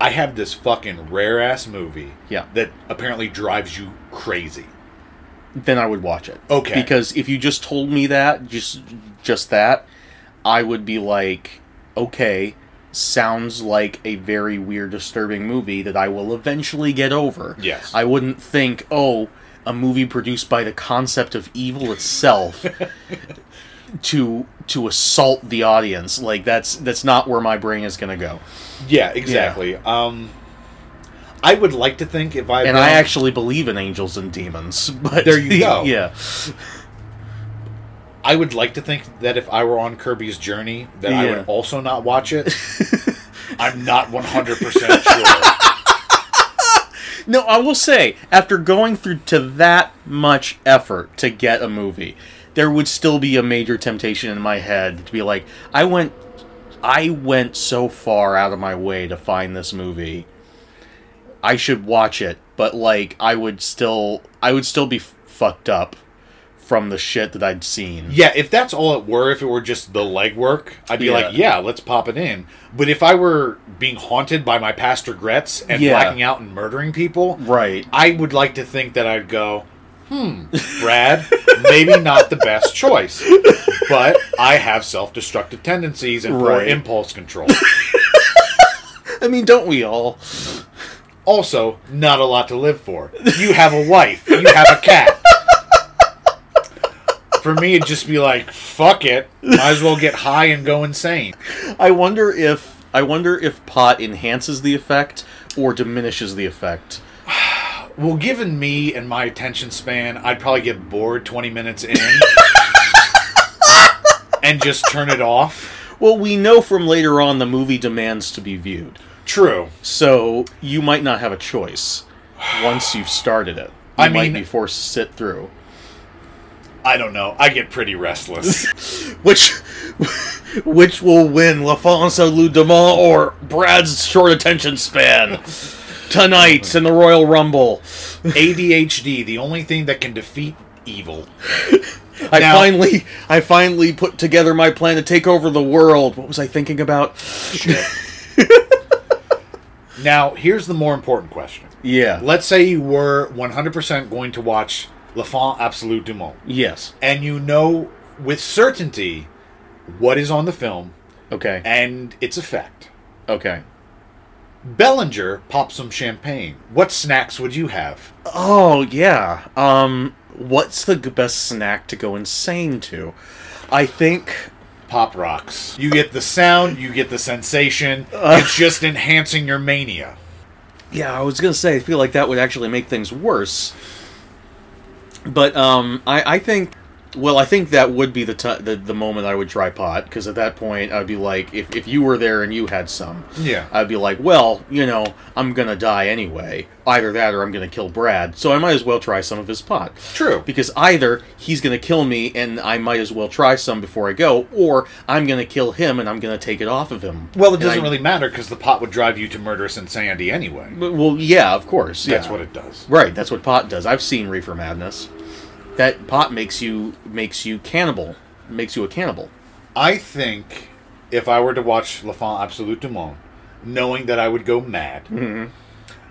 [SPEAKER 1] I have this fucking rare ass movie.
[SPEAKER 5] Yeah.
[SPEAKER 1] that apparently drives you crazy.
[SPEAKER 5] then I would watch it.
[SPEAKER 1] Okay.
[SPEAKER 5] Because if you just told me that, just just that, I would be like, okay, sounds like a very weird, disturbing movie that I will eventually get over.
[SPEAKER 1] Yes.
[SPEAKER 5] I wouldn't think, oh, a movie produced by the concept of evil itself to to assault the audience. Like that's that's not where my brain is gonna go.
[SPEAKER 1] Yeah, exactly. Um, I would like to think if I
[SPEAKER 5] And I actually believe in angels and demons, but
[SPEAKER 1] There you go.
[SPEAKER 5] yeah.
[SPEAKER 1] I would like to think that if I were on Kirby's journey, that I
[SPEAKER 5] Yeah.
[SPEAKER 1] would also not watch it. I'm not 100 percent sure.
[SPEAKER 5] No, I will say, after going through to that much effort to get a movie, there would still be a major temptation in my head to be like, I went I went so far out of my way to find this movie. I should watch it, but like I would still I would still be f- fucked up from the shit that I'd seen.
[SPEAKER 1] Yeah, if that's all it were, if it were just the legwork, I'd be
[SPEAKER 5] Yeah.
[SPEAKER 1] like, yeah, let's pop it in. But if I were being haunted by my past regrets and
[SPEAKER 5] Yeah.
[SPEAKER 1] blacking out and murdering people,
[SPEAKER 5] Right.
[SPEAKER 1] I would like to think that I'd go, hmm, Brad, maybe not the best choice, but I have self-destructive tendencies and poor
[SPEAKER 5] Right.
[SPEAKER 1] impulse control.
[SPEAKER 5] I mean, don't we all?
[SPEAKER 1] Also, not a lot to live for. You have a wife. You have a cat. For me, it'd just be like, fuck it. Might as well get high and go insane.
[SPEAKER 5] I wonder if I wonder if pot enhances the effect or diminishes the effect.
[SPEAKER 1] Well, given me and my attention span, I'd probably get bored 20 minutes in and just turn it off.
[SPEAKER 5] Well, we know from later on the movie demands to be viewed.
[SPEAKER 1] True.
[SPEAKER 5] So you might not have a choice once you've started it. You
[SPEAKER 1] I
[SPEAKER 5] might
[SPEAKER 1] mean-
[SPEAKER 5] be forced to sit through.
[SPEAKER 1] I don't know. I get pretty restless.
[SPEAKER 5] Which which will win LaFonso Ludemont or Brad's short attention span tonight in the Royal Rumble?
[SPEAKER 1] ADHD, the only thing that can defeat evil.
[SPEAKER 5] I
[SPEAKER 1] Now-
[SPEAKER 5] finally I finally put together my plan to take over the world. What was I thinking about?
[SPEAKER 1] Shit. now, here's the more important question.
[SPEAKER 5] Yeah.
[SPEAKER 1] Let's say you were 100% going to watch La Font Absolue du Monde,
[SPEAKER 5] yes.
[SPEAKER 1] and you know with certainty what is on the film
[SPEAKER 5] Okay.
[SPEAKER 1] and its effect.
[SPEAKER 5] Okay.
[SPEAKER 1] Bellinger pops some champagne. What snacks would you have?
[SPEAKER 5] Oh yeah. Um, what's the g- best snack to go insane to? I think.
[SPEAKER 1] Pop rocks. You get the sound, you get the sensation. It's just enhancing your mania.
[SPEAKER 5] Yeah, I was gonna say. I feel like that would actually make things worse. But um, I I think. Well, I think that would be the ti the, the moment I would try pot because at that point I'd be like, if, if you were there and you had some,
[SPEAKER 1] Yeah.
[SPEAKER 5] I'd be like, well, you know, I'm gonna die anyway. Either that or I'm gonna kill Brad, so I might as well try some of his pot.
[SPEAKER 1] True.
[SPEAKER 5] because either he's going to kill me and I might as well try some before I go, or I'm going to kill him and I'm going to take it off of him.
[SPEAKER 1] Well, it
[SPEAKER 5] And
[SPEAKER 1] doesn't
[SPEAKER 5] I-
[SPEAKER 1] really matter because the pot would drive you to murderous insanity anyway.
[SPEAKER 5] But- Well, yeah, of course.
[SPEAKER 1] That's
[SPEAKER 5] yeah.
[SPEAKER 1] what it does.
[SPEAKER 5] Right, that's what pot does. I've seen Reefer Madness. That pot makes you makes you cannibal, makes you a cannibal.
[SPEAKER 1] I think if I were to watch La Femme Absolute du Monde, knowing that I would go mad,
[SPEAKER 5] Mm-hmm.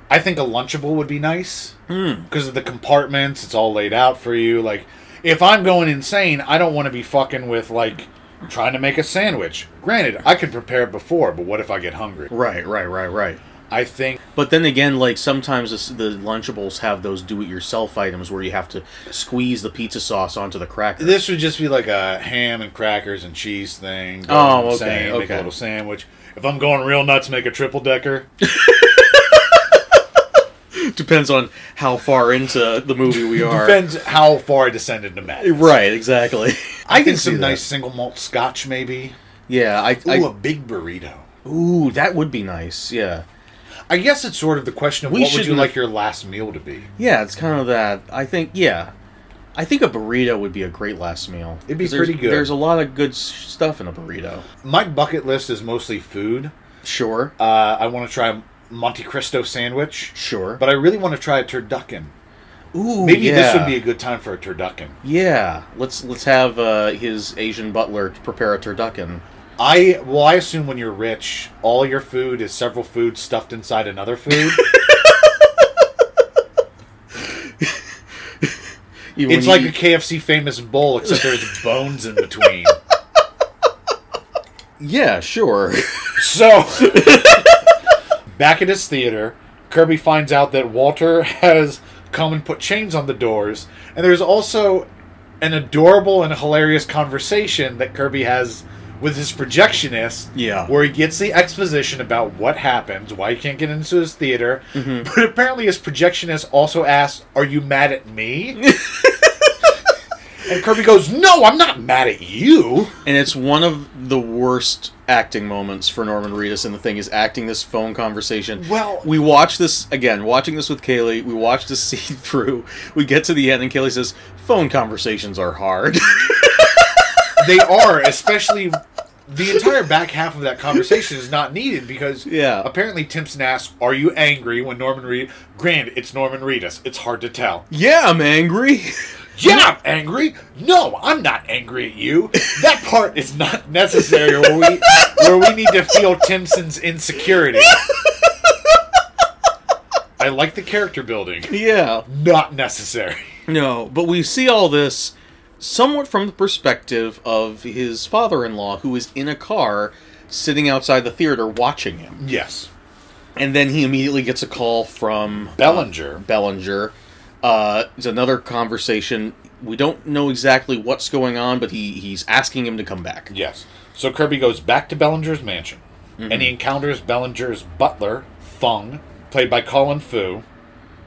[SPEAKER 1] I think a Lunchable would be nice
[SPEAKER 5] Hmm.
[SPEAKER 1] because of the compartments. It's all laid out for you. Like, if I'm going insane, I don't want to be fucking with, like, trying to make a sandwich. Granted, I could prepare it before, but what if I get hungry?
[SPEAKER 5] Right, right, right, right.
[SPEAKER 1] I think,
[SPEAKER 5] But then again, like sometimes this, the Lunchables have those do-it-yourself items where you have to squeeze the pizza sauce onto the cracker.
[SPEAKER 1] This would just be like a ham and crackers and cheese thing. Go
[SPEAKER 5] Oh, okay,
[SPEAKER 1] insane, Make a
[SPEAKER 5] okay.
[SPEAKER 1] little sandwich. If I'm going real nuts, make a triple decker.
[SPEAKER 5] depends on how far into the movie we are.
[SPEAKER 1] Depends how far I descend into madness.
[SPEAKER 5] Right, exactly.
[SPEAKER 1] I, think
[SPEAKER 5] can see
[SPEAKER 1] some
[SPEAKER 5] that.
[SPEAKER 1] nice single malt scotch, maybe.
[SPEAKER 5] Yeah, I.
[SPEAKER 1] Ooh,
[SPEAKER 5] I
[SPEAKER 1] a big burrito.
[SPEAKER 5] ooh, that would be nice. Yeah,
[SPEAKER 1] I guess it's sort of the question of
[SPEAKER 5] We
[SPEAKER 1] what would you
[SPEAKER 5] shouldn't
[SPEAKER 1] like
[SPEAKER 5] have-
[SPEAKER 1] your last meal to be?
[SPEAKER 5] yeah, it's kind of that. I think. Yeah, I think a burrito would be a great last meal.
[SPEAKER 1] It'd be
[SPEAKER 5] 'Cause there's-
[SPEAKER 1] pretty good.
[SPEAKER 5] There's a lot of good s- stuff in a burrito.
[SPEAKER 1] My bucket list is mostly food.
[SPEAKER 5] Sure.
[SPEAKER 1] Uh, I want to try a Monte Cristo sandwich.
[SPEAKER 5] Sure.
[SPEAKER 1] But I really want to try a turducken.
[SPEAKER 5] ooh,
[SPEAKER 1] Maybe this would
[SPEAKER 5] yeah.
[SPEAKER 1] be a good time for a turducken.
[SPEAKER 5] Yeah, let's let's have uh, his Asian butler prepare a turducken.
[SPEAKER 1] I well, I assume when you're rich, all your food is several foods stuffed inside another food.
[SPEAKER 5] Even
[SPEAKER 1] it's like
[SPEAKER 5] when you
[SPEAKER 1] a KFC famous bowl, except there's bones in between.
[SPEAKER 5] eat- yeah, sure.
[SPEAKER 1] So, back at his theater, Kirby finds out that Walter has come and put chains on the doors, and there's also an adorable and hilarious conversation that Kirby has with his projectionist,
[SPEAKER 5] Yeah.
[SPEAKER 1] where he gets the exposition about what happens, why he can't get into his theater, but apparently his projectionist also asks, "Are you mad at me?" and Kirby goes, "No, I'm not mad at you."
[SPEAKER 5] And it's one of the worst acting moments for Norman Reedus in the thing is acting this phone conversation.
[SPEAKER 1] Well-
[SPEAKER 5] we watch this again, watching this with Kaylee. We watch this scene through. We get to the end, and Kaylee says, "Phone conversations are hard."
[SPEAKER 1] they are, especially the entire back half of that conversation is not needed because
[SPEAKER 5] Yeah.
[SPEAKER 1] apparently Timpson asks, Are you angry when Norman Reed Grand, it's Norman Reedus. It's hard to tell.
[SPEAKER 5] yeah, I'm angry.
[SPEAKER 1] Yeah, I'm angry. No, I'm not angry at you. That part is not necessary where we where we need to feel Timpson's insecurity. I like the character building.
[SPEAKER 5] yeah.
[SPEAKER 1] Not necessary.
[SPEAKER 5] No, but we see all this somewhat from the perspective of his father-in-law, who is in a car sitting outside the theater watching him,
[SPEAKER 1] Yes.
[SPEAKER 5] and then he immediately gets a call from
[SPEAKER 1] Bellinger.
[SPEAKER 5] Bellinger. Uh, it's another conversation. We don't know exactly what's going on, but he, he's asking him to come back.
[SPEAKER 1] Yes. So Kirby goes back to Bellinger's mansion, and he encounters Bellinger's butler, Fung, played by Colin Fu.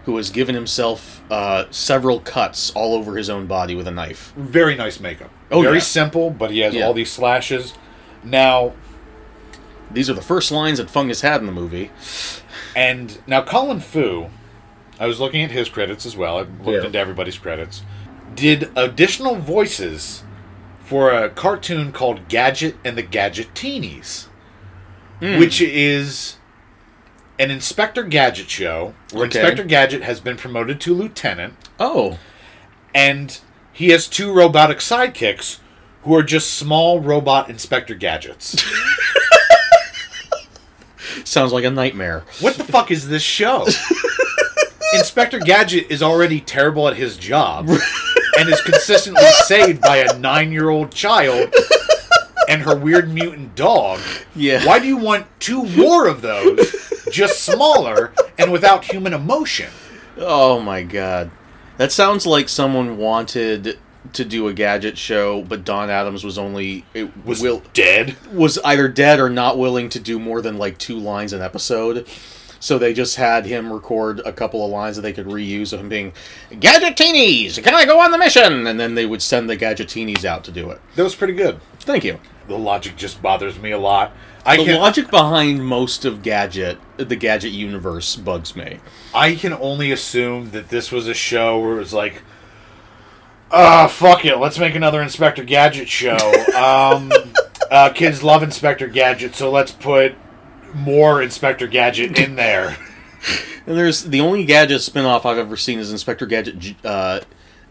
[SPEAKER 5] Who has given himself uh, several cuts all over his own body with a knife.
[SPEAKER 1] Very nice makeup.
[SPEAKER 5] Oh,
[SPEAKER 1] Very
[SPEAKER 5] yeah.
[SPEAKER 1] simple, but he has
[SPEAKER 5] Yeah.
[SPEAKER 1] all these slashes. Now,
[SPEAKER 5] These are the first lines that Fung has had in the movie.
[SPEAKER 1] and now Colin Fu, I was looking at his credits as well. I looked
[SPEAKER 5] Yeah.
[SPEAKER 1] into everybody's credits. Did additional voices for a cartoon called Gadget and the Gadgetinis,
[SPEAKER 5] Hmm.
[SPEAKER 1] which is an Inspector Gadget show where
[SPEAKER 5] Okay.
[SPEAKER 1] Inspector Gadget has been promoted to lieutenant.
[SPEAKER 5] Oh,
[SPEAKER 1] and he has two robotic sidekicks who are just small robot inspector gadgets.
[SPEAKER 5] sounds like a nightmare.
[SPEAKER 1] what the fuck is this show? inspector Gadget is already terrible at his job and is consistently saved by a 9-year-old child and her weird mutant dog.
[SPEAKER 5] Yeah.
[SPEAKER 1] Why do you want two more of those just smaller and without human emotion?
[SPEAKER 5] Oh my god. That sounds like someone wanted to do a gadget show, but Don Adams was only it
[SPEAKER 1] Was
[SPEAKER 5] will
[SPEAKER 1] dead?
[SPEAKER 5] was either dead or not willing to do more than like two lines an episode. So they just had him record a couple of lines that they could reuse of him being Gadgetinis, can I go on the mission? And then they would send the Gadgetinis out to do it.
[SPEAKER 1] That was pretty good.
[SPEAKER 5] Thank you.
[SPEAKER 1] The logic just bothers me a lot. I
[SPEAKER 5] The
[SPEAKER 1] can't,
[SPEAKER 5] logic behind most of Gadget, the Gadget universe, bugs me.
[SPEAKER 1] I can only assume that this was a show where it was like, ah, fuck it, let's make another Inspector Gadget show. um, uh, kids love Inspector Gadget, so let's put more Inspector Gadget in there.
[SPEAKER 5] And there's the only Gadget spinoff I've ever seen is Inspector Gadget, Ju- uh,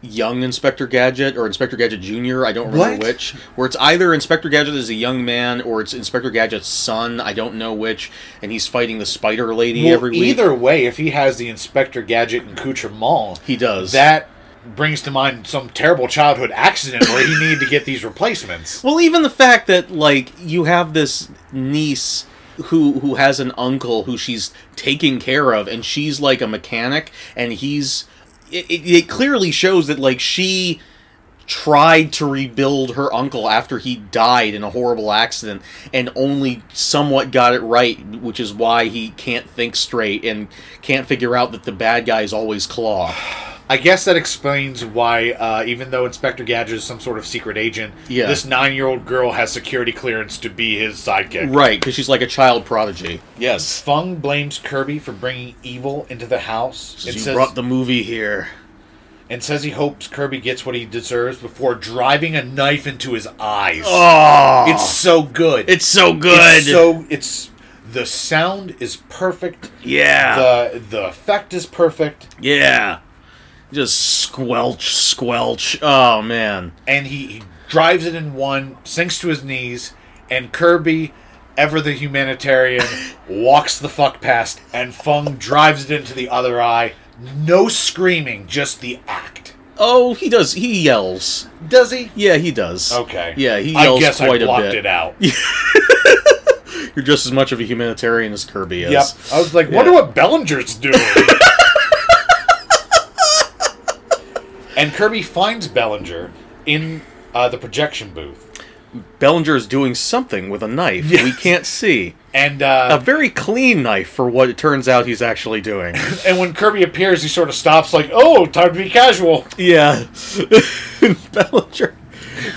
[SPEAKER 5] young Inspector Gadget or Inspector Gadget Junior. I don't remember
[SPEAKER 1] What?
[SPEAKER 5] which. Where it's either Inspector Gadget is a young man or it's Inspector Gadget's son. I don't know which. And he's fighting the Spider Lady
[SPEAKER 1] Well,
[SPEAKER 5] every week.
[SPEAKER 1] either way, if he has the Inspector Gadget accoutrement,
[SPEAKER 5] He does.
[SPEAKER 1] that brings to mind some terrible childhood accident where he needed to get these replacements.
[SPEAKER 5] Well, even the fact that like you have this niece who who has an uncle who she's taking care of, and she's like a mechanic, and he's it, it, it clearly shows that like she tried to rebuild her uncle after he died in a horrible accident and only somewhat got it right which is why he can't think straight and can't figure out that the bad guy is always claw
[SPEAKER 1] I guess that explains why, uh, even though Inspector Gadget is some sort of secret agent,
[SPEAKER 5] Yeah.
[SPEAKER 1] this nine-year-old girl has security clearance to be his sidekick.
[SPEAKER 5] right because she's like a child prodigy yes
[SPEAKER 1] Fung blames Kirby for bringing evil into the house and
[SPEAKER 5] you
[SPEAKER 1] says,
[SPEAKER 5] brought the movie here
[SPEAKER 1] and says he hopes Kirby gets what he deserves before driving a knife into his eyes.
[SPEAKER 5] oh
[SPEAKER 1] It's so good.
[SPEAKER 5] It's so good.
[SPEAKER 1] It's so it's the sound is perfect.
[SPEAKER 5] yeah.
[SPEAKER 1] The the effect is perfect,
[SPEAKER 5] yeah. Just squelch, squelch. Oh man.
[SPEAKER 1] and he, he drives it in one, sinks to his knees, and Kirby, ever the humanitarian, walks the fuck past, and Fung drives it into the other eye. No screaming, just the act.
[SPEAKER 5] Oh, he does. He yells.
[SPEAKER 1] Does he?
[SPEAKER 5] Yeah, he does.
[SPEAKER 1] Okay.
[SPEAKER 5] Yeah, he
[SPEAKER 1] I
[SPEAKER 5] yells
[SPEAKER 1] guess
[SPEAKER 5] quite
[SPEAKER 1] I
[SPEAKER 5] a
[SPEAKER 1] blocked it
[SPEAKER 5] bit.
[SPEAKER 1] out.
[SPEAKER 5] You're just as much of a humanitarian as Kirby is.
[SPEAKER 1] Yep. I was like, wonder
[SPEAKER 5] Yeah.
[SPEAKER 1] what Bellinger's doing. and Kirby finds Bellinger in uh, the projection booth.
[SPEAKER 5] Bellinger is doing something with a knife we can't see.
[SPEAKER 1] And
[SPEAKER 5] A
[SPEAKER 1] uh,
[SPEAKER 5] very clean knife for what it turns out he's actually doing.
[SPEAKER 1] and when Kirby appears, he sort of stops, like, "Oh, time to be casual."
[SPEAKER 5] yeah. Bellinger.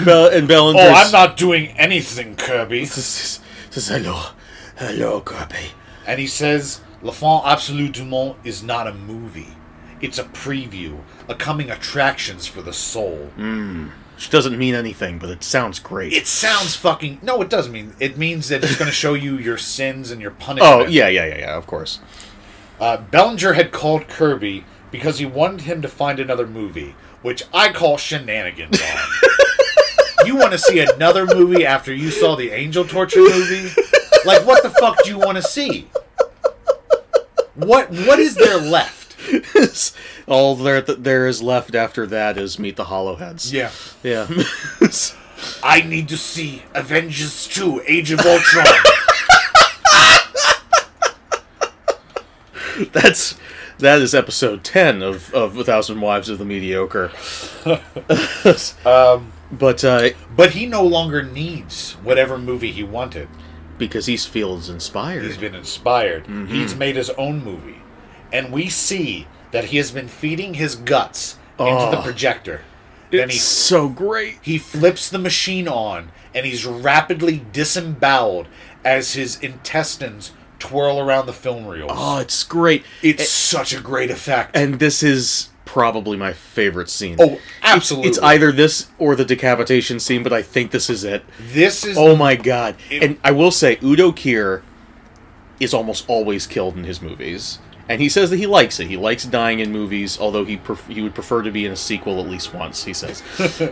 [SPEAKER 5] Bell- and Bellinger.
[SPEAKER 1] Oh, I'm not doing anything, Kirby.
[SPEAKER 5] Says, says, hello. Hello, Kirby.
[SPEAKER 1] And he says, "La Fond Absolue du Monde is not a movie; it's a preview, a coming attractions for the soul."
[SPEAKER 5] Mm. Which doesn't mean anything, but it sounds great.
[SPEAKER 1] It sounds fucking. No, it does mean. It means that it's going to show you your sins and your punishment.
[SPEAKER 5] oh, yeah, yeah, yeah, yeah, of course.
[SPEAKER 1] Uh, Bellinger had called Kirby because he wanted him to find another movie, which I call shenanigans on. you want to see another movie after you saw the angel torture movie? Like, what the fuck do you want to see? What What is there left?
[SPEAKER 5] All there, that there is left after that is Meet the Hollowheads.
[SPEAKER 1] Yeah.
[SPEAKER 5] Yeah.
[SPEAKER 1] I need to see Avengers 2 Age of Ultron.
[SPEAKER 5] That's that is episode ten of of A Thousand Wives of the Mediocre. um, but uh,
[SPEAKER 1] but he no longer needs whatever movie he wanted.
[SPEAKER 5] because East Fields inspired,
[SPEAKER 1] He's been inspired.
[SPEAKER 5] Mm-hmm.
[SPEAKER 1] He's made his own movie. And we see that he has been feeding his guts into the
[SPEAKER 5] Oh.
[SPEAKER 1] projector. Then
[SPEAKER 5] it's
[SPEAKER 1] he,
[SPEAKER 5] so great.
[SPEAKER 1] he flips the machine on and he's rapidly disemboweled as his intestines twirl around the film reels.
[SPEAKER 5] Oh, it's great.
[SPEAKER 1] it's such a great effect.
[SPEAKER 5] and this is probably my favorite scene.
[SPEAKER 1] oh, absolutely.
[SPEAKER 5] It's either this or the decapitation scene, but I think this is it.
[SPEAKER 1] this is
[SPEAKER 5] Oh my god! and I will say, Udo Kier is almost always killed in his movies, and he says that he likes it. He likes dying in movies, although he pref- he would prefer to be in a sequel at least once. He says,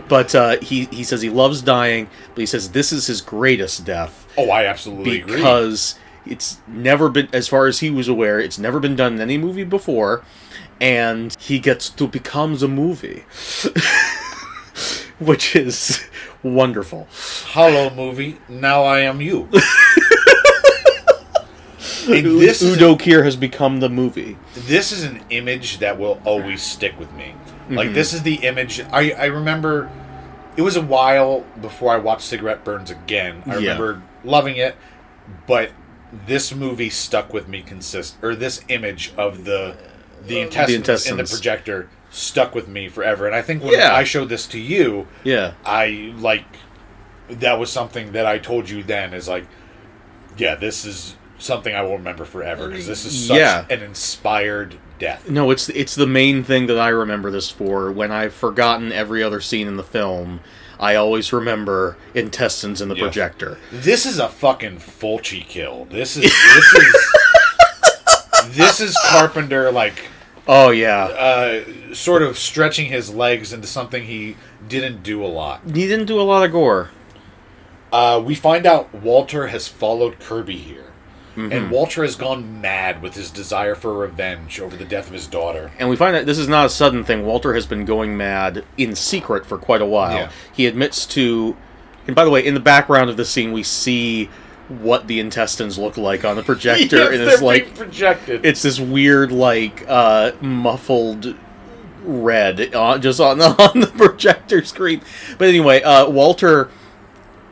[SPEAKER 5] but uh, he he says he loves dying, but he says this is his greatest death
[SPEAKER 1] Oh, I absolutely agree.
[SPEAKER 5] because it's never been, as far as he was aware, it's never been done in any movie before, and he gets to become the movie, which is wonderful.
[SPEAKER 1] Hollow movie, now I am you. and this is
[SPEAKER 5] Udo Kier has become the movie.
[SPEAKER 1] this is an image that will always stick with me. Like this
[SPEAKER 5] Mm-hmm.
[SPEAKER 1] is the image I, I remember it was a while before I watched Cigarette Burns again. I
[SPEAKER 5] Yeah.
[SPEAKER 1] remember loving it, but this movie stuck with me consist or this image of the the intestines, in the
[SPEAKER 5] intestines.
[SPEAKER 1] projector stuck with me forever. And I think when
[SPEAKER 5] Yeah.
[SPEAKER 1] I showed this to you,
[SPEAKER 5] Yeah.
[SPEAKER 1] I like that was something that I told you then is like, yeah, this is something I will remember forever because this is such
[SPEAKER 5] Yeah.
[SPEAKER 1] an inspired death.
[SPEAKER 5] No, it's it's the main thing that I remember this for. When I've forgotten every other scene in the film, I always remember intestines in the projector.
[SPEAKER 1] This is a fucking Fulci kill. This is this is this is Carpenter like
[SPEAKER 5] Oh yeah.
[SPEAKER 1] sort of stretching his legs into something he didn't do a lot.
[SPEAKER 5] he didn't do a lot of gore.
[SPEAKER 1] Uh, we find out Walter has followed Kirby here.
[SPEAKER 5] Mm-hmm.
[SPEAKER 1] And Walter has gone mad with his desire for revenge over the death of his daughter.
[SPEAKER 5] And we find that this is not a sudden thing. Walter has been going mad in secret for quite a while.
[SPEAKER 1] Yeah.
[SPEAKER 5] He admits to. And by the way, in the background of the scene, we see what the intestines look like on the projector,
[SPEAKER 1] Yes,
[SPEAKER 5] and
[SPEAKER 1] they're
[SPEAKER 5] it's
[SPEAKER 1] being
[SPEAKER 5] like
[SPEAKER 1] projected.
[SPEAKER 5] it's this weird, like uh, muffled red uh, just on the, on the projector screen. But anyway, uh, Walter.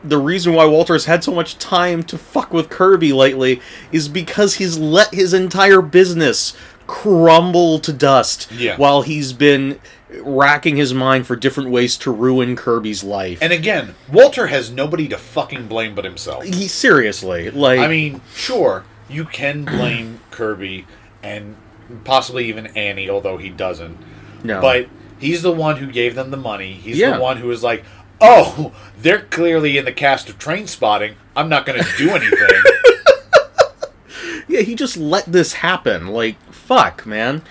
[SPEAKER 5] The reason why Walter has had so much time to fuck with Kirby lately is because he's let his entire business crumble to dust
[SPEAKER 1] Yeah.
[SPEAKER 5] while he's been racking his mind for different ways to ruin Kirby's life.
[SPEAKER 1] And again, Walter has nobody to fucking blame but himself.
[SPEAKER 5] he seriously, like
[SPEAKER 1] I mean, sure, you can blame Kirby and possibly even Annie, although he doesn't.
[SPEAKER 5] No.
[SPEAKER 1] But he's the one who gave them the money. He's
[SPEAKER 5] Yeah.
[SPEAKER 1] the one who was like, oh, they're clearly in the cast of train spotting. I'm not going to do anything.
[SPEAKER 5] Yeah, he just let this happen. Like, fuck, man.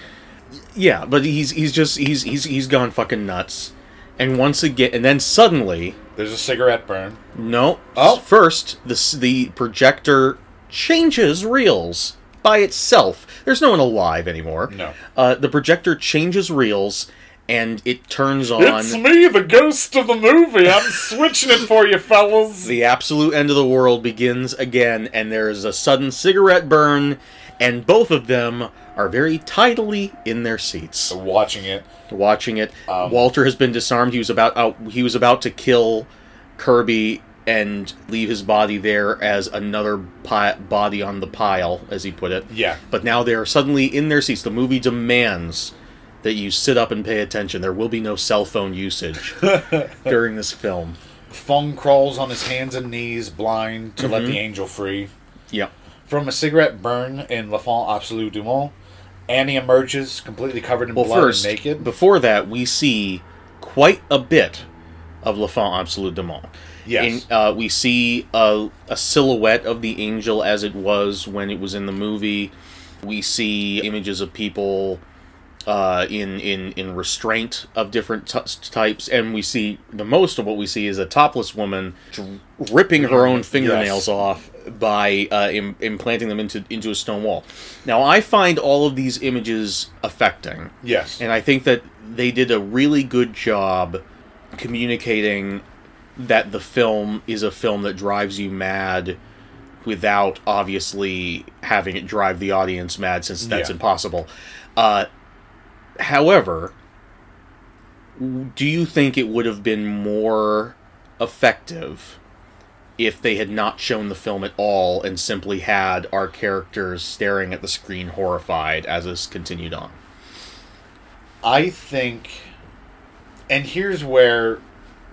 [SPEAKER 5] Yeah, but he's he's just he's he's he's gone fucking nuts. And once again, and then suddenly,
[SPEAKER 1] There's a cigarette burn.
[SPEAKER 5] no.
[SPEAKER 1] Oh.
[SPEAKER 5] First, the s- the projector changes reels by itself. There's no one alive anymore.
[SPEAKER 1] No.
[SPEAKER 5] Uh, the projector changes reels, and it turns on
[SPEAKER 1] me, the ghost of the movie. I'm switching it for you, fellas.
[SPEAKER 5] the absolute end of the world begins again, and there is a sudden cigarette burn, and both of them are very tidily in their seats
[SPEAKER 1] Watching it,
[SPEAKER 5] watching it.
[SPEAKER 1] Um,
[SPEAKER 5] Walter has been disarmed. He was about out, he was about to kill Kirby and leave his body there as another pi- body on the pile, as he put it.
[SPEAKER 1] Yeah.
[SPEAKER 5] But now they are suddenly in their seats. The movie demands that you sit up and pay attention. There will be no cell phone usage during this film.
[SPEAKER 1] Fung crawls on his hands and knees, blind, to let the angel free.
[SPEAKER 5] Yeah.
[SPEAKER 1] From a cigarette burn in La Font Absolue du Monde, Annie emerges completely covered in
[SPEAKER 5] Well,
[SPEAKER 1] blood
[SPEAKER 5] first,
[SPEAKER 1] and naked.
[SPEAKER 5] before that, we see quite a bit of La Font Absolue de Mont.
[SPEAKER 1] Yes.
[SPEAKER 5] In, uh, we see a, a silhouette of the angel as it was when it was in the movie. We see images of people uh, in, in, in restraint of different t- types, and we see the most of what we see is a topless woman dr- ripping her own
[SPEAKER 1] Yes.
[SPEAKER 5] fingernails off by uh, Im- implanting them into into a stone wall. Now, I find all of these images affecting.
[SPEAKER 1] yes.
[SPEAKER 5] And I think that they did a really good job communicating that the film is a film that drives you mad without obviously having it drive the audience mad since that's
[SPEAKER 1] Yeah.
[SPEAKER 5] impossible. Uh, however, w- do you think it would have been more effective if they had not shown the film at all and simply had our characters staring at the screen horrified as this continued on?
[SPEAKER 1] I think, and here's where,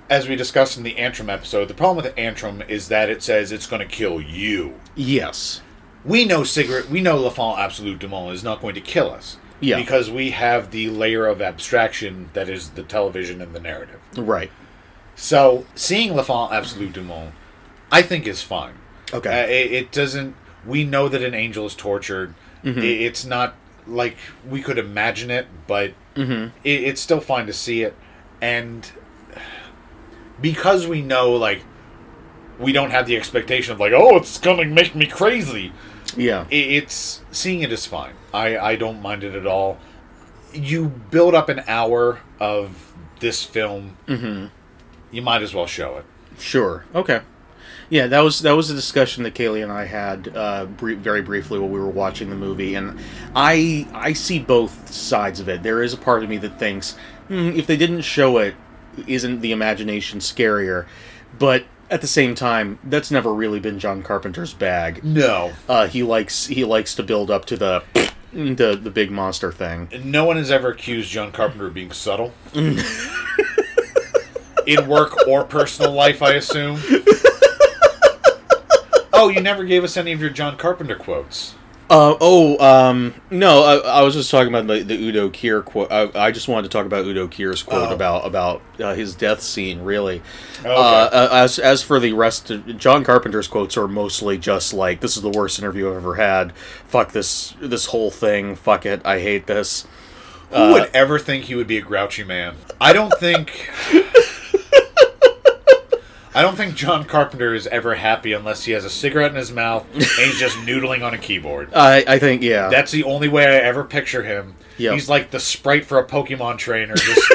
[SPEAKER 1] as we discussed in the Antrim episode, the problem with Antrim is that it says it's going to kill you.
[SPEAKER 5] Yes.
[SPEAKER 1] We know cigarette. We know Lafont Absolute Dumont is not going to kill us.
[SPEAKER 5] Yeah.
[SPEAKER 1] Because we have the layer of abstraction that is the television and the narrative.
[SPEAKER 5] Right.
[SPEAKER 1] So seeing Lafont Absolute Dumont, I think is fine. Uh, it, it doesn't. We know that an angel is tortured. I- it's not like we could imagine it, but i- it's still fine to see it. And because we know, like, we don't have the expectation of like, oh, it's gonna make me crazy.
[SPEAKER 5] yeah.
[SPEAKER 1] I- It's seeing it is fine. I I don't mind it at all. You build up an hour of this film. You might as well show it.
[SPEAKER 5] sure. Okay. Yeah, that was that was a discussion that Kaylee and I had uh, brie very briefly while we were watching the movie, and I I see both sides of it. There is a part of me that thinks hmm, if they didn't show it, isn't the imagination scarier? But at the same time, that's never really been John Carpenter's bag.
[SPEAKER 1] No,
[SPEAKER 5] Uh, he likes he likes to build up to the the the big monster thing.
[SPEAKER 1] no one has ever accused John Carpenter of being subtle. In work or personal life, I assume. Oh, you never gave us any of your John Carpenter quotes.
[SPEAKER 5] Uh, oh, um, no, I, I was just talking about the, the Udo Kier quote. I, I just wanted to talk about Udo Kier's quote
[SPEAKER 1] Oh.
[SPEAKER 5] about about uh, his death scene. Really,
[SPEAKER 1] Okay.
[SPEAKER 5] Uh, uh, as as for the rest, of, John Carpenter's quotes are mostly just like, "This is the worst interview I've ever had. Fuck this this whole thing. Fuck it. I hate this."
[SPEAKER 1] Who would ever think he would be a grouchy man? I don't think. I don't think John Carpenter is ever happy unless he has a cigarette in his mouth and he's just noodling on a keyboard.
[SPEAKER 5] I I think yeah.
[SPEAKER 1] That's the only way I ever picture him.
[SPEAKER 5] Yeah.
[SPEAKER 1] He's like the sprite for a Pokemon trainer, just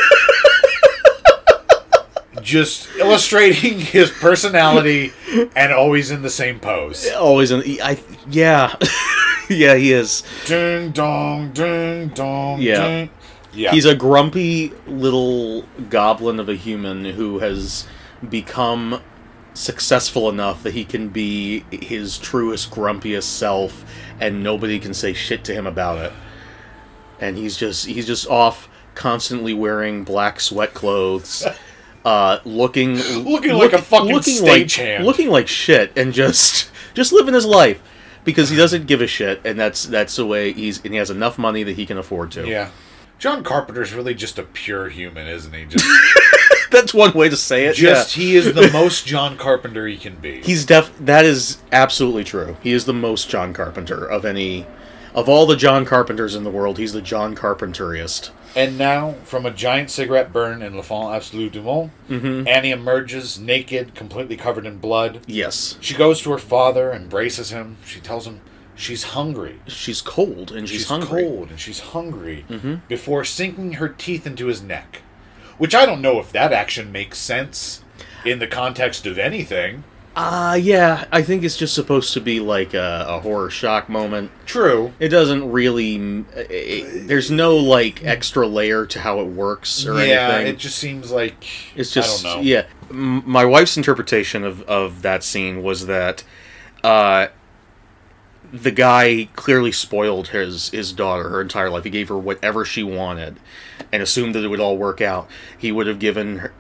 [SPEAKER 1] just illustrating his personality and always in the same pose.
[SPEAKER 5] always in. I yeah, yeah. He is.
[SPEAKER 1] Ding dong, ding dong.
[SPEAKER 5] Yeah.
[SPEAKER 1] ding. yeah.
[SPEAKER 5] He's a grumpy little goblin of a human who has become successful enough that he can be his truest, grumpiest self, and nobody can say shit to him about it. And he's just he's just off constantly wearing black sweat clothes, uh, looking
[SPEAKER 1] Looking like a fucking
[SPEAKER 5] like,
[SPEAKER 1] stagehand.
[SPEAKER 5] looking like shit, and just just living his life. Because he doesn't give a shit, and that's that's the way he's, and he has enough money that he can afford to.
[SPEAKER 1] yeah. John Carpenter's really just a pure human, isn't he? Just,
[SPEAKER 5] That's one way to say it.
[SPEAKER 1] just
[SPEAKER 5] yeah.
[SPEAKER 1] he is the most John Carpenter he can be.
[SPEAKER 5] he's def. That is absolutely true. He is the most John Carpenter of any, of all the John Carpenters in the world. He's the John Carpenteriest.
[SPEAKER 1] And now, from a giant cigarette burn in Le Fond Absolu du Monde,
[SPEAKER 5] Mm-hmm.
[SPEAKER 1] Annie emerges naked, completely covered in blood.
[SPEAKER 5] Yes.
[SPEAKER 1] She goes to her father, embraces him. She tells him, She's hungry.
[SPEAKER 5] She's cold and she's,
[SPEAKER 1] She's
[SPEAKER 5] hungry. Mm-hmm.
[SPEAKER 1] cold and she's hungry before sinking her teeth into his neck. Which I don't know if that action makes sense in the context of anything.
[SPEAKER 5] Uh, yeah, I think it's just supposed to be like a, a horror shock moment.
[SPEAKER 1] True.
[SPEAKER 5] It doesn't really. m- i- i- there's no like extra layer to how it works or
[SPEAKER 1] yeah,
[SPEAKER 5] anything.
[SPEAKER 1] it just seems like
[SPEAKER 5] it's just
[SPEAKER 1] I don't know.
[SPEAKER 5] yeah. M- my wife's interpretation of of that scene was that uh, the guy clearly spoiled his his daughter her entire life. He gave her whatever she wanted, and assumed that it would all work out. He would have given her,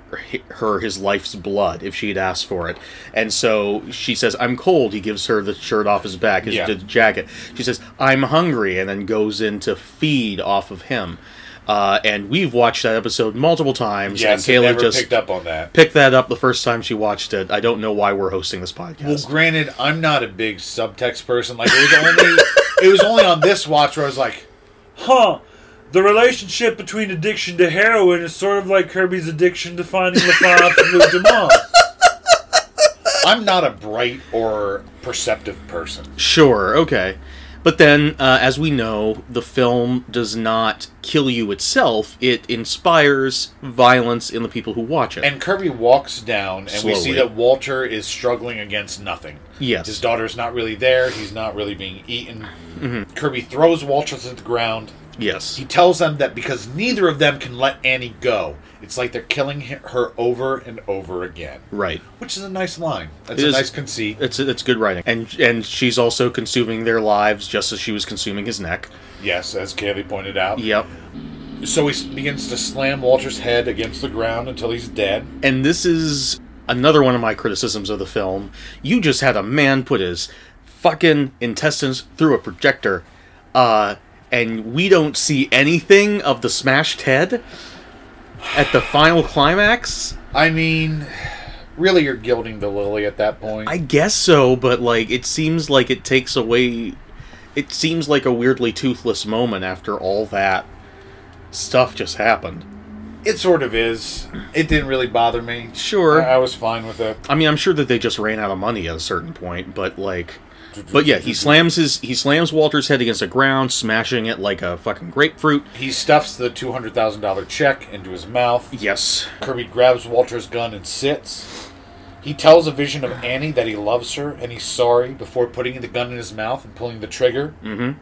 [SPEAKER 5] her his life's blood if she had asked for it. And so she says, "I'm cold." He gives her the shirt off his back, his
[SPEAKER 1] Yeah.
[SPEAKER 5] j- jacket. She says, "I'm hungry," and then goes in to feed off of him. Uh, and we've watched that episode multiple times.
[SPEAKER 1] Yes,
[SPEAKER 5] and
[SPEAKER 1] it
[SPEAKER 5] Kayla
[SPEAKER 1] never
[SPEAKER 5] just
[SPEAKER 1] picked up on that.
[SPEAKER 5] picked that up the first time she watched it. I don't know why we're hosting this
[SPEAKER 1] Well,
[SPEAKER 5] podcast.
[SPEAKER 1] granted, I'm not a big subtext person. Like it was only it was only on this watch where I was like,
[SPEAKER 7] Huh. The relationship between addiction to heroin is sort of like Kirby's addiction to finding the five absolute demand.
[SPEAKER 1] I'm not a bright or perceptive person.
[SPEAKER 5] sure, okay. But then, uh, as we know, the film does not kill you itself. It inspires violence in the people who watch it.
[SPEAKER 1] And Kirby walks down, and we see
[SPEAKER 5] Slowly.
[SPEAKER 1] that Walter is struggling against nothing.
[SPEAKER 5] Yes.
[SPEAKER 1] His daughter's not really there. He's not really being eaten.
[SPEAKER 5] Mm-hmm.
[SPEAKER 1] Kirby throws Walter to the ground.
[SPEAKER 5] yes.
[SPEAKER 1] He tells them that because neither of them can let Annie go, it's like they're killing he- her over and over again.
[SPEAKER 5] Right.
[SPEAKER 1] Which is a nice line. That's
[SPEAKER 5] It
[SPEAKER 1] a
[SPEAKER 5] is-
[SPEAKER 1] nice conceit.
[SPEAKER 5] It's it's good writing. And and she's also consuming their lives just as she was consuming his neck.
[SPEAKER 1] Yes, as Kaylee pointed out.
[SPEAKER 5] Yep.
[SPEAKER 1] So he s- begins to slam Walter's head against the ground until he's dead.
[SPEAKER 5] and this is another one of my criticisms of the film. You just had a man put his fucking intestines through a projector, uh, and we don't see anything of the smashed head at the final climax.
[SPEAKER 1] I mean, really, you're gilding the lily at that point.
[SPEAKER 5] I guess so, but like it seems like it takes away. It seems like a weirdly toothless moment after all that stuff just happened.
[SPEAKER 1] It sort of is. It didn't really bother me.
[SPEAKER 5] Sure.
[SPEAKER 1] I, I was fine with it.
[SPEAKER 5] I mean, I'm sure that they just ran out of money at a certain point, but like, but yeah, he slams his he slams Walter's head against the ground, smashing it like a fucking grapefruit.
[SPEAKER 1] He stuffs the two hundred thousand dollar check into his mouth.
[SPEAKER 5] Yes,
[SPEAKER 1] Kirby grabs Walter's gun and sits. He tells a vision of Annie that he loves her and he's sorry before putting the gun in his mouth and pulling the trigger. Mm-hmm.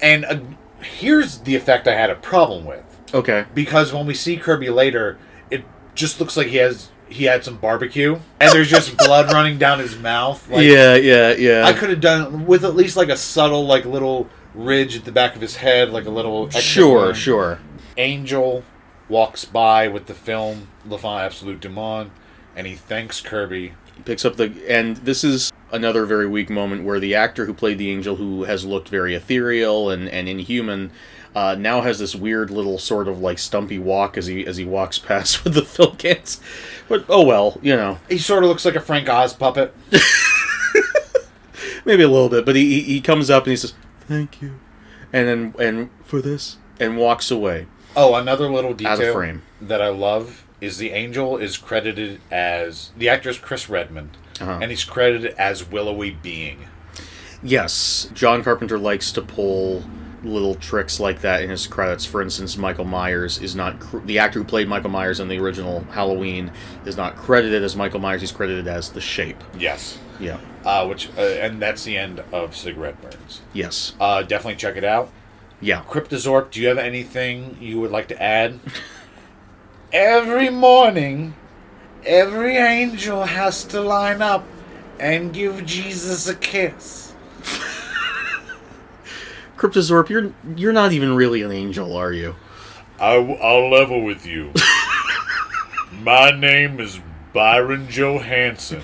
[SPEAKER 1] And uh, here's the effect I had a problem with.
[SPEAKER 5] Okay.
[SPEAKER 1] because when we see Kirby later, it just looks like he has he had some barbecue and there's just blood running down his mouth. Like,
[SPEAKER 5] yeah, yeah, yeah.
[SPEAKER 1] I could have done with at least like a subtle like little ridge at the back of his head, like a little extra
[SPEAKER 5] sure,
[SPEAKER 1] wound.
[SPEAKER 5] sure.
[SPEAKER 1] Angel walks by with the film Le Fin Absolute Demon, and he thanks Kirby.
[SPEAKER 5] He picks up the and this is another very weak moment where the actor who played the angel, who has looked very ethereal and and inhuman. Uh, now has this weird little sort of like stumpy walk as he as he walks past with the film cans, but oh well, you know.
[SPEAKER 1] He sort of looks like a Frank Oz puppet.
[SPEAKER 5] maybe a little bit, but he, he he comes up and he says, "Thank you," and then and for this and walks away.
[SPEAKER 1] Oh, another little detail
[SPEAKER 5] frame.
[SPEAKER 1] that I love is the angel is credited as the actor is Chris Redmond, and he's credited as Willowy Being.
[SPEAKER 5] Yes, John Carpenter likes to pull little tricks like that in his credits. For instance, Michael Myers is not cr- the actor who played Michael Myers in the original Halloween is not credited as Michael Myers. He's credited as the Shape.
[SPEAKER 1] Yes,
[SPEAKER 5] Yeah.
[SPEAKER 1] uh, which uh, and that's the end of Cigarette Burns.
[SPEAKER 5] Yes.
[SPEAKER 1] Uh, definitely check it out.
[SPEAKER 5] Yeah.
[SPEAKER 1] Cryptozorp, do you have anything you would like to add? every morning, every angel has to line up and give Jesus a kiss.
[SPEAKER 5] Cryptozorp, you're you're not even really an angel, are you?
[SPEAKER 1] I, will level with you. My name is Byron Johansson,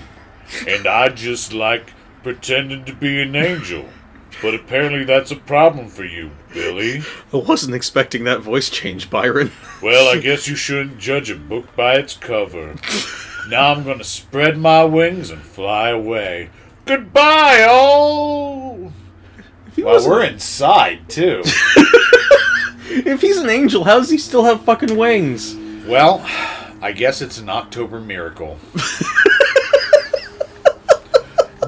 [SPEAKER 1] and I just like pretending to be an angel. But apparently that's a problem for you, Billy.
[SPEAKER 5] I wasn't expecting that voice change, Byron.
[SPEAKER 1] Well, I guess you shouldn't judge a book by its cover. Now I'm gonna spread my wings and fly away. Goodbye, all! Well, we're inside, too.
[SPEAKER 5] If he's an angel, how does he still have fucking wings?
[SPEAKER 1] Well, I guess it's an October miracle.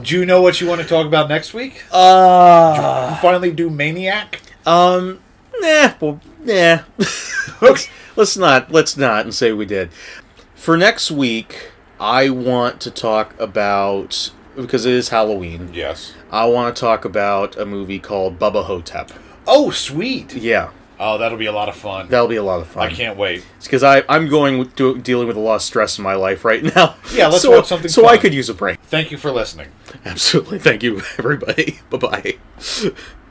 [SPEAKER 1] Do you know what you want to talk about next week?
[SPEAKER 5] Uh,
[SPEAKER 1] Finally, do Maniac.
[SPEAKER 5] um, nah, well, nah. let's, let's not, let's not, and say we did. For next week, I want to talk about because it is Halloween.
[SPEAKER 1] Yes.
[SPEAKER 5] I want to talk about a movie called Bubba Hotep.
[SPEAKER 1] Oh, sweet.
[SPEAKER 5] Yeah,
[SPEAKER 1] Oh, that'll be a lot of fun.
[SPEAKER 5] that'll be a lot of fun.
[SPEAKER 1] I can't wait.
[SPEAKER 5] because I I'm going with do, dealing with a lot of stress in my life right now.
[SPEAKER 1] Yeah, let's
[SPEAKER 5] so,
[SPEAKER 1] watch something
[SPEAKER 5] So I
[SPEAKER 1] fun.
[SPEAKER 5] could use a break.
[SPEAKER 1] Thank you for listening.
[SPEAKER 5] Absolutely. Thank you, everybody. bye bye.